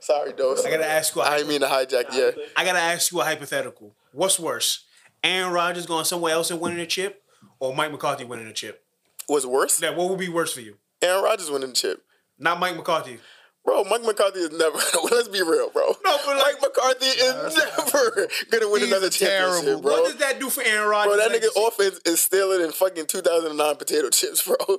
Speaker 5: Sorry, Dose.
Speaker 4: I gotta ask you. A,
Speaker 5: I didn't mean to hijack. Yeah.
Speaker 4: I gotta ask you a hypothetical. What's worse, Aaron Rodgers going somewhere else and winning a chip, or Mike McCarthy winning a chip?
Speaker 5: Was worse.
Speaker 4: Now, what would be worse for you?
Speaker 5: Aaron Rodgers winning the chip.
Speaker 4: Not Mike McCarthy.
Speaker 5: Bro, Mike McCarthy is never. let's be real, bro.
Speaker 4: No, but like-
Speaker 5: Mike McCarthy is never gonna win
Speaker 2: He's
Speaker 5: another championship,
Speaker 2: terrible.
Speaker 5: bro.
Speaker 4: What does that do for Aaron Rodgers?
Speaker 5: bro, that nigga
Speaker 4: legacy?
Speaker 5: offense is stealing in fucking 2009 potato chips, bro.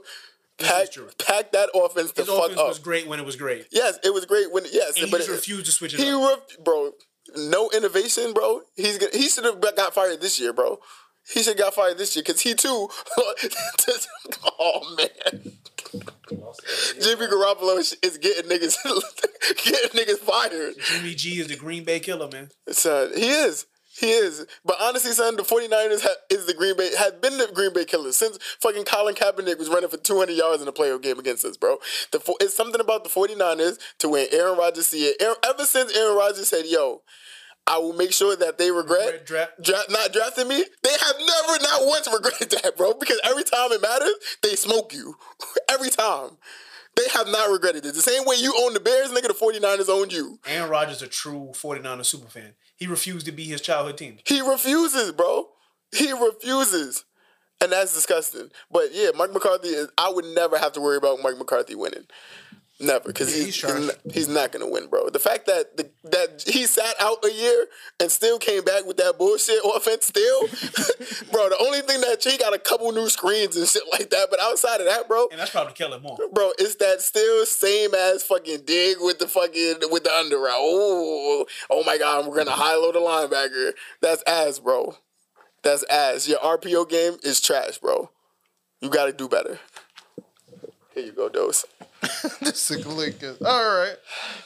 Speaker 5: Pack,
Speaker 4: true.
Speaker 5: pack that offense the
Speaker 4: His
Speaker 5: fuck
Speaker 4: offense
Speaker 5: up.
Speaker 4: was great when it was great,
Speaker 5: Yes, it was great when yes,
Speaker 4: and he
Speaker 5: but
Speaker 4: just
Speaker 5: it-
Speaker 4: refused to switch it
Speaker 5: he
Speaker 4: up.
Speaker 5: ref- bro, no innovation, bro. He's gonna, he should have got fired this year, bro. He should have got fired this year because he too. just- oh man, Jimmy Garoppolo is- is getting niggas getting niggas fired.
Speaker 4: Jimmy G is the Green Bay killer, man.
Speaker 5: Son, he is. He is. But honestly, son, the 49ers ha- is the Green Bay, had been the Green Bay killers since fucking Colin Kaepernick was running for 200 yards in a playoff game against us, bro. The fo- It's something about the 49ers to when Aaron Rodgers see it. Aaron- ever since Aaron Rodgers said, yo, I will make sure that they regret
Speaker 4: Red draft.
Speaker 5: dra- not drafting me. They have never, not once regretted that, bro. Because every time it matters, they smoke you. every time. They have not regretted it. The same way you own the Bears, nigga, the 49ers owned you.
Speaker 4: Aaron Rodgers a true 49er superfan. He refused to be his childhood team.
Speaker 5: He refuses, bro. He refuses. And that's disgusting. But yeah, Mike McCarthy is I would never have to worry about Mike McCarthy winning. Never, because
Speaker 2: Yeah,
Speaker 5: he's
Speaker 2: he's trash.
Speaker 5: he's, not, he's not gonna win, bro. The fact that the, that he sat out a year and still came back with that bullshit offense, still, bro. The only thing that he got a couple new screens and shit like that, but outside of that, bro,
Speaker 4: And that's probably killing more.
Speaker 5: bro, it's that still same ass fucking dig with the fucking with the under route. Oh, oh my god, we're gonna high low the linebacker. That's ass, bro. That's ass. Your RPO game is trash, bro. You gotta do better. Here you go, dose.
Speaker 2: This nigga Lincoln. All right.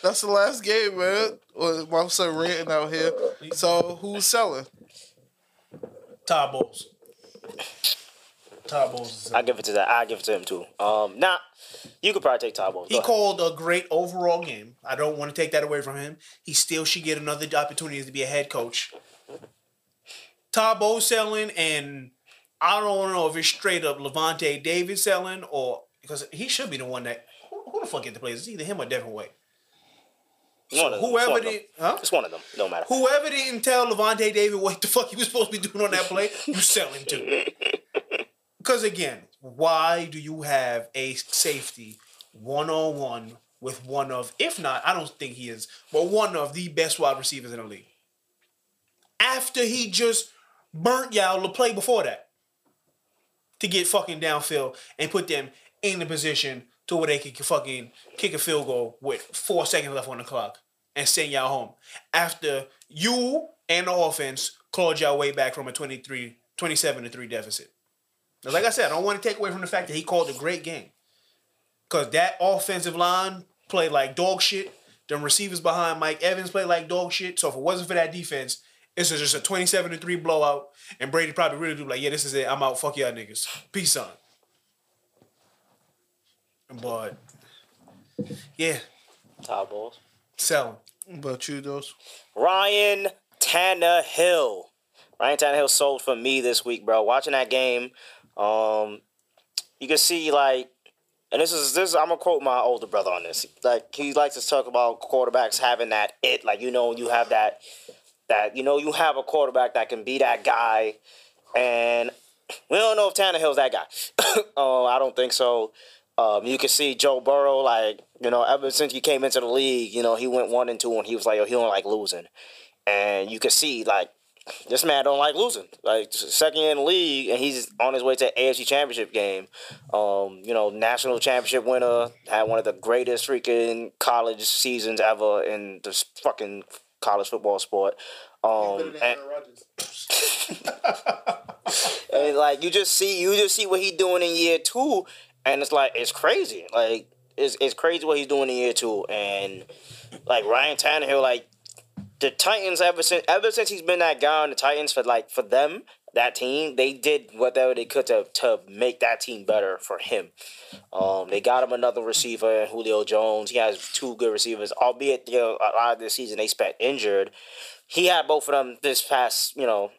Speaker 2: That's the last game, man. Well, My son ranting out here. So who's selling?
Speaker 4: Todd Bowles. Todd Bowles. Is
Speaker 3: I give it to that. I give it to him too. Um, nah, you could probably take Todd Bowles.
Speaker 4: he called a great overall game. I don't want to take that away from him. He still should get another opportunity to be a head coach. Todd Bowles selling, and I don't know if it's straight up Levante David selling or because he should be the one that who, who the fuck get the plays? It's either him or Devin White.
Speaker 3: One of them. It's
Speaker 4: Whoever
Speaker 3: one of them.
Speaker 4: did, huh?
Speaker 3: It's one of them. Don't matter.
Speaker 4: Whoever didn't tell Levante David what the fuck he was supposed to be doing on that play, you sell him to. Because again, why do you have a safety one on one with one of, if not, I don't think he is, but one of the best wide receivers in the league? After he just burnt y'all the play before that to get fucking downfield and put them in the position to where they could fucking kick a field goal with four seconds left on the clock and send y'all home after you and the offense clawed y'all way back from a 23, 27 to 3 deficit. Now, like I said, I don't want to take away from the fact that he called a great game. Because that offensive line played like dog shit. Them receivers behind Mike Evans played like dog shit. So if it wasn't for that defense, it's just a 27 to 3 blowout. And Brady probably really do like, yeah, this is it. I'm out. Fuck y'all niggas. Peace on. But yeah,
Speaker 3: Todd Bowles.
Speaker 4: selling.
Speaker 2: What about you, those?
Speaker 3: Ryan Tannehill. Ryan Tannehill sold for me this week, bro. Watching that game, um, you can see like, and this is this. I'm gonna quote my older brother on this. Like he likes to talk about quarterbacks having that it. Like you know, you have that that you know you have a quarterback that can be that guy, and we Um, don't know if Tannehill's that guy. Oh, I don't think so. Um, you can see Joe Burrow, like, you know, ever since he came into the league, you know, he went one and two and he was like, yo, he don't like losing. And you can see, like, this man don't like losing. Like second year in the league, and he's on his way to the AFC Championship game. Um, you know, national championship winner had one of the greatest freaking college seasons ever in this fucking college football sport. Um, and, and like you just see you just see what he's doing in year two, and it's like it's crazy. Like it's it's crazy what he's doing in year two, and like Ryan Tannehill, like the Titans ever since ever since he's been that guy on the Titans for like for them that team they did whatever they could to to make that team better for him. Um, they got him another receiver, Julio Jones. He has two good receivers, albeit you know, a lot of this season they spent injured. He had both of them this past you know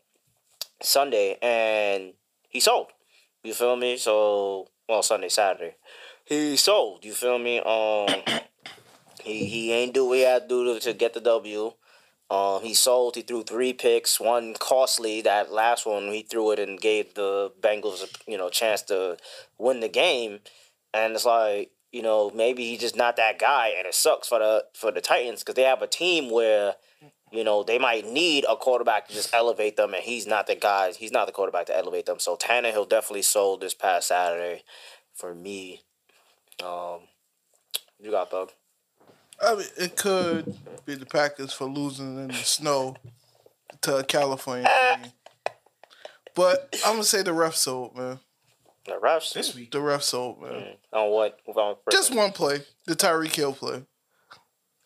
Speaker 3: Sunday, and he sold. You feel me? So well, Sunday, Saturday, he sold. You feel me? Um, he he ain't do what he had to do to- to get the W. Um, he sold. He threw three picks, one costly. That last one, he threw it and gave the Bengals, you know, chance to win the game. And it's like, you know, maybe he's just not that guy, and it sucks for the for the Titans because they have a team where, you know, they might need a quarterback to just elevate them, and he's not the guy. He's not the quarterback to elevate them. So Tannehill definitely sold this past Saturday, for me. Um, you got thug.
Speaker 2: I mean, it could be the Packers for losing in the snow to a California team. But I'm gonna say the refs sold, man.
Speaker 3: The refs Hmm,
Speaker 4: This week.
Speaker 2: The refs sold, man.
Speaker 3: on what? On
Speaker 2: Just one play, the Tyreek Hill play.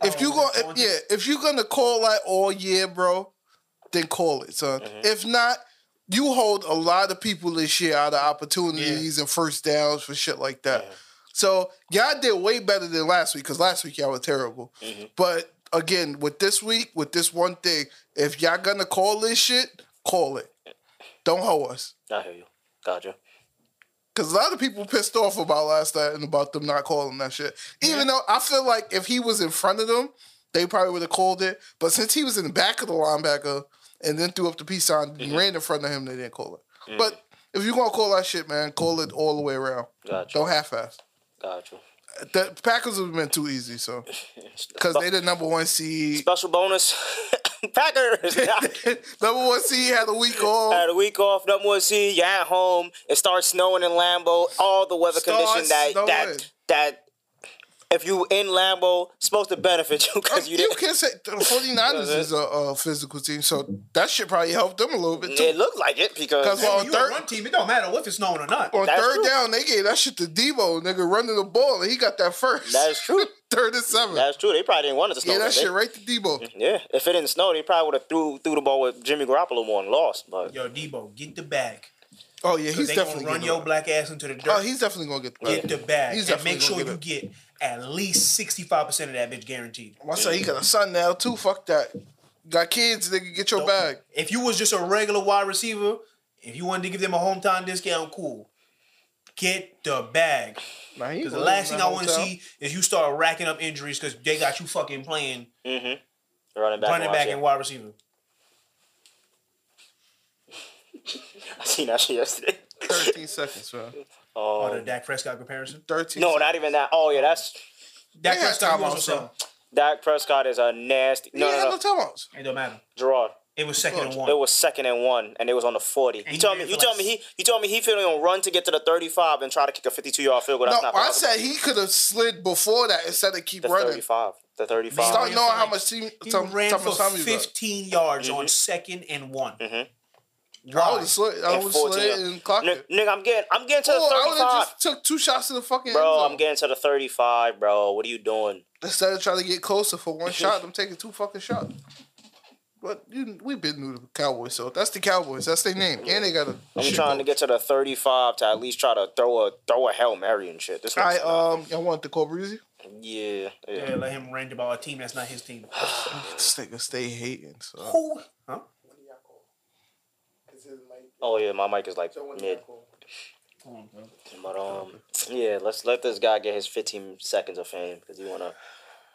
Speaker 2: If you go,
Speaker 4: Oh,
Speaker 2: if, yeah, if you're gonna call that all year, bro, then call it, son. If not, you hold a lot of people this year out of opportunities and first downs for shit like that. So y'all did way better than last week because last week y'all were terrible. But again, with this week, with this one thing, if y'all gonna call this shit, call it. Don't hoe us.
Speaker 3: I hear you. Gotcha.
Speaker 2: Cause a lot of people pissed off about last night and about them not calling that shit. Even though I feel like if he was in front of them, they probably would have called it. But since he was in the back of the linebacker and then threw up the peace sign and ran in front of him, they didn't call it. But if you're gonna call that shit, man, call it all the way around.
Speaker 3: Gotcha.
Speaker 2: Don't half-ass.
Speaker 3: Gotcha.
Speaker 2: The Packers have been too easy, so because they the number one seed.
Speaker 3: Special bonus. Packers.
Speaker 2: number one seed had a week off.
Speaker 3: Had a week off, number one seed. You're at home. It starts snowing in Lambo. All the weather
Speaker 2: Starts
Speaker 3: conditions that
Speaker 2: snowing.
Speaker 3: that that. If you in Lambo, supposed to benefit you because you
Speaker 2: You
Speaker 3: didn't.
Speaker 2: can say the 49ers is a, a physical team, so that shit probably helped them a little bit too.
Speaker 3: It looked like it because
Speaker 2: Because
Speaker 4: Remember,
Speaker 2: on
Speaker 4: you
Speaker 2: third-
Speaker 4: on one team, it don't matter if it's snowing or not.
Speaker 2: On
Speaker 3: That's
Speaker 2: third
Speaker 3: true.
Speaker 2: down, they gave that shit to Debo, nigga, running the ball, and he got that first.
Speaker 3: that's true.
Speaker 2: third and seven.
Speaker 3: That's true. They probably didn't want it to snow.
Speaker 2: yeah, that
Speaker 3: did they?
Speaker 2: shit right to Debo.
Speaker 3: Yeah, if it didn't snow, they probably would have threw threw the ball with Jimmy Garoppolo more and lost. But
Speaker 4: Yo, Debo, get the bag.
Speaker 2: Oh yeah, he's
Speaker 4: They gonna
Speaker 2: definitely
Speaker 4: run
Speaker 2: getting
Speaker 4: your
Speaker 2: it.
Speaker 4: black ass into the dirt.
Speaker 2: Oh, he's definitely gonna get the
Speaker 4: get the bag
Speaker 2: He's
Speaker 4: and
Speaker 2: definitely
Speaker 4: make sure
Speaker 2: gonna
Speaker 4: you
Speaker 2: get
Speaker 4: get at least sixty five percent of that bitch guaranteed.
Speaker 2: I say he got a son now too. Fuck that. Got kids, nigga, get your bag.
Speaker 4: If you was just a regular wide receiver, if you wanted to give them a hometown discount, cool. Get the bag.
Speaker 2: Nah, he
Speaker 4: Because the
Speaker 2: ain't
Speaker 4: last
Speaker 2: going
Speaker 4: thing
Speaker 2: to
Speaker 4: I
Speaker 2: that
Speaker 4: want to
Speaker 2: hotel.
Speaker 4: see is you start racking up injuries because they got you fucking playing
Speaker 3: running back,
Speaker 4: running back
Speaker 3: watch
Speaker 4: and
Speaker 3: it.
Speaker 4: wide receiver.
Speaker 3: I seen that shit yesterday. Um,
Speaker 2: Thirteen seconds, bro.
Speaker 4: Or
Speaker 2: Um,
Speaker 4: the Dak Prescott comparison.
Speaker 2: Thirteen.
Speaker 3: No,
Speaker 2: seconds.
Speaker 3: not even that. Oh yeah, that's
Speaker 4: Dak
Speaker 2: had
Speaker 4: Prescott
Speaker 2: time
Speaker 4: was
Speaker 2: out,
Speaker 4: also
Speaker 3: Dak Prescott is a nasty.
Speaker 2: He
Speaker 3: No,
Speaker 2: had
Speaker 3: no, no.
Speaker 2: no timeouts.
Speaker 4: It don't matter.
Speaker 3: Gerard.
Speaker 4: It was second and one.
Speaker 3: It was second and one, and it was on the forty. You
Speaker 4: he
Speaker 3: told me,
Speaker 4: made it
Speaker 3: you
Speaker 4: for
Speaker 3: told
Speaker 4: like
Speaker 3: me he, you told me he feeling gonna run to get to the thirty-five and try to kick a fifty-two yard field goal. That's
Speaker 2: No,
Speaker 3: not
Speaker 2: I
Speaker 3: possible.
Speaker 2: said he could have slid before that instead of keep
Speaker 3: the
Speaker 2: running.
Speaker 3: thirty-five, the thirty-five.
Speaker 2: Start
Speaker 4: He
Speaker 2: knowing
Speaker 4: ran
Speaker 2: how
Speaker 4: for-
Speaker 2: much team
Speaker 4: He
Speaker 2: some
Speaker 4: ran
Speaker 2: some
Speaker 4: for
Speaker 2: time you got.
Speaker 4: 15 yards on second and one.
Speaker 2: Mm-hmm. I would have slid. I
Speaker 3: And
Speaker 2: would have
Speaker 3: 14.
Speaker 2: slid and clocked
Speaker 3: N-
Speaker 2: it.
Speaker 3: nigga, I'm getting, I'm getting to the
Speaker 2: Oh, I would
Speaker 3: thirty-five,
Speaker 2: have just took two shots to the fucking end
Speaker 3: bro.
Speaker 2: zone.
Speaker 3: I'm getting to the thirty-five, bro. What are you doing?
Speaker 2: instead of trying to get closer for one shot, I'm taking two fucking shots. But you, we've been new to the Cowboys, so that's the Cowboys. That's their name, and they got a.
Speaker 3: I'm trying to get to the thirty-five to at least try to throw a throw a hail mary and shit. This
Speaker 2: All right,
Speaker 5: uh,
Speaker 3: nigga's-
Speaker 2: um, y'all want the Cole Breezy?
Speaker 3: yeah, yeah.
Speaker 4: Yeah, let him rant about a team that's not his team.
Speaker 2: This nigga stay hating. So.
Speaker 4: Who? Huh?
Speaker 3: Oh yeah, my mic is like mid. But um, yeah, let's let this guy get his 15 seconds of fame because you want to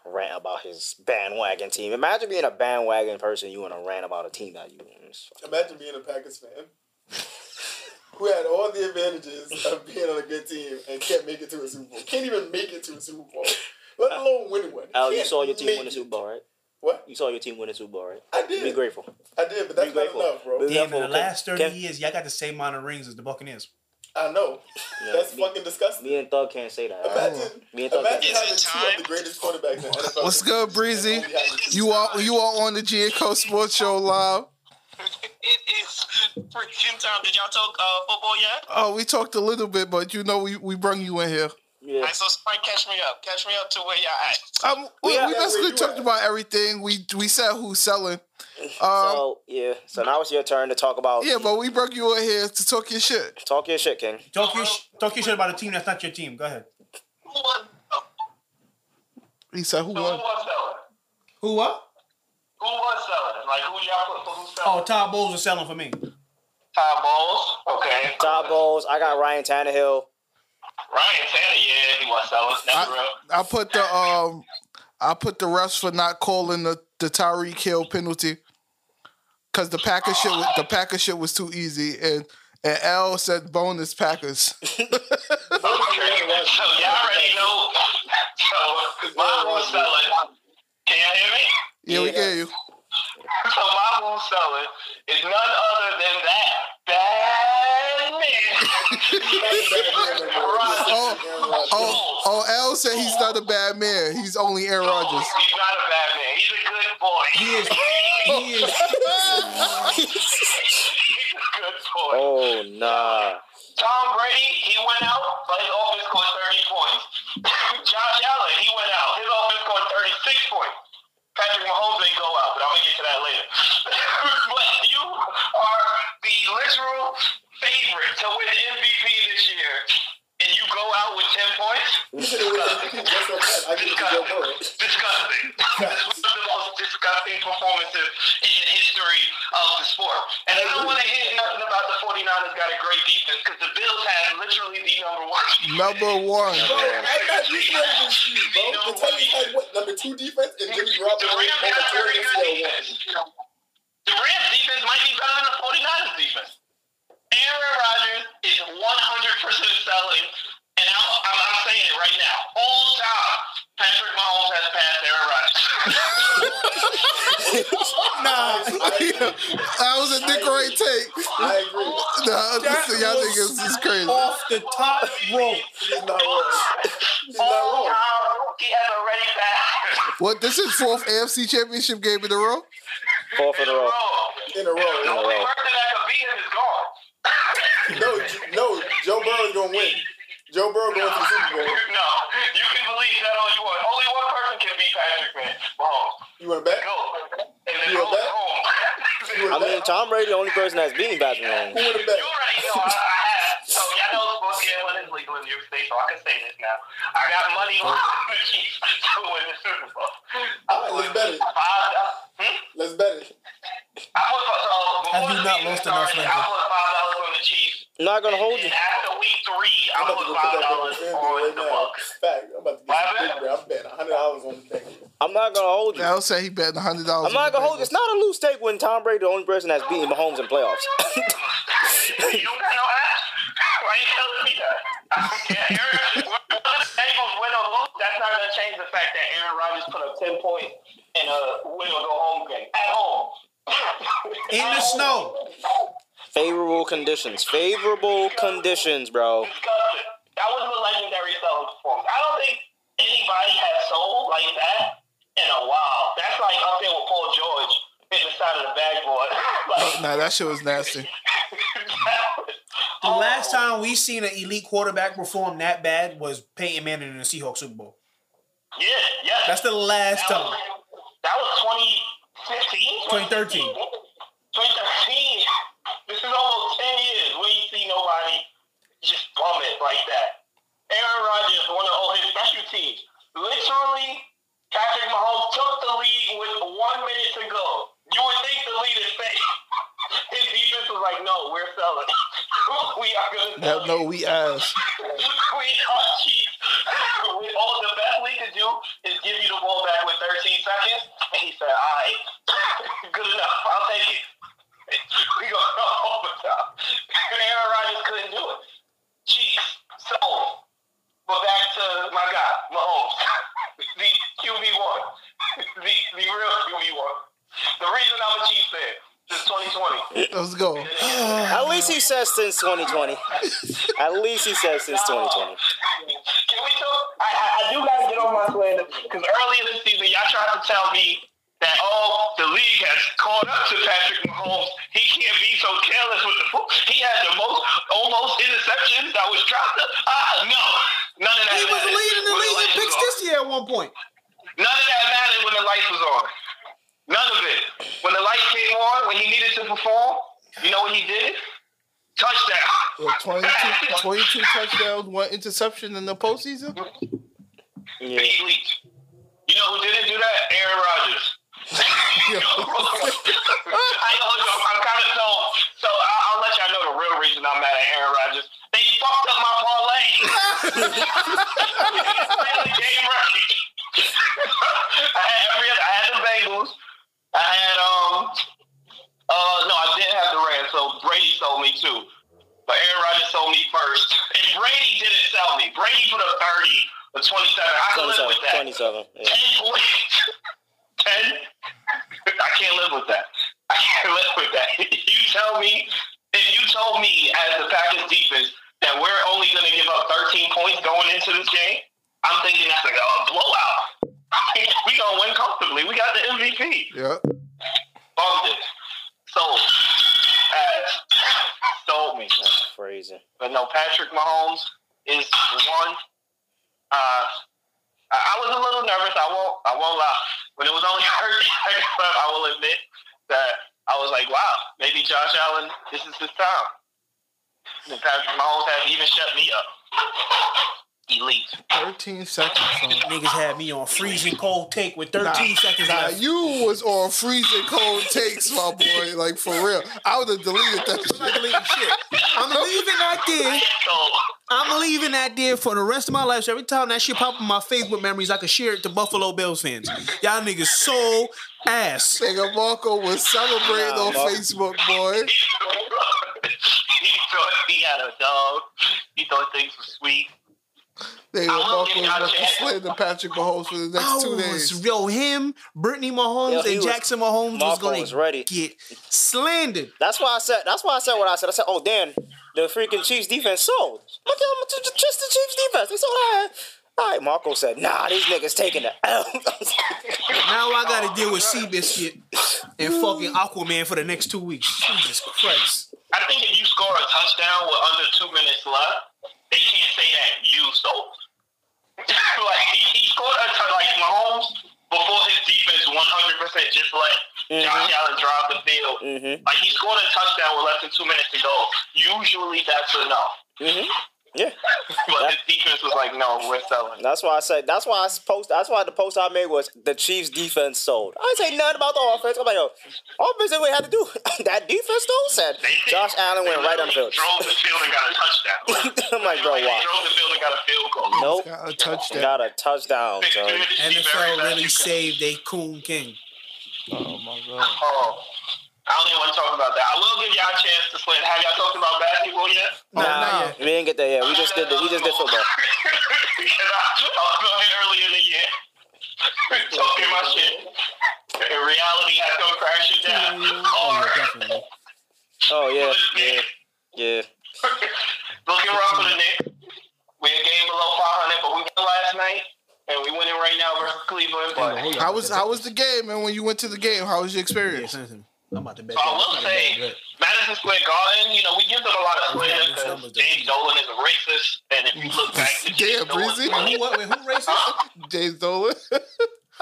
Speaker 3: rant about his bandwagon team. Imagine being a bandwagon person. You want to rant about a team that you. it's-
Speaker 5: Imagine being a Packers fan. who had all the advantages of being on a good team and can't make it to a Super Bowl. Can't even make it to a Super Bowl. Let alone win one.
Speaker 3: Al, you
Speaker 5: Can't
Speaker 3: saw your team
Speaker 5: make
Speaker 3: win the
Speaker 5: it.
Speaker 3: Super Bowl, right?
Speaker 5: What?
Speaker 3: You saw your team win the Super Bowl, right?
Speaker 5: I did.
Speaker 3: Be grateful.
Speaker 5: I did, but that's
Speaker 3: Be
Speaker 5: not
Speaker 3: grateful.
Speaker 5: enough, bro.
Speaker 3: Be-
Speaker 4: Damn, in the
Speaker 3: Kev-
Speaker 4: last 30
Speaker 3: Kev-
Speaker 4: years, y'all got the same amount of rings as the Buccaneers.
Speaker 5: I know.
Speaker 3: Yeah,
Speaker 5: that's
Speaker 3: me-
Speaker 5: fucking disgusting.
Speaker 3: Me and Thug can't say that. all right?
Speaker 5: Imagine,
Speaker 3: Me and Thug can't
Speaker 5: imagine
Speaker 3: say that.
Speaker 5: having two of the greatest quarterbacks in NFL.
Speaker 2: What's
Speaker 5: history
Speaker 2: good, Breezy?
Speaker 5: and only having two.
Speaker 2: You are you are on the G and Co Sports Show live.
Speaker 6: It is freaking time. Did y'all talk uh, football yet?
Speaker 2: Oh, we talked a little bit, but you know we, we brung you in here.
Speaker 6: All
Speaker 3: Yeah.
Speaker 6: right, so somebody catch me up. Catch me up to where y'all at.
Speaker 2: Um, we,
Speaker 3: Yeah.
Speaker 2: we
Speaker 5: Yeah,
Speaker 2: basically
Speaker 5: where you
Speaker 2: talked
Speaker 5: at?
Speaker 2: about everything. We we said who's selling. Um,
Speaker 3: So yeah. So now it's your turn to talk about.
Speaker 2: yeah, but we brung you in here to talk your shit.
Speaker 3: Talk your shit, King.
Speaker 4: Talk your, sh- talk your shit about a team that's not your team. Go ahead.
Speaker 6: Who won? uh,
Speaker 2: He said who
Speaker 6: Who
Speaker 2: won?
Speaker 6: was selling?
Speaker 4: Who what?
Speaker 6: Who was selling? Like who y'all put for who
Speaker 4: Oh,
Speaker 6: selling?
Speaker 4: Todd Bowles is selling for me.
Speaker 6: Todd Bowles. Okay.
Speaker 3: Todd Bowles. I got Ryan Tannehill.
Speaker 6: Ryan Tanner. Yeah, he was selling. That's
Speaker 2: I,
Speaker 6: real.
Speaker 2: I put the um I put the refs for not calling the the Tyreek Hill penalty because the Packers shit was, the Packers shit was too easy and and L said bonus Packers.
Speaker 6: Okay. So y'all already know. So mine was selling. Can y'all hear me?
Speaker 2: yeah, we get you.
Speaker 6: So my who's selling is none other than that bad man. Rodgers.
Speaker 2: Oh, oh, oh! L said he's not a bad man. He's only Aaron Rodgers.
Speaker 6: He's not a bad man. He's a good boy.
Speaker 4: He is. He is.
Speaker 6: He's a good boy.
Speaker 3: Oh nah.
Speaker 6: Tom Brady, he went out, but his offense scored 30 points. Josh Allen, he went out. His offense scored 36 points. Patrick Mahomes didn't go out, but I'm going to get to that later. but you are the literal favorite to win MVP this year, and you go out with 10 points?
Speaker 5: You should have won. That's what I'm saying. I give it to Joe Burrow.
Speaker 6: Disgusting. This was the most disgusting performances in the history of the sport. And I don't want to hear nothing about the 49ers got a great defense because the Bills have literally the number one.
Speaker 2: Number one.
Speaker 5: Bro, I got you better than you, bro. The Titans had what number two defense and Jimmy
Speaker 6: The
Speaker 5: Garoppolo
Speaker 6: Rams
Speaker 5: over
Speaker 6: got a very
Speaker 5: Tori
Speaker 6: good defense. The Rams defense might be better than the 49ers defense. Aaron Rodgers is 100% selling, and I'm, I'm, I'm saying it right now. All time, Patrick Mahomes has passed Aaron Rodgers.
Speaker 2: Nah, that was a Nick Ray take.
Speaker 5: I agree.
Speaker 2: Nah, listen, y'all
Speaker 4: was
Speaker 2: niggas is crazy.
Speaker 4: Off the top rope.
Speaker 5: He's not wrong. He's not
Speaker 6: All
Speaker 5: wrong.
Speaker 6: time, he has already passed.
Speaker 2: What? This is fourth AFC Championship game in a row.
Speaker 3: Fourth in a row.
Speaker 5: In a row.
Speaker 6: The
Speaker 5: yeah.
Speaker 6: only person that could beat him is gone.
Speaker 5: No, J- no, Joe Burrow's gonna win. Joe Burrow going to the Super Bowl.
Speaker 6: no, you can believe that all you want. Only one person can beat Patrick, man. Mahomes.
Speaker 5: You want to bet?
Speaker 6: Go. And then
Speaker 5: You
Speaker 6: go
Speaker 5: a bet?
Speaker 6: home.
Speaker 5: You
Speaker 3: I
Speaker 5: want to
Speaker 3: mean,
Speaker 5: bet?
Speaker 3: Tom Brady, the only person that's beating Patrick
Speaker 5: Who
Speaker 3: Mahomes.
Speaker 5: want to
Speaker 6: You
Speaker 5: bet?
Speaker 6: already know I, I have. So y'all know sports gambling is legal in New York State, so I can say this now. I got money on the Chiefs to win the Super Bowl.
Speaker 5: All right, let's bet it.
Speaker 6: Five, hmm?
Speaker 5: Let's bet it.
Speaker 6: I put so
Speaker 4: Have
Speaker 6: before
Speaker 4: you
Speaker 6: the
Speaker 4: not
Speaker 6: season
Speaker 4: lost enough
Speaker 6: started, I
Speaker 4: lately?
Speaker 6: put five dollars on the Chiefs.
Speaker 3: Not gonna hold you.
Speaker 6: And after week three, I
Speaker 5: I'm about
Speaker 6: put
Speaker 5: to go
Speaker 6: five
Speaker 5: put that
Speaker 6: dollars
Speaker 5: on FanDuel
Speaker 6: on
Speaker 5: right
Speaker 6: the
Speaker 5: now.
Speaker 6: Bucks.
Speaker 5: Fact, I'm about to
Speaker 6: Why
Speaker 5: get some
Speaker 6: bet?
Speaker 5: big bet. I'm betting hundred dollars on the thing.
Speaker 3: I'm not gonna hold you.
Speaker 2: L said he betting hundred dollars.
Speaker 3: I'm not gonna hold you. It's not a loose take when Tom Brady, the only person that's beating Mahomes in playoffs.
Speaker 6: you don't got no ass. Why you telling me that? I don't care. Aaron, whether the Bengals win or lose, that's not gonna change the fact that Aaron Rodgers put up ten points in a win or go home game at home.
Speaker 4: In the snow.
Speaker 3: Favorable conditions. Favorable conditions, bro.
Speaker 6: disgusting. That was a legendary selling performance. I don't think anybody has sold like that in a while. That's like up there with Paul George in the side of the backboard. like,
Speaker 2: Nah, that shit was nasty.
Speaker 6: that was,
Speaker 4: The last time we seen an elite quarterback perform that bad was Peyton Manning in the Seahawks Super Bowl.
Speaker 6: Yeah, yeah.
Speaker 4: That's the last
Speaker 6: that was,
Speaker 4: time.
Speaker 6: that was 2015?
Speaker 4: 2013.
Speaker 6: 2013. This is almost 10 years where you see nobody just bum it like that. Aaron Rodgers, one of all his special teams, literally, Patrick Mahomes took the lead with one minute to go. You would think the lead is safe. His defense was like, no, we're selling. we are going to sell.
Speaker 2: Hell no, we ass.
Speaker 6: we are cheap. We, all the best we could do is give you the ball back with 13 seconds. And he said, all right, good enough. I'll take it. We go to overtime. Aaron Rodgers
Speaker 2: Let's go.
Speaker 3: At least he says since 2020. At least he says since 2020.
Speaker 6: Can we talk? I, I, I do gotta get on my slander because earlier this season, y'all tried to tell me that oh, the league has caught up to Patrick Mahomes. He can't be so careless with the foot. He had the most almost interceptions that was dropped. Ah, no, none of that.
Speaker 4: He was
Speaker 6: mattered
Speaker 4: leading the
Speaker 6: when
Speaker 4: league in
Speaker 6: lights was
Speaker 4: picks
Speaker 6: on.
Speaker 4: this year at one point.
Speaker 6: None of that mattered when the lights was on. None of it. When the light came on, when he needed to perform, you know what he did? Touchdown.
Speaker 2: Well, 22, 22 touchdowns, one interception in the postseason.
Speaker 3: Yeah.
Speaker 6: Big leap. You know who didn't do that? Aaron Rodgers. I know, so I'm kind of so. So I'll, I'll let y'all know the real reason I'm mad at Aaron Rodgers. They fucked up my parlay. Played the game right. I had every. other- I had the Bengals. I had um. Uh no, I did have the Rams. So Brady sold me too. But Aaron Rodgers sold me first, and Brady didn't sell me. Brady put up thirty, or twenty-seven. I can live
Speaker 3: 27.
Speaker 6: with that.
Speaker 3: 27. Yeah.
Speaker 6: 10 points. 10? I can't live with that. I can't live with that. You tell me, if you told me as the Packers defense that we're only going to give up 13 points going into this game, I'm thinking that's like a blowout. we going to win comfortably. We got the MVP
Speaker 2: Yeah.
Speaker 6: bumped it. Sold. Ass. Sold me.
Speaker 3: That's crazy.
Speaker 6: But no, Patrick Mahomes is the one. Uh, I, I was a little nervous. I won't. I won't lie. When it was only 30 seconds left, I will admit that I was like, "Wow, maybe Josh Allen, this is his time." And Patrick Mahomes has even shut me up. Elite.
Speaker 2: 13 seconds. son.
Speaker 4: Niggas had me on freezing cold take with 13 seconds
Speaker 2: Nah,
Speaker 4: left.
Speaker 2: you was on freezing cold takes, my boy. Like for real, I would have deleted that.
Speaker 4: I'm leaving shit. I'm leaving that there.
Speaker 6: So
Speaker 4: I'm leaving that there for the rest of my life. So every time that shit pop in my Facebook memories, I can share it to Buffalo Bills fans. Y'all niggas so ass.
Speaker 2: Nigga Marco was celebrating
Speaker 3: Nah,
Speaker 2: on
Speaker 3: Marco-
Speaker 2: Facebook, boy.
Speaker 6: he thought he had a dog. He thought things were sweet.
Speaker 2: Nigga
Speaker 6: I will
Speaker 2: Marco
Speaker 6: give
Speaker 2: was
Speaker 6: y'all
Speaker 2: about to
Speaker 6: chance.
Speaker 2: slander Patrick Mahomes for the
Speaker 4: I
Speaker 2: next two
Speaker 4: was
Speaker 2: days.
Speaker 4: yo him, Brittany Mahomes,
Speaker 3: Yo, he
Speaker 4: and
Speaker 3: was-
Speaker 4: Jackson Mahomes was
Speaker 3: Marco
Speaker 4: gonna
Speaker 3: was ready.
Speaker 4: get slandered.
Speaker 3: That's why I said. That's why I said what I said. I said, "Oh, damn, the freaking Chiefs defense sold." Look at them, ju- ju- just the Chiefs defense. They sold that. All right, Marco said, "Nah, these niggas taking the L."
Speaker 4: Now I gotta deal with Seabiscuit and fucking Aquaman for the next two weeks. Jesus Christ.
Speaker 6: I think if you score a touchdown with under two minutes left, they can't say that you sold. like he scored a touchdown, like Mahomes before his defense 100 percent just let
Speaker 3: Mm-hmm.
Speaker 6: Josh Allen drive the field.
Speaker 3: Mhm.
Speaker 6: Like he scored a touchdown with less than two minutes to go. Usually that's enough,
Speaker 3: hmm Yeah,
Speaker 6: but his defense was like, no, we're selling.
Speaker 3: that's why I said. That's why I s- post. That's why the post I made was the Chiefs defense sold. I didn't say nothing about the offense. I'm like, yo, offense did what it had to do. that defense though said Josh Allen went right on the field.
Speaker 6: Drove the field and got a touchdown.
Speaker 3: I'm like, bro,
Speaker 6: Like, they
Speaker 3: why?
Speaker 6: drove the field and got a field goal.
Speaker 3: Nope,
Speaker 2: Got a touchdown.
Speaker 3: got a touchdown,
Speaker 6: Six
Speaker 3: son.
Speaker 6: good to see very
Speaker 4: NFL
Speaker 6: bad
Speaker 4: really
Speaker 6: you can-
Speaker 4: saved a coon king.
Speaker 2: Oh my
Speaker 6: Oh,
Speaker 2: god.
Speaker 6: I don't even want to talk about that. I will give y'all a chance to slip. Have y'all talked about basketball yet?
Speaker 4: Nah,
Speaker 2: nah.
Speaker 4: nah.
Speaker 3: We didn't get that yet. We just did. The, we just did football.
Speaker 6: Because I I was on it earlier in the year. talking my shit. And reality has come crashing down.
Speaker 4: Oh,
Speaker 6: Hard.
Speaker 4: yeah, definitely.
Speaker 3: Oh yeah, yeah, yeah.
Speaker 6: Looking rough for the Knicks. We're a game below 500, but we won last night. And we winning right now versus Cleveland. But
Speaker 4: Hold on,
Speaker 2: How was how was the game, man? When you went to the game, how was your
Speaker 4: Yeah,
Speaker 2: experience?
Speaker 4: listen, I'm about to bet.
Speaker 6: I
Speaker 4: that.
Speaker 6: will
Speaker 4: I'm about to
Speaker 6: say,
Speaker 4: bet that.
Speaker 6: Madison Square Garden, you know, we give them a lot of credit because James Dolan is a racist. And if you look back to
Speaker 2: Damn, Breezy.
Speaker 4: Wait, who, what, wait, who racist?
Speaker 2: James Dolan.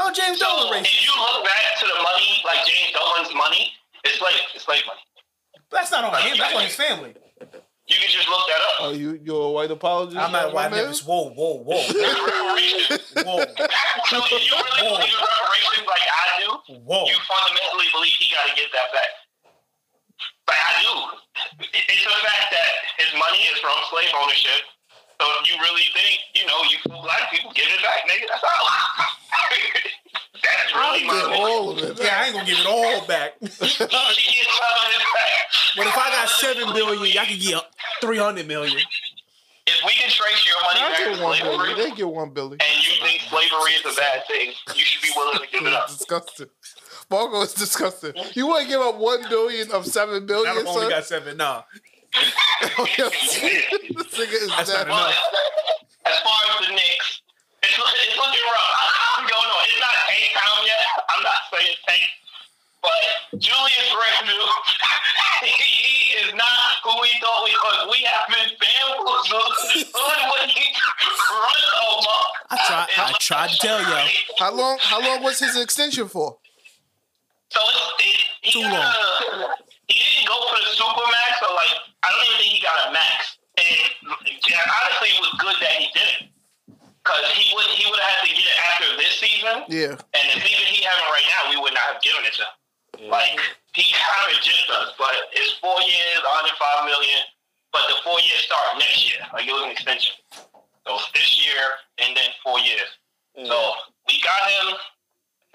Speaker 4: Oh, James
Speaker 6: So
Speaker 4: Dolan racist.
Speaker 6: if you look back to the money, like James Dolan's money, it's slave, it's slave money.
Speaker 4: That's not on him. That's on his family.
Speaker 6: You can just look that up.
Speaker 2: oh, you you a white apologist?
Speaker 4: I'm not
Speaker 2: my
Speaker 4: white
Speaker 2: man?
Speaker 4: niggas. Whoa, whoa, whoa,
Speaker 6: Reparations.
Speaker 4: whoa,
Speaker 6: so if you really believe in reparations like I do,
Speaker 4: whoa.
Speaker 6: you
Speaker 2: Oh.
Speaker 6: fundamentally believe he got to get that back. Like I do. It- It's a fact that his money is from slave ownership. So if you really think, you know, you fool black people, give it back, nigga. That's all. That's really my
Speaker 2: Yeah,
Speaker 6: opinion.
Speaker 2: all of it.
Speaker 4: Yeah, I ain't gonna give it all back.
Speaker 6: He gets some of his back.
Speaker 4: But if I got seven billion, y'all can get three hundred million.
Speaker 6: If we can trace your money
Speaker 2: I
Speaker 6: back to
Speaker 2: get one
Speaker 6: slavery,
Speaker 2: billion. They get one billion.
Speaker 6: and you think slavery is a bad thing, you should be willing to give it up.
Speaker 2: It's disgusting. Spargo is disgusting. You want to give up one billion of seven
Speaker 4: Not
Speaker 2: billion,
Speaker 4: if only
Speaker 2: son?
Speaker 4: got seven. Nah,
Speaker 2: this nigga is
Speaker 4: That's
Speaker 2: dead.
Speaker 4: not enough.
Speaker 6: But as far as the Knicks, it's, it's looking rough. I don't know what's going on. It's not tank time yet. I'm not saying tank. But Julius Randle, he is not who we thought we was. We have been bamboozled. hoodwinked, run over.
Speaker 4: I tried. I tried to tell y'all.
Speaker 2: How long? How long was his extension for?
Speaker 6: So it's, it, he
Speaker 4: Too
Speaker 6: got
Speaker 4: long.
Speaker 6: A, he didn't go for the super max, or like I don't even think he got a max. And yeah, honestly, it was good that he didn't, because he would he would have had to get it after this season.
Speaker 2: Yeah.
Speaker 6: And the season he having right now, we would not have given it to him. Like he kind of gypped us, but it's four years, 105 million. But the four years start next year. Like it was an extension. So it's this year and then four years.
Speaker 4: Mm.
Speaker 6: So we got him.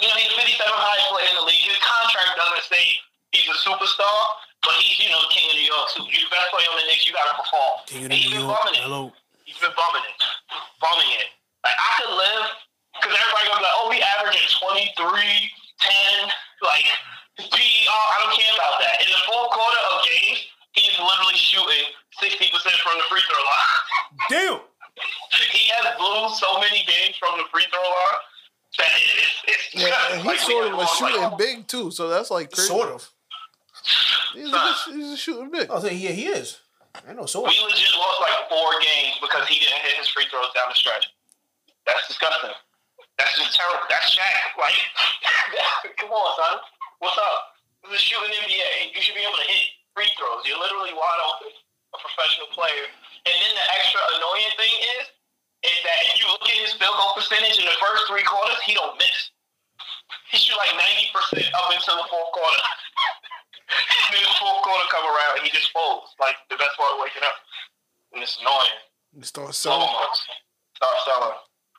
Speaker 6: You know, he's 57 highest player in the league. His contract doesn't say he's a superstar, but he's you know king of New York too. You're the best player on the Knicks. You gotta perform.
Speaker 4: King of
Speaker 6: And he's been
Speaker 4: New York.
Speaker 6: bumming it.
Speaker 4: Hello.
Speaker 6: He's been bumming it, bumming it. Like I could live because everybody gonna be like, oh, we averaging 23, 10, like PER. I don't care about that. In the fourth quarter of games, he's literally shooting 60 percent from the free throw line.
Speaker 4: Damn.
Speaker 6: he has blew so many games from the free throw line. That it, it's, it's
Speaker 2: Yeah, and he
Speaker 6: like, we
Speaker 2: sort of
Speaker 6: have
Speaker 2: was
Speaker 6: lost, like, oh.
Speaker 2: shooting big too, so that's like crazy.
Speaker 4: Sort of.
Speaker 2: He's a, good, sh- he's a shooting big.
Speaker 4: I was like, yeah, he is. I know. So
Speaker 6: We legit lost like four games because he didn't hit his free throws down the stretch. That's disgusting. That's just terrible. That's Shaq. Like, come on, son. What's up? This is shooting NBA. You should be able to hit free throws. You're literally wide open, a professional player. And then the extra annoying thing is, is that if you look at his field goal percentage in the first three quarters, he don't miss. He shoot like ninety percent up until the fourth quarter. and then the fourth quarter come around and he just folds. Like the best part of waking up. And it's annoying.
Speaker 2: He started
Speaker 6: So
Speaker 2: selling.
Speaker 6: Star Seller.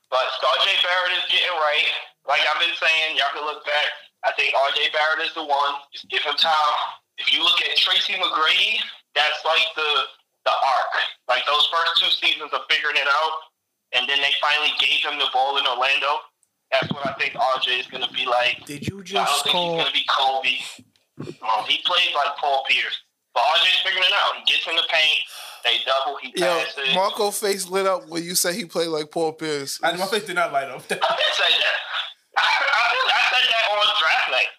Speaker 6: But Star J Barrett is getting right. Like I've been saying, y'all can look back. I think RJ Barrett is the one. Just give him time. If you look at Tracy McGrady, that's like the the arc. Like those first two seasons of figuring it out, and then they finally gave him the ball in Orlando. That's what I think RJ is gonna be like.
Speaker 4: did you
Speaker 6: I don't
Speaker 4: just
Speaker 6: think
Speaker 4: call?
Speaker 6: he's gonna be Kobe. Um, he plays like Paul Pierce, but RJ's figuring it out. He gets in the paint, they double, he
Speaker 2: Yo,
Speaker 6: passes.
Speaker 2: Marco face lit up when you said he played like Paul Pierce.
Speaker 4: I, my face did not light up.
Speaker 6: I did say that. I, I, did- I said that on draft night.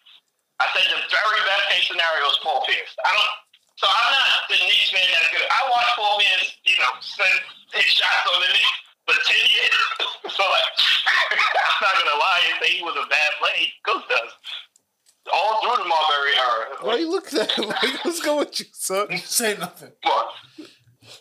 Speaker 6: I said the very best case scenario is Paul Pierce. I don't. So I'm not the Knicks fan that's good. I watched Paul Pierce, you know, send his shots on the Knicks for ten years. so like, I'm not gonna lie and say he was a bad play. Goose does. All through the Marbury era.
Speaker 2: Why you looking at him? Like, what's going with you, son?
Speaker 4: Say nothing.
Speaker 6: What?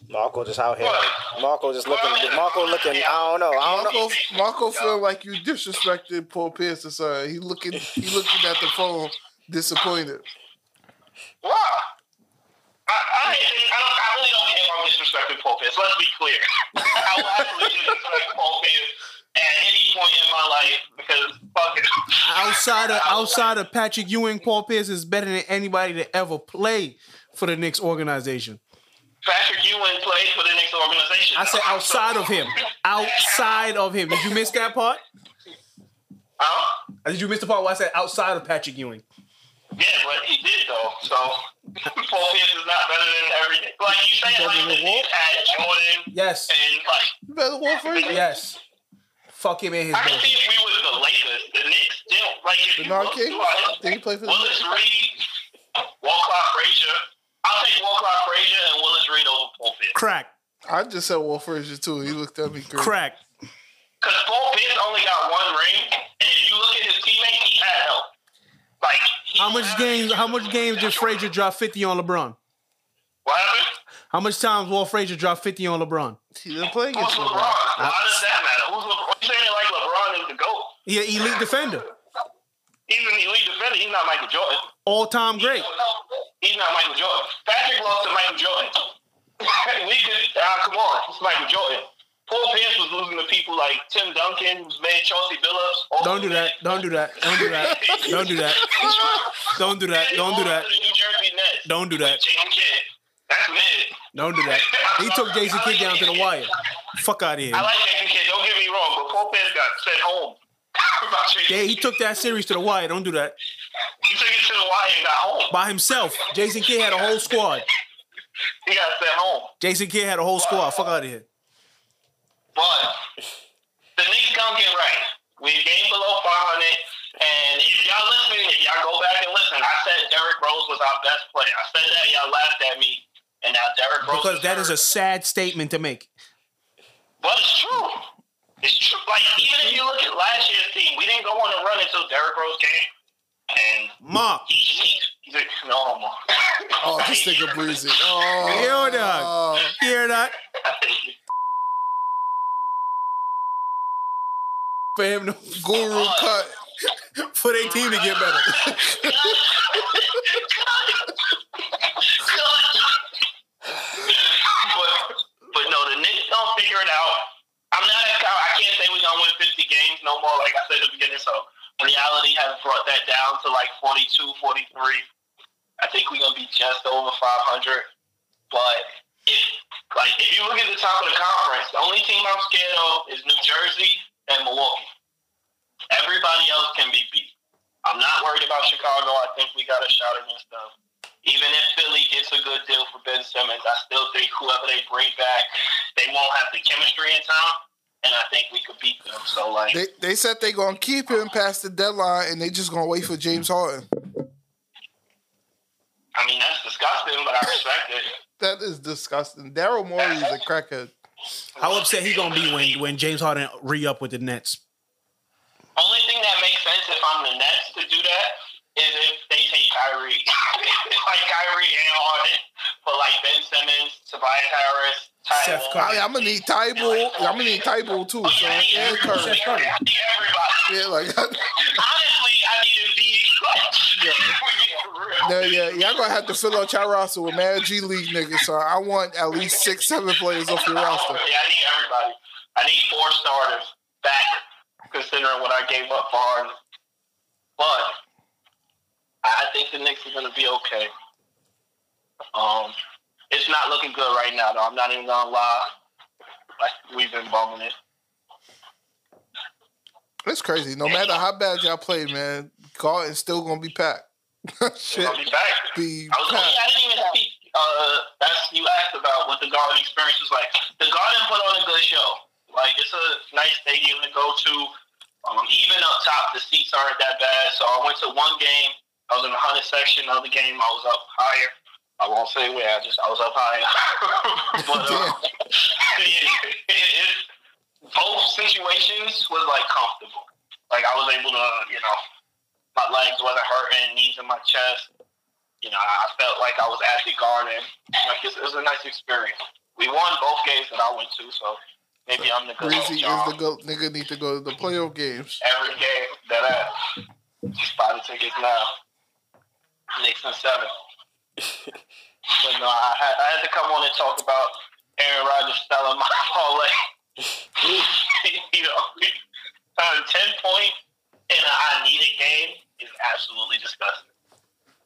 Speaker 3: Marco just out here. like, Marco just looking. Marco looking. I don't know. I don't know.
Speaker 2: Marco, Marco feel like you disrespected Paul Pierce or something. He looking, he looking at the phone, disappointed.
Speaker 6: Wow. I, Ah! I, I, don't, I really don't care if I'm disrespecting Paul Pierce. Let's be clear. I will absolutely disrespect Paul Pierce at any point in my life because fuck it.
Speaker 4: Outside of
Speaker 6: I will-
Speaker 4: outside of Patrick Ewing, Paul Pierce is better than anybody to ever play for the Knicks organization.
Speaker 6: Patrick Ewing played for the Knicks organization.
Speaker 4: I said outside of him. Outside of him. Did you miss that part?
Speaker 6: Huh?
Speaker 4: Did you miss the part where I said outside of Patrick Ewing?
Speaker 6: Yeah, but he did though. So Paul Pierce is not better than everything. Like you said, like the Knicks had Jordan
Speaker 4: Yes.
Speaker 6: and like
Speaker 2: You better walk for it.
Speaker 4: Yes. Fuck him and his
Speaker 6: I can see
Speaker 4: business.
Speaker 6: if we was the Lakers, the Knicks still like if you
Speaker 2: Bernard
Speaker 6: look
Speaker 2: King?
Speaker 6: throughout-
Speaker 2: Did he play for the
Speaker 6: Willis Reed, Walcott Frazier. I'll take Walcott Frazier and Willis Reed over Paul Pierce.
Speaker 4: Crack.
Speaker 2: I just said Wolf Frazier too. He looked at me crazy.
Speaker 4: Crack.
Speaker 6: Because Paul Pierce only got one ring, and if you look at his teammate, he had help. Like he
Speaker 4: How much
Speaker 6: had-
Speaker 4: games how much games did Frazier drop 50 on LeBron?
Speaker 6: What happened?
Speaker 4: How much times will Frazier drop 50 on LeBron?
Speaker 2: He didn't play
Speaker 6: Who's
Speaker 2: against
Speaker 6: LeBron?
Speaker 2: LeBron.
Speaker 6: Why does that matter? Who's LeBron? You saying it like LeBron is the goat?
Speaker 4: He an elite defender.
Speaker 6: He's an elite defender. He's not Michael Jordan.
Speaker 4: All time great.
Speaker 6: He's not Michael Jordan. Patrick lost to Michael Jordan. we could, uh, come on, it's Michael Jordan. Paul Pierce was losing to people like Tim Duncan, who's made Chauncey Billups. all-
Speaker 4: Don't do that. Don't do that. Don't do that. Don't do that. Don't do that.
Speaker 6: He
Speaker 4: Don't do
Speaker 6: lost
Speaker 4: that.
Speaker 6: to the New Jersey Nets.
Speaker 4: Don't do that.
Speaker 6: Jason Kidd. That's mid.
Speaker 4: Don't do that. He took Jason Kidd down to the wire. Fuck out of here.
Speaker 6: I like Jason Kidd. Don't get me wrong, but Paul Pierce got sent home. by Jason
Speaker 4: Yeah, he
Speaker 6: Kidd.
Speaker 4: took that series to the wire. Don't do that.
Speaker 6: Bryant got home.
Speaker 4: by himself. Jason Kidd had a whole squad.
Speaker 6: He got sent home.
Speaker 4: Jason Kidd had a whole squad. Fuck out of here.
Speaker 6: But the Knicks gonna get right. We came below 500, and if y'all listening, if y'all go back and listen, I said Derrick Rose was our best player. I said that y'all laughed at me, and now Derrick Rose.
Speaker 4: Because that is a
Speaker 6: hurt.
Speaker 4: sad statement to make.
Speaker 6: But it's true. It's true. Like even if you look at last year's team, we didn't go on a run until Derrick Rose came, and
Speaker 4: Mark.
Speaker 6: he he he's a normal.
Speaker 2: Oh, this nigga breezy. Oh,
Speaker 4: Yo,
Speaker 2: oh.
Speaker 4: dog. Hear that? For him to
Speaker 2: guru cut.
Speaker 4: for their team to get better.
Speaker 6: but but no, the Knicks don't figure it out. I'm not as I can't say we're gonna win 50 games no more. Like I said at the beginning, so reality has brought that down to like 42, 43. I think we're gonna be just over 500. But if like if you look at the top of the conference, the only team I'm scared of is New Jersey and Milwaukee. Everybody else can be beat. I'm not worried about Chicago. I think we got a shot against them. Even if Philly gets a good deal for Ben Simmons, I still think whoever they bring back, they won't have the chemistry in town, and I think we could beat them. So like,
Speaker 2: They, they said they gonna keep him past the deadline, and they just gonna wait for James Harden.
Speaker 6: I mean, that's disgusting, but I respect it.
Speaker 2: That is disgusting. Daryl Morey is a crackhead.
Speaker 4: How upset he gonna be when, when James Harden re up with the Nets?
Speaker 6: Only thing that makes sense if I'm the Nets to do that is if they take Kyrie, like Kyrie and Harden, but like Ben Simmons, Tobias Harris,
Speaker 4: Seth
Speaker 6: Tyler.
Speaker 4: Curry.
Speaker 2: I, I'm gonna need Tybull. I'm gonna need Tybull too. So and Curry.
Speaker 6: I need everybody.
Speaker 2: Yeah, like
Speaker 6: Honestly, I need to be like, yeah.
Speaker 2: no, yeah, y'all gonna have to fill out your roster with Mad G League niggas. So I want at least six, seven players off your roster.
Speaker 6: Yeah, Oh, I need everybody. I need four starters back, considering what I gave up for Harden. But I think the Knicks are going to be okay. Um, it's not looking good right now, though. I'm not even going to lie. Like, we've been bumming it.
Speaker 2: It's crazy. No matter how bad y'all play, man, Garden's still gonna be packed. Shit,
Speaker 6: I'll be back.
Speaker 2: be
Speaker 6: I was oh, yeah,
Speaker 2: packed.
Speaker 6: I didn't even speak. Uh, that's you asked about what the garden experience was like. The garden put on a good show. Like it's a nice stadium to go to. Um, even up top, the seats aren't that bad. So I went to one game. I was in the hundred section. Other game, I was up higher. I won't say where. I just I was up higher. but uh, it, it, it, both situations was like comfortable. Like I was able to, you know, my legs wasn't hurting, knees in my chest you know, I felt like I was at the garden. Like it's, it was a nice experience. We won both games that I went to, so maybe I'm the good
Speaker 2: Breezy is
Speaker 6: old
Speaker 2: the
Speaker 6: John.
Speaker 2: go- nigga. Need to go to the playoff games.
Speaker 6: Every game that I just buy the tickets now. Knicks and seven. but no, I had, I had to come on and talk about Aaron Rodgers selling my parlay. you know, uh, ten point in a I need a game is absolutely disgusting.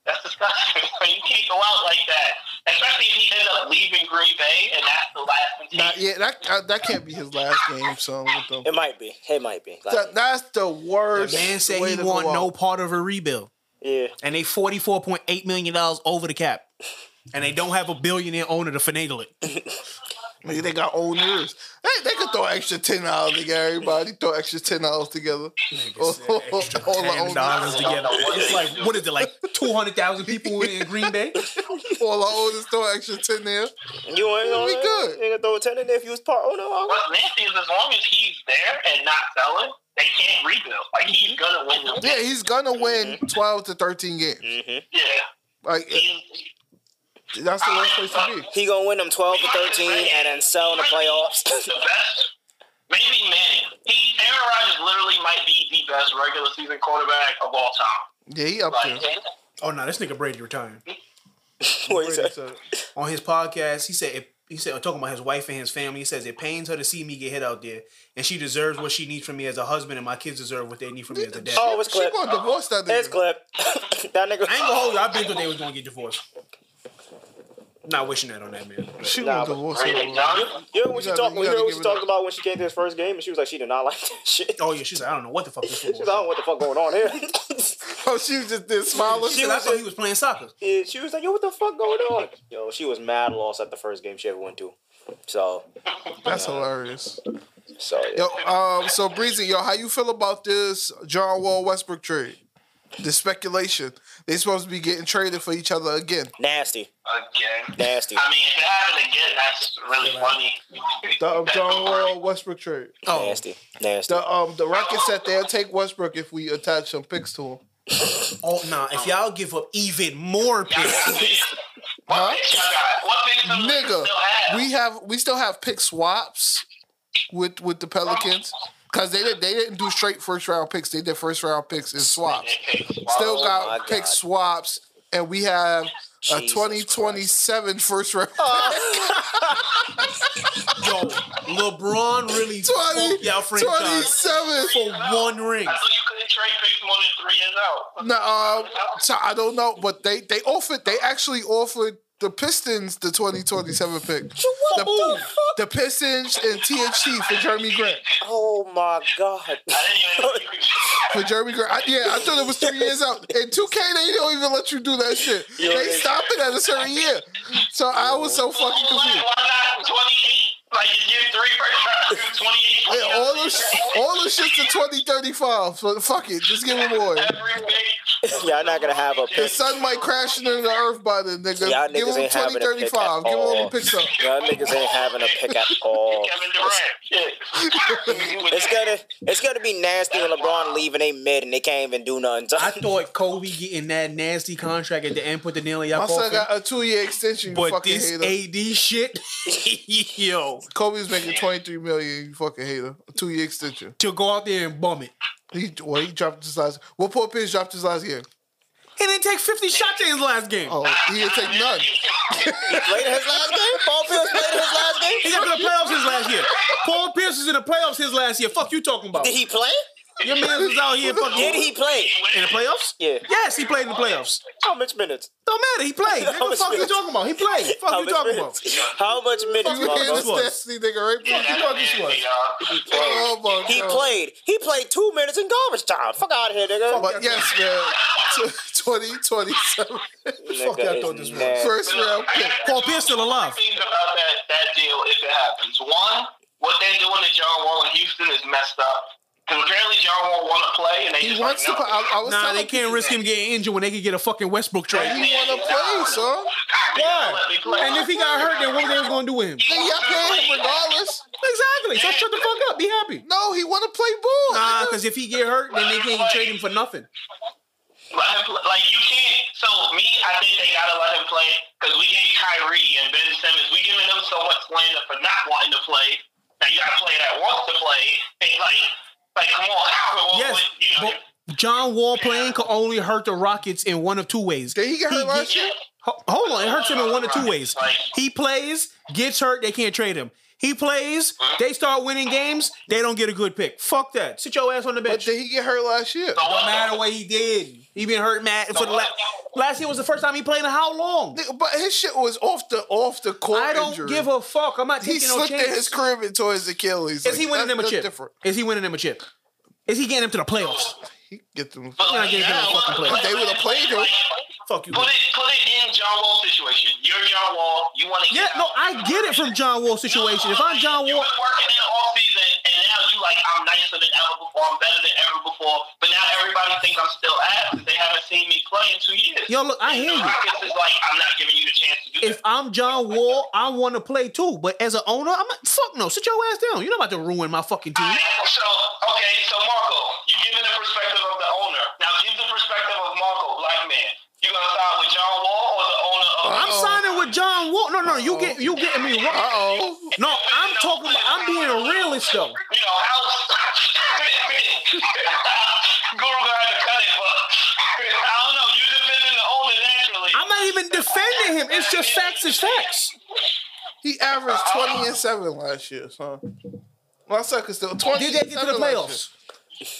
Speaker 6: That's disgusting. Like, you can't go out like that, especially if he ends up leaving Green Bay and that's the last.
Speaker 2: Nah,
Speaker 6: contest.
Speaker 2: yeah, that uh, that can't be his last game. So with them.
Speaker 3: It might be. It might be. Like,
Speaker 2: That, that's the worst.
Speaker 4: Man said
Speaker 2: way
Speaker 4: he
Speaker 2: to
Speaker 4: want
Speaker 2: go
Speaker 4: no
Speaker 2: out.
Speaker 4: part of a rebuild.
Speaker 3: yeah.
Speaker 4: And they $44.8 million over the cap. And they don't have a billionaire owner to finagle it.
Speaker 2: Nigga, They got old news. They, they could throw extra ten dollars together. Everybody throw extra ten dollars together. All the
Speaker 4: Ten
Speaker 2: owners,
Speaker 4: dollars together. It's like, what is it, like 200,000 people in Green Bay?
Speaker 2: all the owners throw extra ten there.
Speaker 3: You ain't gonna,
Speaker 2: We good.
Speaker 3: You ain't gonna throw a ten in there if you was part owner. all right.
Speaker 6: What's nasty is as long as he's there and not selling, they can't rebuild. Like he's gonna win them.
Speaker 2: Yeah, he's gonna win twelve to thirteen games.
Speaker 3: Mhm.
Speaker 6: Yeah.
Speaker 2: Like
Speaker 6: He's,
Speaker 2: that's the worst place to be.
Speaker 3: He gonna win them twelve to thirteen and then sell in the playoffs.
Speaker 6: the best. Maybe Manning. He, Aaron Rodgers literally might be the best regular season quarterback of all time.
Speaker 2: Yeah, he up
Speaker 6: Like,
Speaker 2: there.
Speaker 4: Oh, no, this nigga Brady retired.
Speaker 3: what he said.
Speaker 4: on his podcast, he said it, he said talking about his wife and his family. He says it pains her to see me get hit out there, and she deserves what she needs from me as a husband, and my kids deserve what they need from me as a dad.
Speaker 3: Oh, it's
Speaker 2: She
Speaker 3: clip.
Speaker 2: gonna divorce that
Speaker 3: It's
Speaker 2: nigga.
Speaker 3: clip. that nigga.
Speaker 4: I ain't gonna hold you. I been thought they was gonna get divorced. Not wishing that on that man.
Speaker 2: She gonna
Speaker 3: Nah, but-
Speaker 2: divorce that
Speaker 6: Brady,
Speaker 2: nigga.
Speaker 6: John,
Speaker 3: You know what she
Speaker 2: You gotta-
Speaker 3: talked.
Speaker 2: you
Speaker 3: You know
Speaker 2: gotta
Speaker 3: what she
Speaker 2: give it
Speaker 3: talked
Speaker 2: up.
Speaker 3: about when she came to his first game, and she was like, she did not like that shit.
Speaker 4: Oh yeah, she's like, I don't know what the fuck this
Speaker 3: She's
Speaker 4: football.
Speaker 3: like, I don't know what the fuck going on here.
Speaker 2: Yo, Oh, she was just there smiling.
Speaker 4: Shit, I thought he was playing soccer.
Speaker 3: Yeah, she was like, "Yo, what the fuck going on?" Yo, she was mad lost at the first game she ever went to. So,
Speaker 2: That's hilarious.
Speaker 3: so yeah.
Speaker 2: Yo, um, so Breezy, yo, how you feel about this John Wall Westbrook trade? The speculation. They supposed to be getting traded for each other again.
Speaker 3: nasty,
Speaker 6: Again.
Speaker 3: nasty.
Speaker 6: I mean, if it happened again, that's really funny.
Speaker 2: The um, John Wall Westbrook trade.
Speaker 4: Oh,
Speaker 3: Nasty, nasty.
Speaker 2: The um the Rockets said they'll take Westbrook if we attach some picks to him.
Speaker 4: oh nah, if y'all give up even more picks,
Speaker 2: Huh?
Speaker 6: What things do we
Speaker 2: Nigga,
Speaker 6: still have?
Speaker 2: we have we still have pick swaps with with the Pelicans because they did they didn't do straight first round picks. They did first round picks and swaps. Still
Speaker 3: Oh my
Speaker 2: got
Speaker 3: God.
Speaker 2: pick swaps, and we have a
Speaker 3: Jesus Oh,
Speaker 2: 2027 first round.
Speaker 4: yo, LeBron
Speaker 2: 20,
Speaker 4: really fucked y'all franchise
Speaker 2: 27
Speaker 4: for one ring.
Speaker 6: I thought you couldn't trade picks more than three years out.
Speaker 2: No, um, so I don't know, but they they offered they actually offered the Pistons the 2027 pick.
Speaker 3: What
Speaker 2: The, the Pistons and THT for Jeremy Grant.
Speaker 3: Oh my god.
Speaker 6: I didn't even know you could.
Speaker 2: For Jeremy Grant, I, yeah, I thought it was three years out. In 2K, they don't even let you do that shit. they
Speaker 3: they-
Speaker 2: stop it at a certain year. So I was so fucking confused.
Speaker 6: Why not 28? Like, you give three first round, 28.
Speaker 2: Hey, all those, all those shits to 2035. So fuck it, just give him away.
Speaker 6: Every day.
Speaker 3: Y'all not gonna have a
Speaker 2: The
Speaker 3: pick.
Speaker 2: sun might crash into the earth by then, nigga.
Speaker 3: Y'all
Speaker 2: give
Speaker 3: niggas
Speaker 2: him
Speaker 3: ain't having a pick at
Speaker 2: 2035. Give him all
Speaker 3: all.
Speaker 2: the picks up.
Speaker 3: Y'all niggas ain't having a pick at all.
Speaker 6: Kevin Durant. Shit.
Speaker 3: It's gonna, it's gonna be nasty when LeBron leaving they mid and they can't even do nothing.
Speaker 4: I thought Kobe getting that nasty contract at the end put the nail in y'all
Speaker 2: My son
Speaker 4: coffin.
Speaker 2: got a two year extension. You
Speaker 4: But
Speaker 2: fucking
Speaker 4: this
Speaker 2: hater.
Speaker 4: AD shit, yo,
Speaker 2: Kobe's making twenty three million. You fucking hater. A two year extension.
Speaker 4: to go out there and bum it.
Speaker 2: He well, he dropped his last. What Paul Pierce dropped his last game?
Speaker 4: He didn't take 50 shots in his last game.
Speaker 2: Oh, he didn't take none.
Speaker 3: Played his last game. Paul Pierce played his last
Speaker 4: He
Speaker 3: game.
Speaker 4: got to the playoffs his last year. Paul Pierce was in the playoffs his last year. Fuck you talking about?
Speaker 3: Did he play?
Speaker 4: Your man was out here fucking
Speaker 3: Did he play?
Speaker 4: in the playoffs?
Speaker 3: Yeah.
Speaker 4: Yes, he played in the playoffs.
Speaker 3: How much minutes?
Speaker 4: Don't matter. He played. Nigga,
Speaker 3: How much
Speaker 4: fuck you
Speaker 3: minutes?
Speaker 4: talking about? He played. Fuck
Speaker 3: How
Speaker 4: you
Speaker 3: much
Speaker 4: talking about?
Speaker 3: minutes? How much minutes?
Speaker 2: You hear this
Speaker 3: Marcos?
Speaker 4: was.
Speaker 2: nasty nigga right there. You know this was.
Speaker 3: He played.
Speaker 2: Oh my
Speaker 3: He
Speaker 2: God.
Speaker 3: played. He played two minutes in garbage time. Fuck out of here,
Speaker 2: Oh,
Speaker 3: nigga.
Speaker 2: But yes, man. Twenty twenty seven.
Speaker 3: Nigga
Speaker 4: fuck y'all
Speaker 3: is
Speaker 4: thought this was.
Speaker 3: nasty.
Speaker 2: First round pick.
Speaker 4: Paul Pierce still alive.
Speaker 6: things about that, that deal if it happens. One, what they're doing to John Wall in Houston is messed up. Because apparently John Wall want to play, and they
Speaker 2: He
Speaker 6: just
Speaker 2: wants to.
Speaker 6: like,
Speaker 2: play.
Speaker 6: no.
Speaker 2: I, I was
Speaker 4: Nah,
Speaker 2: telling
Speaker 4: they
Speaker 2: people
Speaker 4: can't risk him getting injured when they could get a fucking Westbrook
Speaker 2: He
Speaker 4: trade.
Speaker 2: want to play, son.
Speaker 6: Why? Let me play.
Speaker 4: And if he got hurt, then what they was gonna do with him?
Speaker 2: Nigga, y'all paying him regardless.
Speaker 4: Exactly. So shut the fuck up. Be happy.
Speaker 2: No, he want to play ball.
Speaker 4: Nah,
Speaker 2: nigga.
Speaker 4: because if he get hurt, then they can't trade him for nothing.
Speaker 6: Let him, like you can't. So me, I think they gotta let him play because we gave Kyrie and Ben Simmons. We giving them so much slander for not wanting to play. Now you got a player that wants to play. And like, like come on.
Speaker 4: Yes,
Speaker 6: you know,
Speaker 4: but John Wall playing could only hurt the Rockets in one of two ways.
Speaker 2: Did he get hurt last
Speaker 6: yeah.
Speaker 2: year?
Speaker 4: Ho- Hold on, it hurts him in one of two ways. He plays, gets hurt, they can't trade him. He plays, they start winning games, they don't get a good pick. Fuck that. Sit your ass on the
Speaker 2: But
Speaker 4: bench.
Speaker 2: did he get hurt last year?
Speaker 4: No matter what he did, he been hurt mad for the last. Last year was the first time he played in how long?
Speaker 2: Nigga, But his shit was off the off the court.
Speaker 4: I don't
Speaker 2: injury.
Speaker 4: give a fuck. I'm not
Speaker 2: He
Speaker 4: taking no
Speaker 2: slipped in his
Speaker 4: chance.
Speaker 2: crib and tore his Achilles.
Speaker 4: Is he winning them a
Speaker 2: that's
Speaker 4: chip?
Speaker 2: Different.
Speaker 4: Is he winning them a chip? Is he getting him to the playoffs?
Speaker 2: He get them.
Speaker 4: You're not getting him to the fucking playoffs.
Speaker 2: They would have played him.
Speaker 4: Fuck you.
Speaker 6: Put it, put it in John Wall situation. You're John Wall. You want to
Speaker 4: Yeah,
Speaker 6: get
Speaker 4: no,
Speaker 6: out.
Speaker 4: I get it from John Wall situation. If I'm John
Speaker 6: You've
Speaker 4: Wall,
Speaker 6: been working in the off season, and now you like I'm nicer than ever before. I'm better than ever before. But now everybody thinks I'm still ass because they haven't seen me play in two years.
Speaker 4: yo, look, I hear
Speaker 6: the
Speaker 4: you.
Speaker 6: Rockets is like I'm not giving you the chance to do
Speaker 4: If
Speaker 6: that.
Speaker 4: I'm John Wall, I want to play too. But as an owner, I'm like, fuck no. Sit your ass down. You're not about to ruin my fucking
Speaker 6: So
Speaker 4: team.
Speaker 6: okay, so Marco, you giving the perspective of the owner. Now give the perspective of Marco, black man. You gonna side with John Wall or the owner of?
Speaker 4: Oh, I'm signing with John Wall. No, no, you get you getting me
Speaker 2: Uh
Speaker 4: wrong.
Speaker 2: oh.
Speaker 4: No, I'm talking about. I'm being a realist though.
Speaker 6: you know, Alex. Guru gonna have to cut it, but I don't know. You're defending the owner naturally.
Speaker 4: I'm not even defending him. It's just facts is facts.
Speaker 2: He averaged twenty and seven last year. So my sucker still twenty.
Speaker 4: Did they get to the
Speaker 2: and seven last
Speaker 4: playoffs?
Speaker 2: year.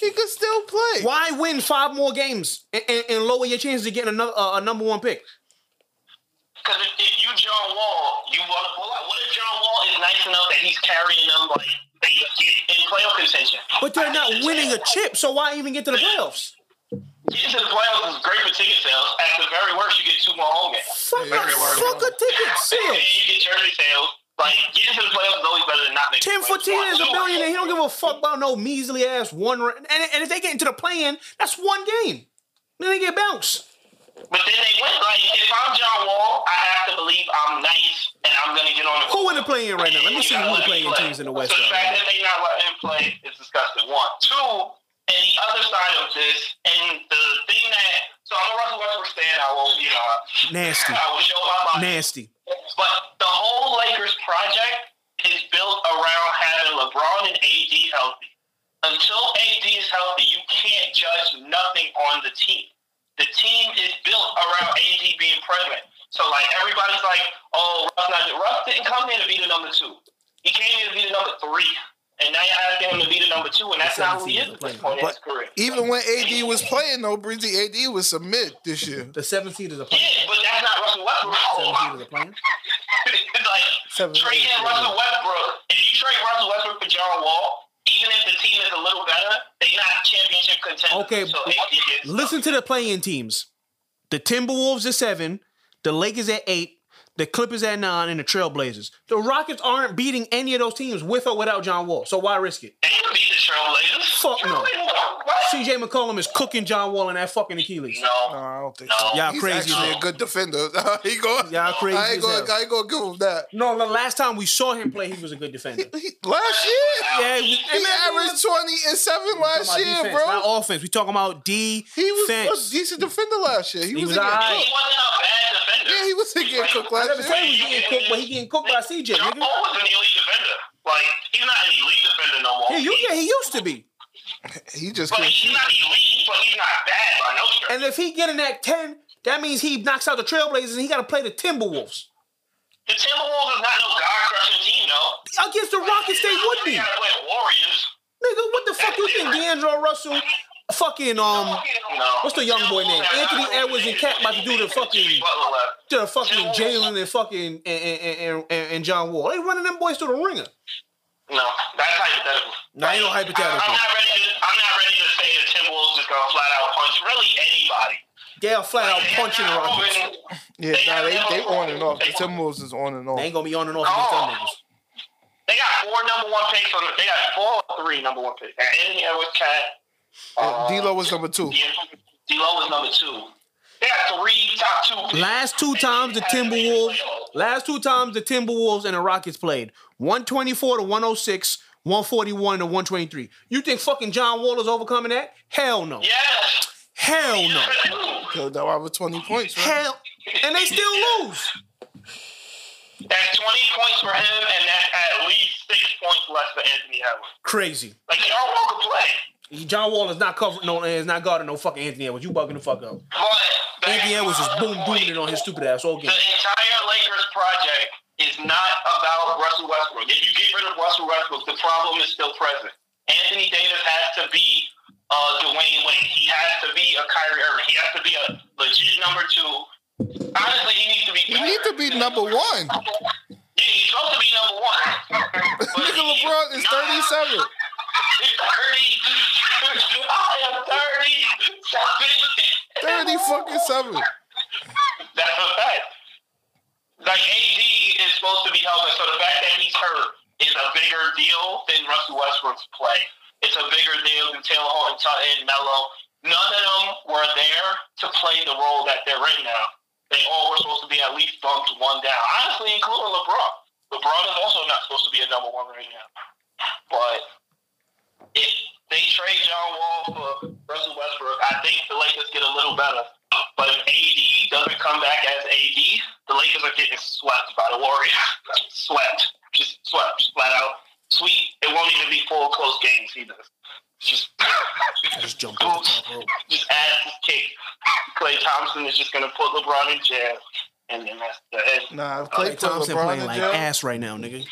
Speaker 2: He could still play.
Speaker 4: Why win five more games and, and, and lower your chances of getting another uh, a number one pick?
Speaker 6: Because if, if you John Wall, you want to pull out. What if John Wall is nice enough that he's carrying them like they get in playoff contention?
Speaker 4: But they're not winning a chip, so why even get to the playoffs?
Speaker 6: Getting to the playoffs is great for ticket sales. At the very worst, you get two more home games.
Speaker 4: Fuck
Speaker 2: Yeah.
Speaker 4: fuck a ticket
Speaker 6: And
Speaker 4: sales.
Speaker 6: you get jersey sales. Like, getting to the playoffs is always better than not making
Speaker 4: Ten
Speaker 6: the
Speaker 4: for
Speaker 6: playoffs.
Speaker 4: ten is a billionaire. He don't give a fuck about no measly ass one. ra- And, and if they get into the play-in, that's one game. Then they get bounced.
Speaker 6: But then they went, like, if I'm John Wall, I have to believe I'm nice and I'm going to get on the
Speaker 4: Who in the play-in right now? Let me see who the play-in
Speaker 6: play.
Speaker 4: teams in the West.
Speaker 6: So the
Speaker 4: are.
Speaker 6: fact that they not letting him play is disgusting. One, two, and the other side of this, and the thing that so I'm a Russell Westbrook fan. I will, you know,
Speaker 4: Nasty.
Speaker 6: I will show my body.
Speaker 4: Nasty.
Speaker 6: But the whole Lakers project is built around having LeBron and AD healthy. Until AD is healthy, you can't judge nothing on the team. The team is built around AD being present. So like everybody's like, oh, Russ, not, Russ didn't come here to be the number two. He came here to be the number three. And now you're asking him to be the number two, and that's not who he is at this point in his
Speaker 2: But
Speaker 6: career.
Speaker 2: Even when AD was playing, though, Breezy AD was a mid this year.
Speaker 4: The seventh seed is a play-in.
Speaker 6: Yeah,
Speaker 4: right?
Speaker 6: but that's not Russell
Speaker 4: Seventh seed
Speaker 6: Westbrook.
Speaker 4: is a play-in.
Speaker 6: like
Speaker 4: Seven,
Speaker 6: trading
Speaker 4: eight,
Speaker 6: Russell Westbrook. If you trade Russell Westbrook for John Wall, even if the team is a little better, they not championship contenders.
Speaker 4: Okay,
Speaker 6: so it is-
Speaker 4: Listen to the play-in teams. The Timberwolves at seven, the Lakers at eight, the Clippers at nine, and the Trailblazers. The Rockets aren't beating any of those teams with or without John Wall. So why risk it?
Speaker 6: They can beat the Trailblazers.
Speaker 4: Fuck no.
Speaker 6: Trailblazers, what?
Speaker 4: CJ McCollum is cooking John Wall in that fucking Achilles.
Speaker 2: No,
Speaker 6: No.
Speaker 2: I don't think
Speaker 6: No.
Speaker 2: so.
Speaker 4: Y'all
Speaker 2: He's
Speaker 4: crazy.
Speaker 2: actually a good defender. he going,
Speaker 4: Y'all crazy
Speaker 2: I ain't
Speaker 4: as hell.
Speaker 2: going to give him that.
Speaker 4: No, the last time we saw him play, he was a good defender.
Speaker 2: He- last year,
Speaker 4: Yeah, he,
Speaker 2: he averaged 20 and 7 last year,
Speaker 4: defense,
Speaker 2: bro.
Speaker 4: Not offense. We talking about defense.
Speaker 2: He was a decent defender last year. He, was,
Speaker 4: was
Speaker 2: in
Speaker 6: He
Speaker 4: alright.
Speaker 6: wasn't a bad defender.
Speaker 2: Yeah, he was in getting cooked
Speaker 4: I never
Speaker 2: last
Speaker 4: said
Speaker 2: year.
Speaker 4: he was getting cooked, but he getting cooked by CJ,
Speaker 6: John
Speaker 4: nigga.
Speaker 6: Wall was an elite defender. Like, he's not an elite defender no more.
Speaker 4: Yeah, you, yeah, he used to be.
Speaker 2: He just
Speaker 6: but
Speaker 2: can't
Speaker 6: he's
Speaker 2: shoot.
Speaker 6: not elite, but he's not bad by no stretch.
Speaker 4: And if he getting that 10, that means he knocks out the Trailblazers and he got to play the Timberwolves.
Speaker 6: The Timberwolves is not no god crushing team, though.
Speaker 4: Against the Rockets, they would be.
Speaker 6: You
Speaker 4: Nigga,
Speaker 6: gotta play Warriors.
Speaker 4: what the fuck you think D'Angelo Russell, fucking, um,
Speaker 6: No.
Speaker 4: what's the young boy name? Anthony Edwards and Cat about to do the fucking,
Speaker 6: Butler left.
Speaker 4: the fucking Jalen and fucking, and, and, and, and John Wall. They running them boys through the ringer.
Speaker 6: No, that's hypothetical.
Speaker 4: Nah, ain't no hypothetical.
Speaker 6: I'm not ready to. I'm not ready to say the Timberwolves is gonna flat out punch really anybody.
Speaker 4: They'll flat out punching the Rockets.
Speaker 2: Yeah, nah, they, they on and off. The Timberwolves is on and
Speaker 4: They
Speaker 2: off.
Speaker 4: ain't gonna be on and off against them niggas.
Speaker 6: They got four number one picks on. The, they got four, or three number one picks. Anthony Edwards, Cat. Uh,
Speaker 2: D-Lo was number two.
Speaker 6: yeah, D'Lo is number two. They got three top two. picks.
Speaker 4: Last two times the Timberwolves, last two times the Timberwolves and the Rockets played, 124 to 106, 141 to 123. You think fucking John Wall is overcoming that? Hell no.
Speaker 6: Yes.
Speaker 4: Hell no.
Speaker 2: Killed that over 20 points, right?
Speaker 4: Hell. And they still lose.
Speaker 6: That's 20 points for him, and that's at least six points less for Anthony Edwards.
Speaker 4: Crazy.
Speaker 6: Like, y'all want to play.
Speaker 4: John Wall is not covering no is not guarding no fucking Anthony Edwards. You bugging the fuck up.
Speaker 6: But back
Speaker 4: Anthony Edwards is
Speaker 6: to my
Speaker 4: boom booming
Speaker 6: point,
Speaker 4: it on his stupid ass all game.
Speaker 6: The entire Lakers project is not about Russell Westbrook. If you get rid of Russell Westbrook, the problem is still present. Anthony Davis has to be uh, Dwayne Wade. He has to be a Kyrie Irving. He has to be a legit number two. Honestly, he needs to be.
Speaker 2: You need to be number one.
Speaker 6: Yeah, he's supposed to be number one. But
Speaker 2: Nigga
Speaker 6: he's
Speaker 2: LeBron is
Speaker 6: not.
Speaker 2: 37.
Speaker 6: He's 30. I am 30.
Speaker 2: 30 fucking 7.
Speaker 6: That's a fact. Like AD is supposed to be healthy, so the fact that he's hurt is a bigger deal than Russell Westbrook's play. It's a bigger deal than Taylor Horton, Tutton, Melo. None of them were there to play the role that they're in now. They all were supposed to be at least bumped one down. Honestly, including LeBron. LeBron is also not supposed to be a number one right now. But if they trade John Wall for Russell Westbrook, I think the Lakers get a little better. But if AD doesn't come back as AD, the Lakers are getting swept by the Warriors. swept, just swept, just flat out. Sweet. It won't even be four close games either. Just,
Speaker 4: just jumped off the top rope.
Speaker 6: Just ass is kicked. Clay Thompson is just gonna put LeBron in jail, and then that's the end.
Speaker 2: Nah, if Clay
Speaker 4: Clay
Speaker 2: put
Speaker 4: Thompson
Speaker 2: LeBron
Speaker 4: playing
Speaker 2: in
Speaker 4: like
Speaker 2: jail.
Speaker 4: ass right now, nigga.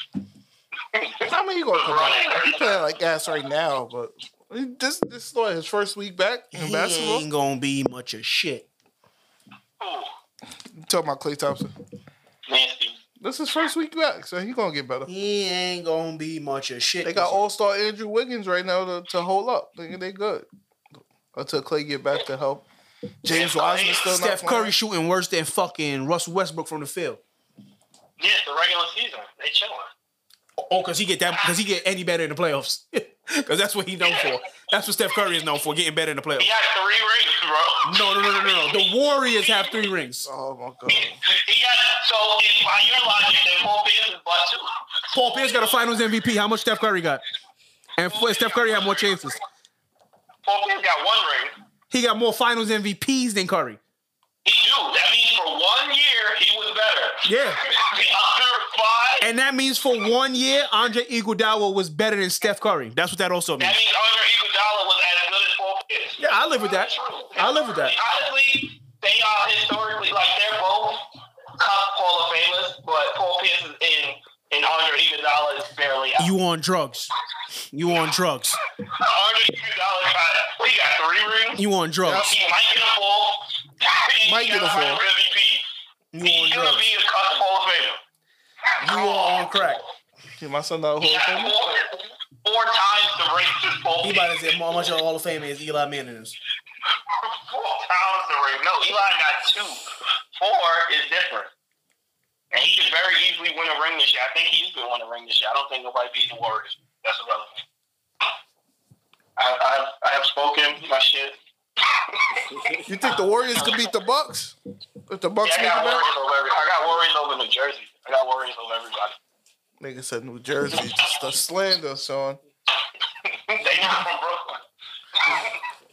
Speaker 2: I mean, he gonna come back. He playing like ass right now, but he- this this is like his first week back in
Speaker 4: He
Speaker 2: basketball.
Speaker 4: ain't gonna be much of shit.
Speaker 6: Ooh,
Speaker 2: You talking about Clay Thompson?
Speaker 6: nasty.
Speaker 2: This is his first week back, so he gonna get better.
Speaker 4: He ain't gonna be much of shit.
Speaker 2: They got All Star Andrew Wiggins right now to, to hold up. They, they good. until Clay get back to help. James
Speaker 6: Clay,
Speaker 2: Wiseman still not
Speaker 4: Steph
Speaker 2: playing.
Speaker 4: Curry shooting worse than fucking Russell Westbrook from the field.
Speaker 6: Yeah, the regular season. They chilling.
Speaker 4: Oh, cause he get that cause he get any better in the playoffs. cause that's what he known for. That's what Steph Curry is known for, getting better in the playoffs.
Speaker 6: He got three rings, bro.
Speaker 4: No, no, no, no, no, no. The Warriors have three rings.
Speaker 2: Oh my god.
Speaker 6: He got so if by your logic, then Paul Pierce is but two.
Speaker 4: Paul Pierce got a Finals MVP. How much Steph Curry got? And f- Steph Curry had more chances.
Speaker 6: Paul Pierce got one ring.
Speaker 4: He got more Finals MVPs than Curry.
Speaker 6: He do. That means for one year he was better.
Speaker 4: Yeah.
Speaker 6: the other five.
Speaker 4: And that means for one year, Andre Iguodala was better than Steph Curry. That's what that also
Speaker 6: that
Speaker 4: means.
Speaker 6: means Andre Iguodala was as good as Paul Pierce.
Speaker 4: Yeah, I live with that. I live with that.
Speaker 6: Honestly, they are historically like they're both top Hall of Famers, but Paul Pierce is in and Andre Iguodala is barely out.
Speaker 4: You on drugs. You on drugs.
Speaker 6: Andre Iguodala got he got three rings.
Speaker 4: You on drugs.
Speaker 6: He might get a ball. He
Speaker 2: Might get a
Speaker 6: got
Speaker 2: ball.
Speaker 6: Finals MVP.
Speaker 4: You on
Speaker 6: He's gonna
Speaker 4: drugs.
Speaker 6: be a cusp Hall of Famer.
Speaker 4: You are on crack.
Speaker 2: Get my son out of
Speaker 6: He
Speaker 2: Hall of
Speaker 6: got
Speaker 2: Fame.
Speaker 6: four, four times the race as Paul
Speaker 4: He
Speaker 6: Pierce.
Speaker 4: about to say how much of Hall of Fame is Eli Manning is.
Speaker 6: Four pounds the ring. No, Eli got two. Four is different. And he could very easily win a ring this year. I think he's going to win a ring this year. I don't think nobody beat the Warriors. That's irrelevant. I, I, I have spoken my shit.
Speaker 2: You think the Warriors could beat the Bucks? If the Bucks
Speaker 6: Yeah, I got
Speaker 2: make it
Speaker 6: Warriors over every, I got Warriors over New Jersey. I got Warriors over everybody.
Speaker 2: back? Nigga said New Jersey. Just a slander, son.
Speaker 6: they not from Brooklyn.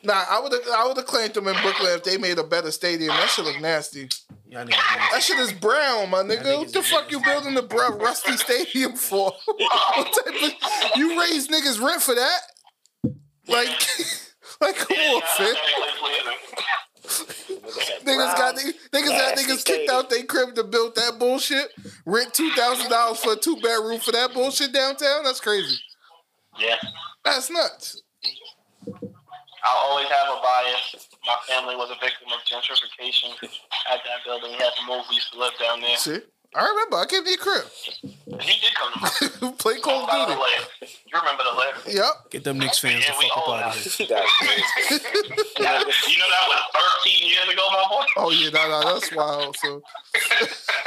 Speaker 2: Nah, I would I would have claimed them in Brooklyn if they made a better stadium. That shit look nasty.
Speaker 4: Y'all niggas
Speaker 2: That shit is brown, my nigga. What the
Speaker 4: niggas
Speaker 2: fuck you building the br- rusty stadium for? what type of, you raise niggas rent for that? Like, like come on, fam. Niggas got niggas got
Speaker 3: nasty
Speaker 2: niggas kicked out their crib to build that bullshit. Rent two thousand dollars for a two bedroom for that bullshit downtown. That's crazy.
Speaker 6: Yeah.
Speaker 2: That's nuts.
Speaker 6: I'll always have a bias. My family was a victim of gentrification at that building. We had to move. We used to live down there.
Speaker 2: See, I remember I came to your
Speaker 6: He did come to my
Speaker 2: crib, play Call
Speaker 6: By
Speaker 2: of
Speaker 6: the
Speaker 2: Duty.
Speaker 6: way, You remember the letter.
Speaker 2: Yep.
Speaker 4: Get them Knicks fans the
Speaker 6: Yeah, we
Speaker 4: fuck up
Speaker 6: all
Speaker 4: out
Speaker 6: out.
Speaker 4: of here.
Speaker 6: you know that was 13 years ago, my boy?
Speaker 2: Oh yeah, nah, nah, that's wild. So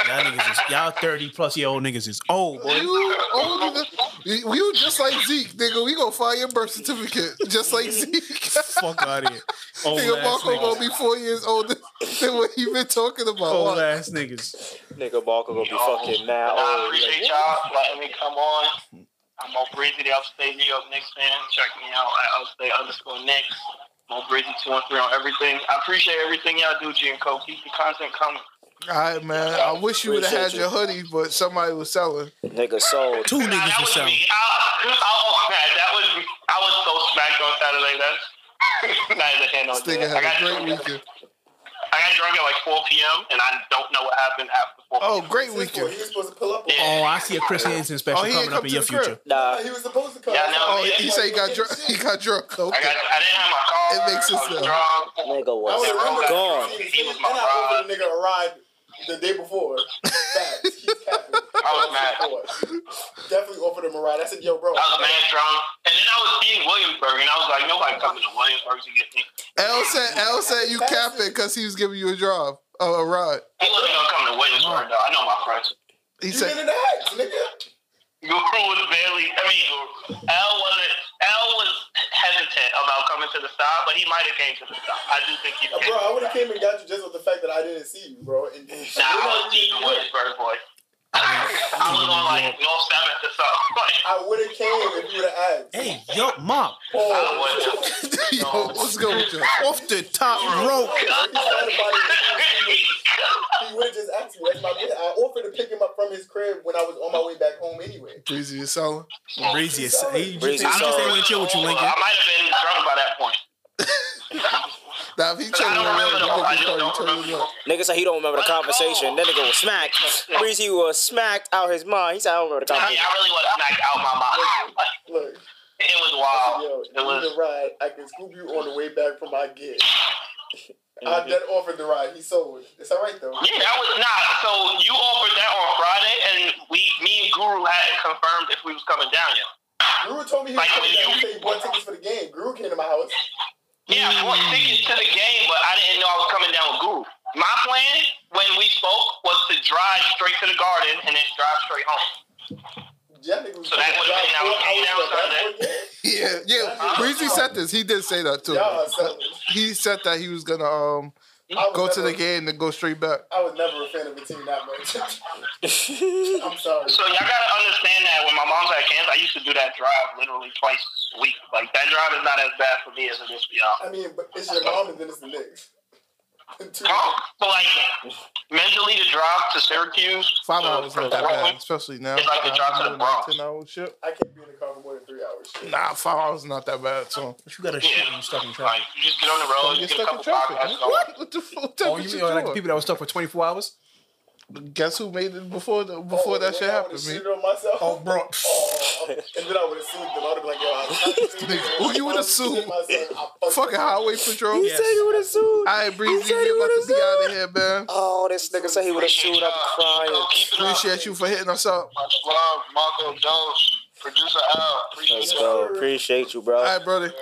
Speaker 4: Y'all niggas is y'all 30 plus year old niggas is old, boy.
Speaker 2: you older than you, you just like Zeke, nigga. We gonna find your birth certificate, just like Zeke.
Speaker 4: Fuck out of here. Old
Speaker 2: Nigga,
Speaker 4: ass
Speaker 2: Marco gonna
Speaker 4: niggas.
Speaker 2: be four years older than what you been talking about.
Speaker 4: Old
Speaker 2: Like,
Speaker 4: ass niggas.
Speaker 3: Nigga Barker gonna be fucking
Speaker 6: Nah, I
Speaker 3: mad. Oh,
Speaker 6: appreciate
Speaker 3: like,
Speaker 6: y'all letting me come on. I'm Mo Breezy, the Upstate New York Knicks fan. Check me out at Upstate underscore Knicks. Mo Breezy 213 on everything. I appreciate everything y'all do, G and Co. Keep the content coming.
Speaker 2: All right, man. I wish you would have had
Speaker 3: Appreciate
Speaker 2: your hoodie, but somebody was selling.
Speaker 3: Nigga sold.
Speaker 4: Two
Speaker 6: Nah,
Speaker 4: niggas
Speaker 6: that
Speaker 4: was
Speaker 6: was
Speaker 4: selling.
Speaker 6: me. I, I, oh, man, that was me. I was so smacked on Saturday. That's not even hand on
Speaker 2: This nigga
Speaker 6: that. I got
Speaker 2: had a great
Speaker 6: drunk at-
Speaker 2: weekend.
Speaker 6: I got drunk at like 4 p.m. and I don't know what happened after 4
Speaker 2: Oh, great
Speaker 5: He
Speaker 2: weekend.
Speaker 5: was supposed to pull up. on-
Speaker 6: Yeah.
Speaker 4: Oh, I see a Chris Hansen special
Speaker 2: Oh, he ain't
Speaker 4: coming
Speaker 2: come
Speaker 4: up in
Speaker 2: to
Speaker 4: your
Speaker 2: the crib.
Speaker 4: future.
Speaker 3: Nah,
Speaker 5: He was supposed to come.
Speaker 6: Yeah, I know.
Speaker 2: Oh, he said he got drunk. He got drunk.
Speaker 6: I got.
Speaker 2: Okay.
Speaker 6: I didn't have my car.
Speaker 2: It makes
Speaker 6: I was
Speaker 2: sense, though.
Speaker 6: drunk.
Speaker 3: nigga
Speaker 5: I
Speaker 3: was
Speaker 5: would remember that.
Speaker 3: gone.
Speaker 5: He was my and I ordered a nigga a ride the day before. Facts. He tapped me.
Speaker 6: I was mad.
Speaker 5: Definitely offered him a ride. I said, yo, bro.
Speaker 6: I was mad drunk, and then I was in Williamsburg, and I was like, nobody coming to Williamsburg to get me.
Speaker 2: L said L said you capping because he was giving you a drive, uh, a ride.
Speaker 6: He wasn't gonna come to Williamsburg though. I know my friends.
Speaker 2: He
Speaker 5: You been
Speaker 2: said
Speaker 5: in the hacks, nigga.
Speaker 6: Guru was barely. I mean, Guru- Al wasn't. Al was hesitant about coming to the stop, but he might have came to the stop. I do think he
Speaker 5: Bro,
Speaker 6: came.
Speaker 5: I would have came and got you just with the fact that I didn't see you, bro. And,
Speaker 6: Nah, I was deep in Williamsburg, boy. I was on like North Seventh or something. Like,
Speaker 5: I would have came if you would have asked.
Speaker 4: Hey, yo,
Speaker 6: I
Speaker 4: mom.
Speaker 5: Oh,
Speaker 6: wasn't.
Speaker 2: Yo, what's good with you?
Speaker 4: Off the top rope.
Speaker 5: oh, he would have just asked me. That's my man. I offered to pick him up from his crib when I was on my way back home anyway.
Speaker 2: Breezy is selling.
Speaker 4: Breezy is he just,
Speaker 3: Breezy
Speaker 4: I'm just
Speaker 3: sold.
Speaker 4: ain't gonna chill with you, Lincoln.
Speaker 6: I might have been drunk by that point.
Speaker 2: Now if
Speaker 6: I
Speaker 2: he chilling
Speaker 6: don't
Speaker 2: around,
Speaker 6: remember the whole. I
Speaker 2: you
Speaker 6: just
Speaker 2: think he
Speaker 6: don't remember.
Speaker 2: probably
Speaker 6: the
Speaker 2: turn up.
Speaker 6: whole-
Speaker 3: Nigga said he don't remember the
Speaker 6: Let's go.
Speaker 3: conversation. That nigga was smacked. Breezy was smacked out his mind. He said, I don't remember the
Speaker 6: I, mean,
Speaker 3: conversation.
Speaker 6: I really was knocked out my mind. Like, it
Speaker 5: Look,
Speaker 6: was
Speaker 5: I said,
Speaker 6: wild.
Speaker 5: yo,
Speaker 6: Oh, It
Speaker 5: you need
Speaker 6: was.
Speaker 5: a ride. I can scoop you on the way back from my gig. I then offered the ride. He sold. it. It's all right though.
Speaker 6: Yeah, that was not. So you offered that on Friday, and we, me and Guru hadn't confirmed if we was coming down yet.
Speaker 5: Guru told me he was
Speaker 6: Like, when
Speaker 5: coming
Speaker 6: you-
Speaker 5: down. He said he bought tickets for the game. Guru came to my house.
Speaker 6: Yeah, I brought tickets to the game, but I didn't know I was coming down with Guru. My plan when we spoke was to drive straight to the garden and then drive straight home.
Speaker 5: Yeah, nigga was
Speaker 6: So that would've been our game now,
Speaker 2: Yeah, yeah. Breezy said this. He did say that too.
Speaker 5: Y'all are selling.
Speaker 2: He said that he was gonna um
Speaker 5: I was
Speaker 2: go to
Speaker 5: never-
Speaker 2: the game and then go straight back.
Speaker 5: I was never a fan of a team that much. I'm sorry.
Speaker 6: So y'all gotta understand that when my mom's at Kansas, I used to do that drive literally twice a week. Like that drive is not as bad for me as it is for y'all.
Speaker 5: I mean, but it's your mom and then it's the Knicks. Two-
Speaker 6: But like mentally to drive to Syracuse,
Speaker 2: Five
Speaker 6: to-
Speaker 2: hours
Speaker 6: from
Speaker 2: not that bad,
Speaker 6: Brooklyn,
Speaker 2: especially now.
Speaker 6: It's like the drive to the Bronx.
Speaker 2: Ten hour shit.
Speaker 5: I can't be in the car for more than three hours.
Speaker 2: Nah, five hours is not that bad. So
Speaker 4: But you gotta shoot when you stuck in
Speaker 6: Like
Speaker 4: traffic.
Speaker 6: you just get on the road,
Speaker 2: you
Speaker 6: you get
Speaker 2: get
Speaker 6: a
Speaker 2: stuck
Speaker 6: couple
Speaker 2: in traffic.
Speaker 6: podcasts. on.
Speaker 2: What? What the fuck?
Speaker 4: Oh, you mean like the
Speaker 2: people?
Speaker 4: people that were stuck for 24 hours?
Speaker 2: Guess who made it before the, before
Speaker 5: Oh,
Speaker 2: that
Speaker 5: when
Speaker 2: shit
Speaker 5: I
Speaker 2: happened,
Speaker 5: would've
Speaker 2: man?
Speaker 5: shit on myself.
Speaker 4: Oh, bro.
Speaker 5: Oh, and then I would have sued them. I would have been like, yo, I'm not
Speaker 2: Who you would've sued? Fucking highway patrol.
Speaker 4: Yeah.
Speaker 3: said he would have sued.
Speaker 2: I breezy.
Speaker 3: said he
Speaker 2: We about to
Speaker 3: would've
Speaker 2: be out of
Speaker 3: sued.
Speaker 2: here, man.
Speaker 3: Oh, this nigga said he would have sued. I'm crying.
Speaker 2: Appreciate you for hitting us up.
Speaker 6: Much love, Marco Dose, producer Al. Appreciate
Speaker 3: Let's
Speaker 6: you.
Speaker 3: go. Appreciate you, bro.
Speaker 2: All right, brother.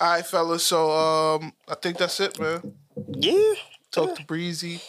Speaker 2: All right, fellas. So um, I think that's it, man.
Speaker 3: Yeah.
Speaker 2: Talk to breezy.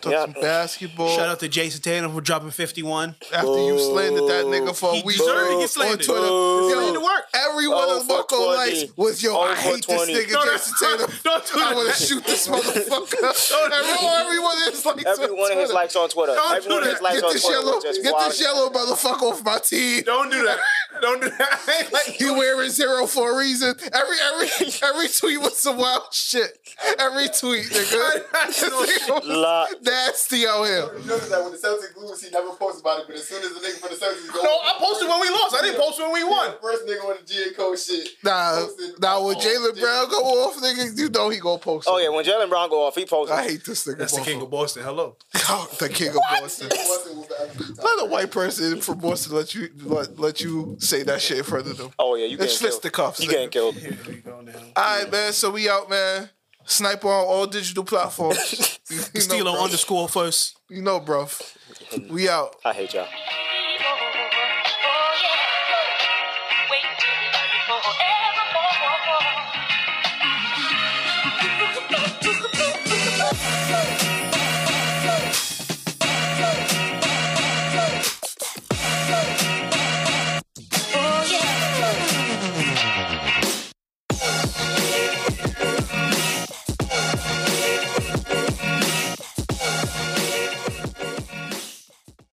Speaker 2: Talk
Speaker 3: Yeah.
Speaker 2: some basketball.
Speaker 4: Shout out to Jason Tatum for dropping 51.
Speaker 2: After you slandered that nigga for
Speaker 4: He
Speaker 2: a week
Speaker 4: deserved to get
Speaker 2: on
Speaker 4: slandered.
Speaker 2: Twitter,
Speaker 3: Boo.
Speaker 2: yo,
Speaker 4: He did work.
Speaker 2: everyone
Speaker 3: Oh,
Speaker 2: on Bucko
Speaker 3: 420.
Speaker 2: Lights was yo. I
Speaker 3: Oh,
Speaker 2: hate this
Speaker 3: 420.
Speaker 2: nigga
Speaker 4: No, no,
Speaker 2: Jason Tatum.
Speaker 4: don't do
Speaker 2: I want
Speaker 4: that.
Speaker 2: to shoot this motherfucker. everyone, everyone is like
Speaker 3: Everyone of his likes on Twitter.
Speaker 2: Don't
Speaker 3: Everyone
Speaker 2: do
Speaker 3: of
Speaker 2: that.
Speaker 3: his likes
Speaker 2: get
Speaker 3: on
Speaker 2: this
Speaker 3: Twitter.
Speaker 2: yellow,
Speaker 3: was just
Speaker 2: get
Speaker 3: wild.
Speaker 2: this yellow motherfucker off my team.
Speaker 4: Don't do that. Don't do that. I ain't like
Speaker 2: He wearing zero for a reason. Every every every tweet was some wild shit. Every tweet, nigga. This nigga was
Speaker 3: Lot.
Speaker 2: Nasty out here.
Speaker 5: Notice that when the Celtics lose, he never posts about it, but as soon as the nigga from the Celtics go,
Speaker 4: No, I posted when we lost. I didn't post when we won.
Speaker 5: First nigga on the G and Co shit.
Speaker 2: Nah,
Speaker 5: Posted-
Speaker 2: nah. When
Speaker 5: Oh,
Speaker 2: Jalen
Speaker 5: dude.
Speaker 2: Brown go off, nigga, you know he gonna post.
Speaker 3: Oh
Speaker 2: it.
Speaker 3: yeah, when Jalen Brown go off, he posted.
Speaker 2: I hate this nigga.
Speaker 4: That's the king of Boston. Hello.
Speaker 2: Boston. the king of Boston.
Speaker 5: Boston was the absolute top.
Speaker 2: Let a white person from Boston let you let, let you say that shit in front of them.
Speaker 3: Oh yeah, you
Speaker 2: It's
Speaker 3: getting killed.
Speaker 2: fisticuffs,
Speaker 3: You
Speaker 2: nigga.
Speaker 3: getting killed.
Speaker 4: Here we go now.
Speaker 2: All right, man. So we out, man. Sniper on all digital platforms. you,
Speaker 4: Steelo
Speaker 2: know, bruv.
Speaker 4: underscore first.
Speaker 2: You know, bruv. We out.
Speaker 3: I hate y'all.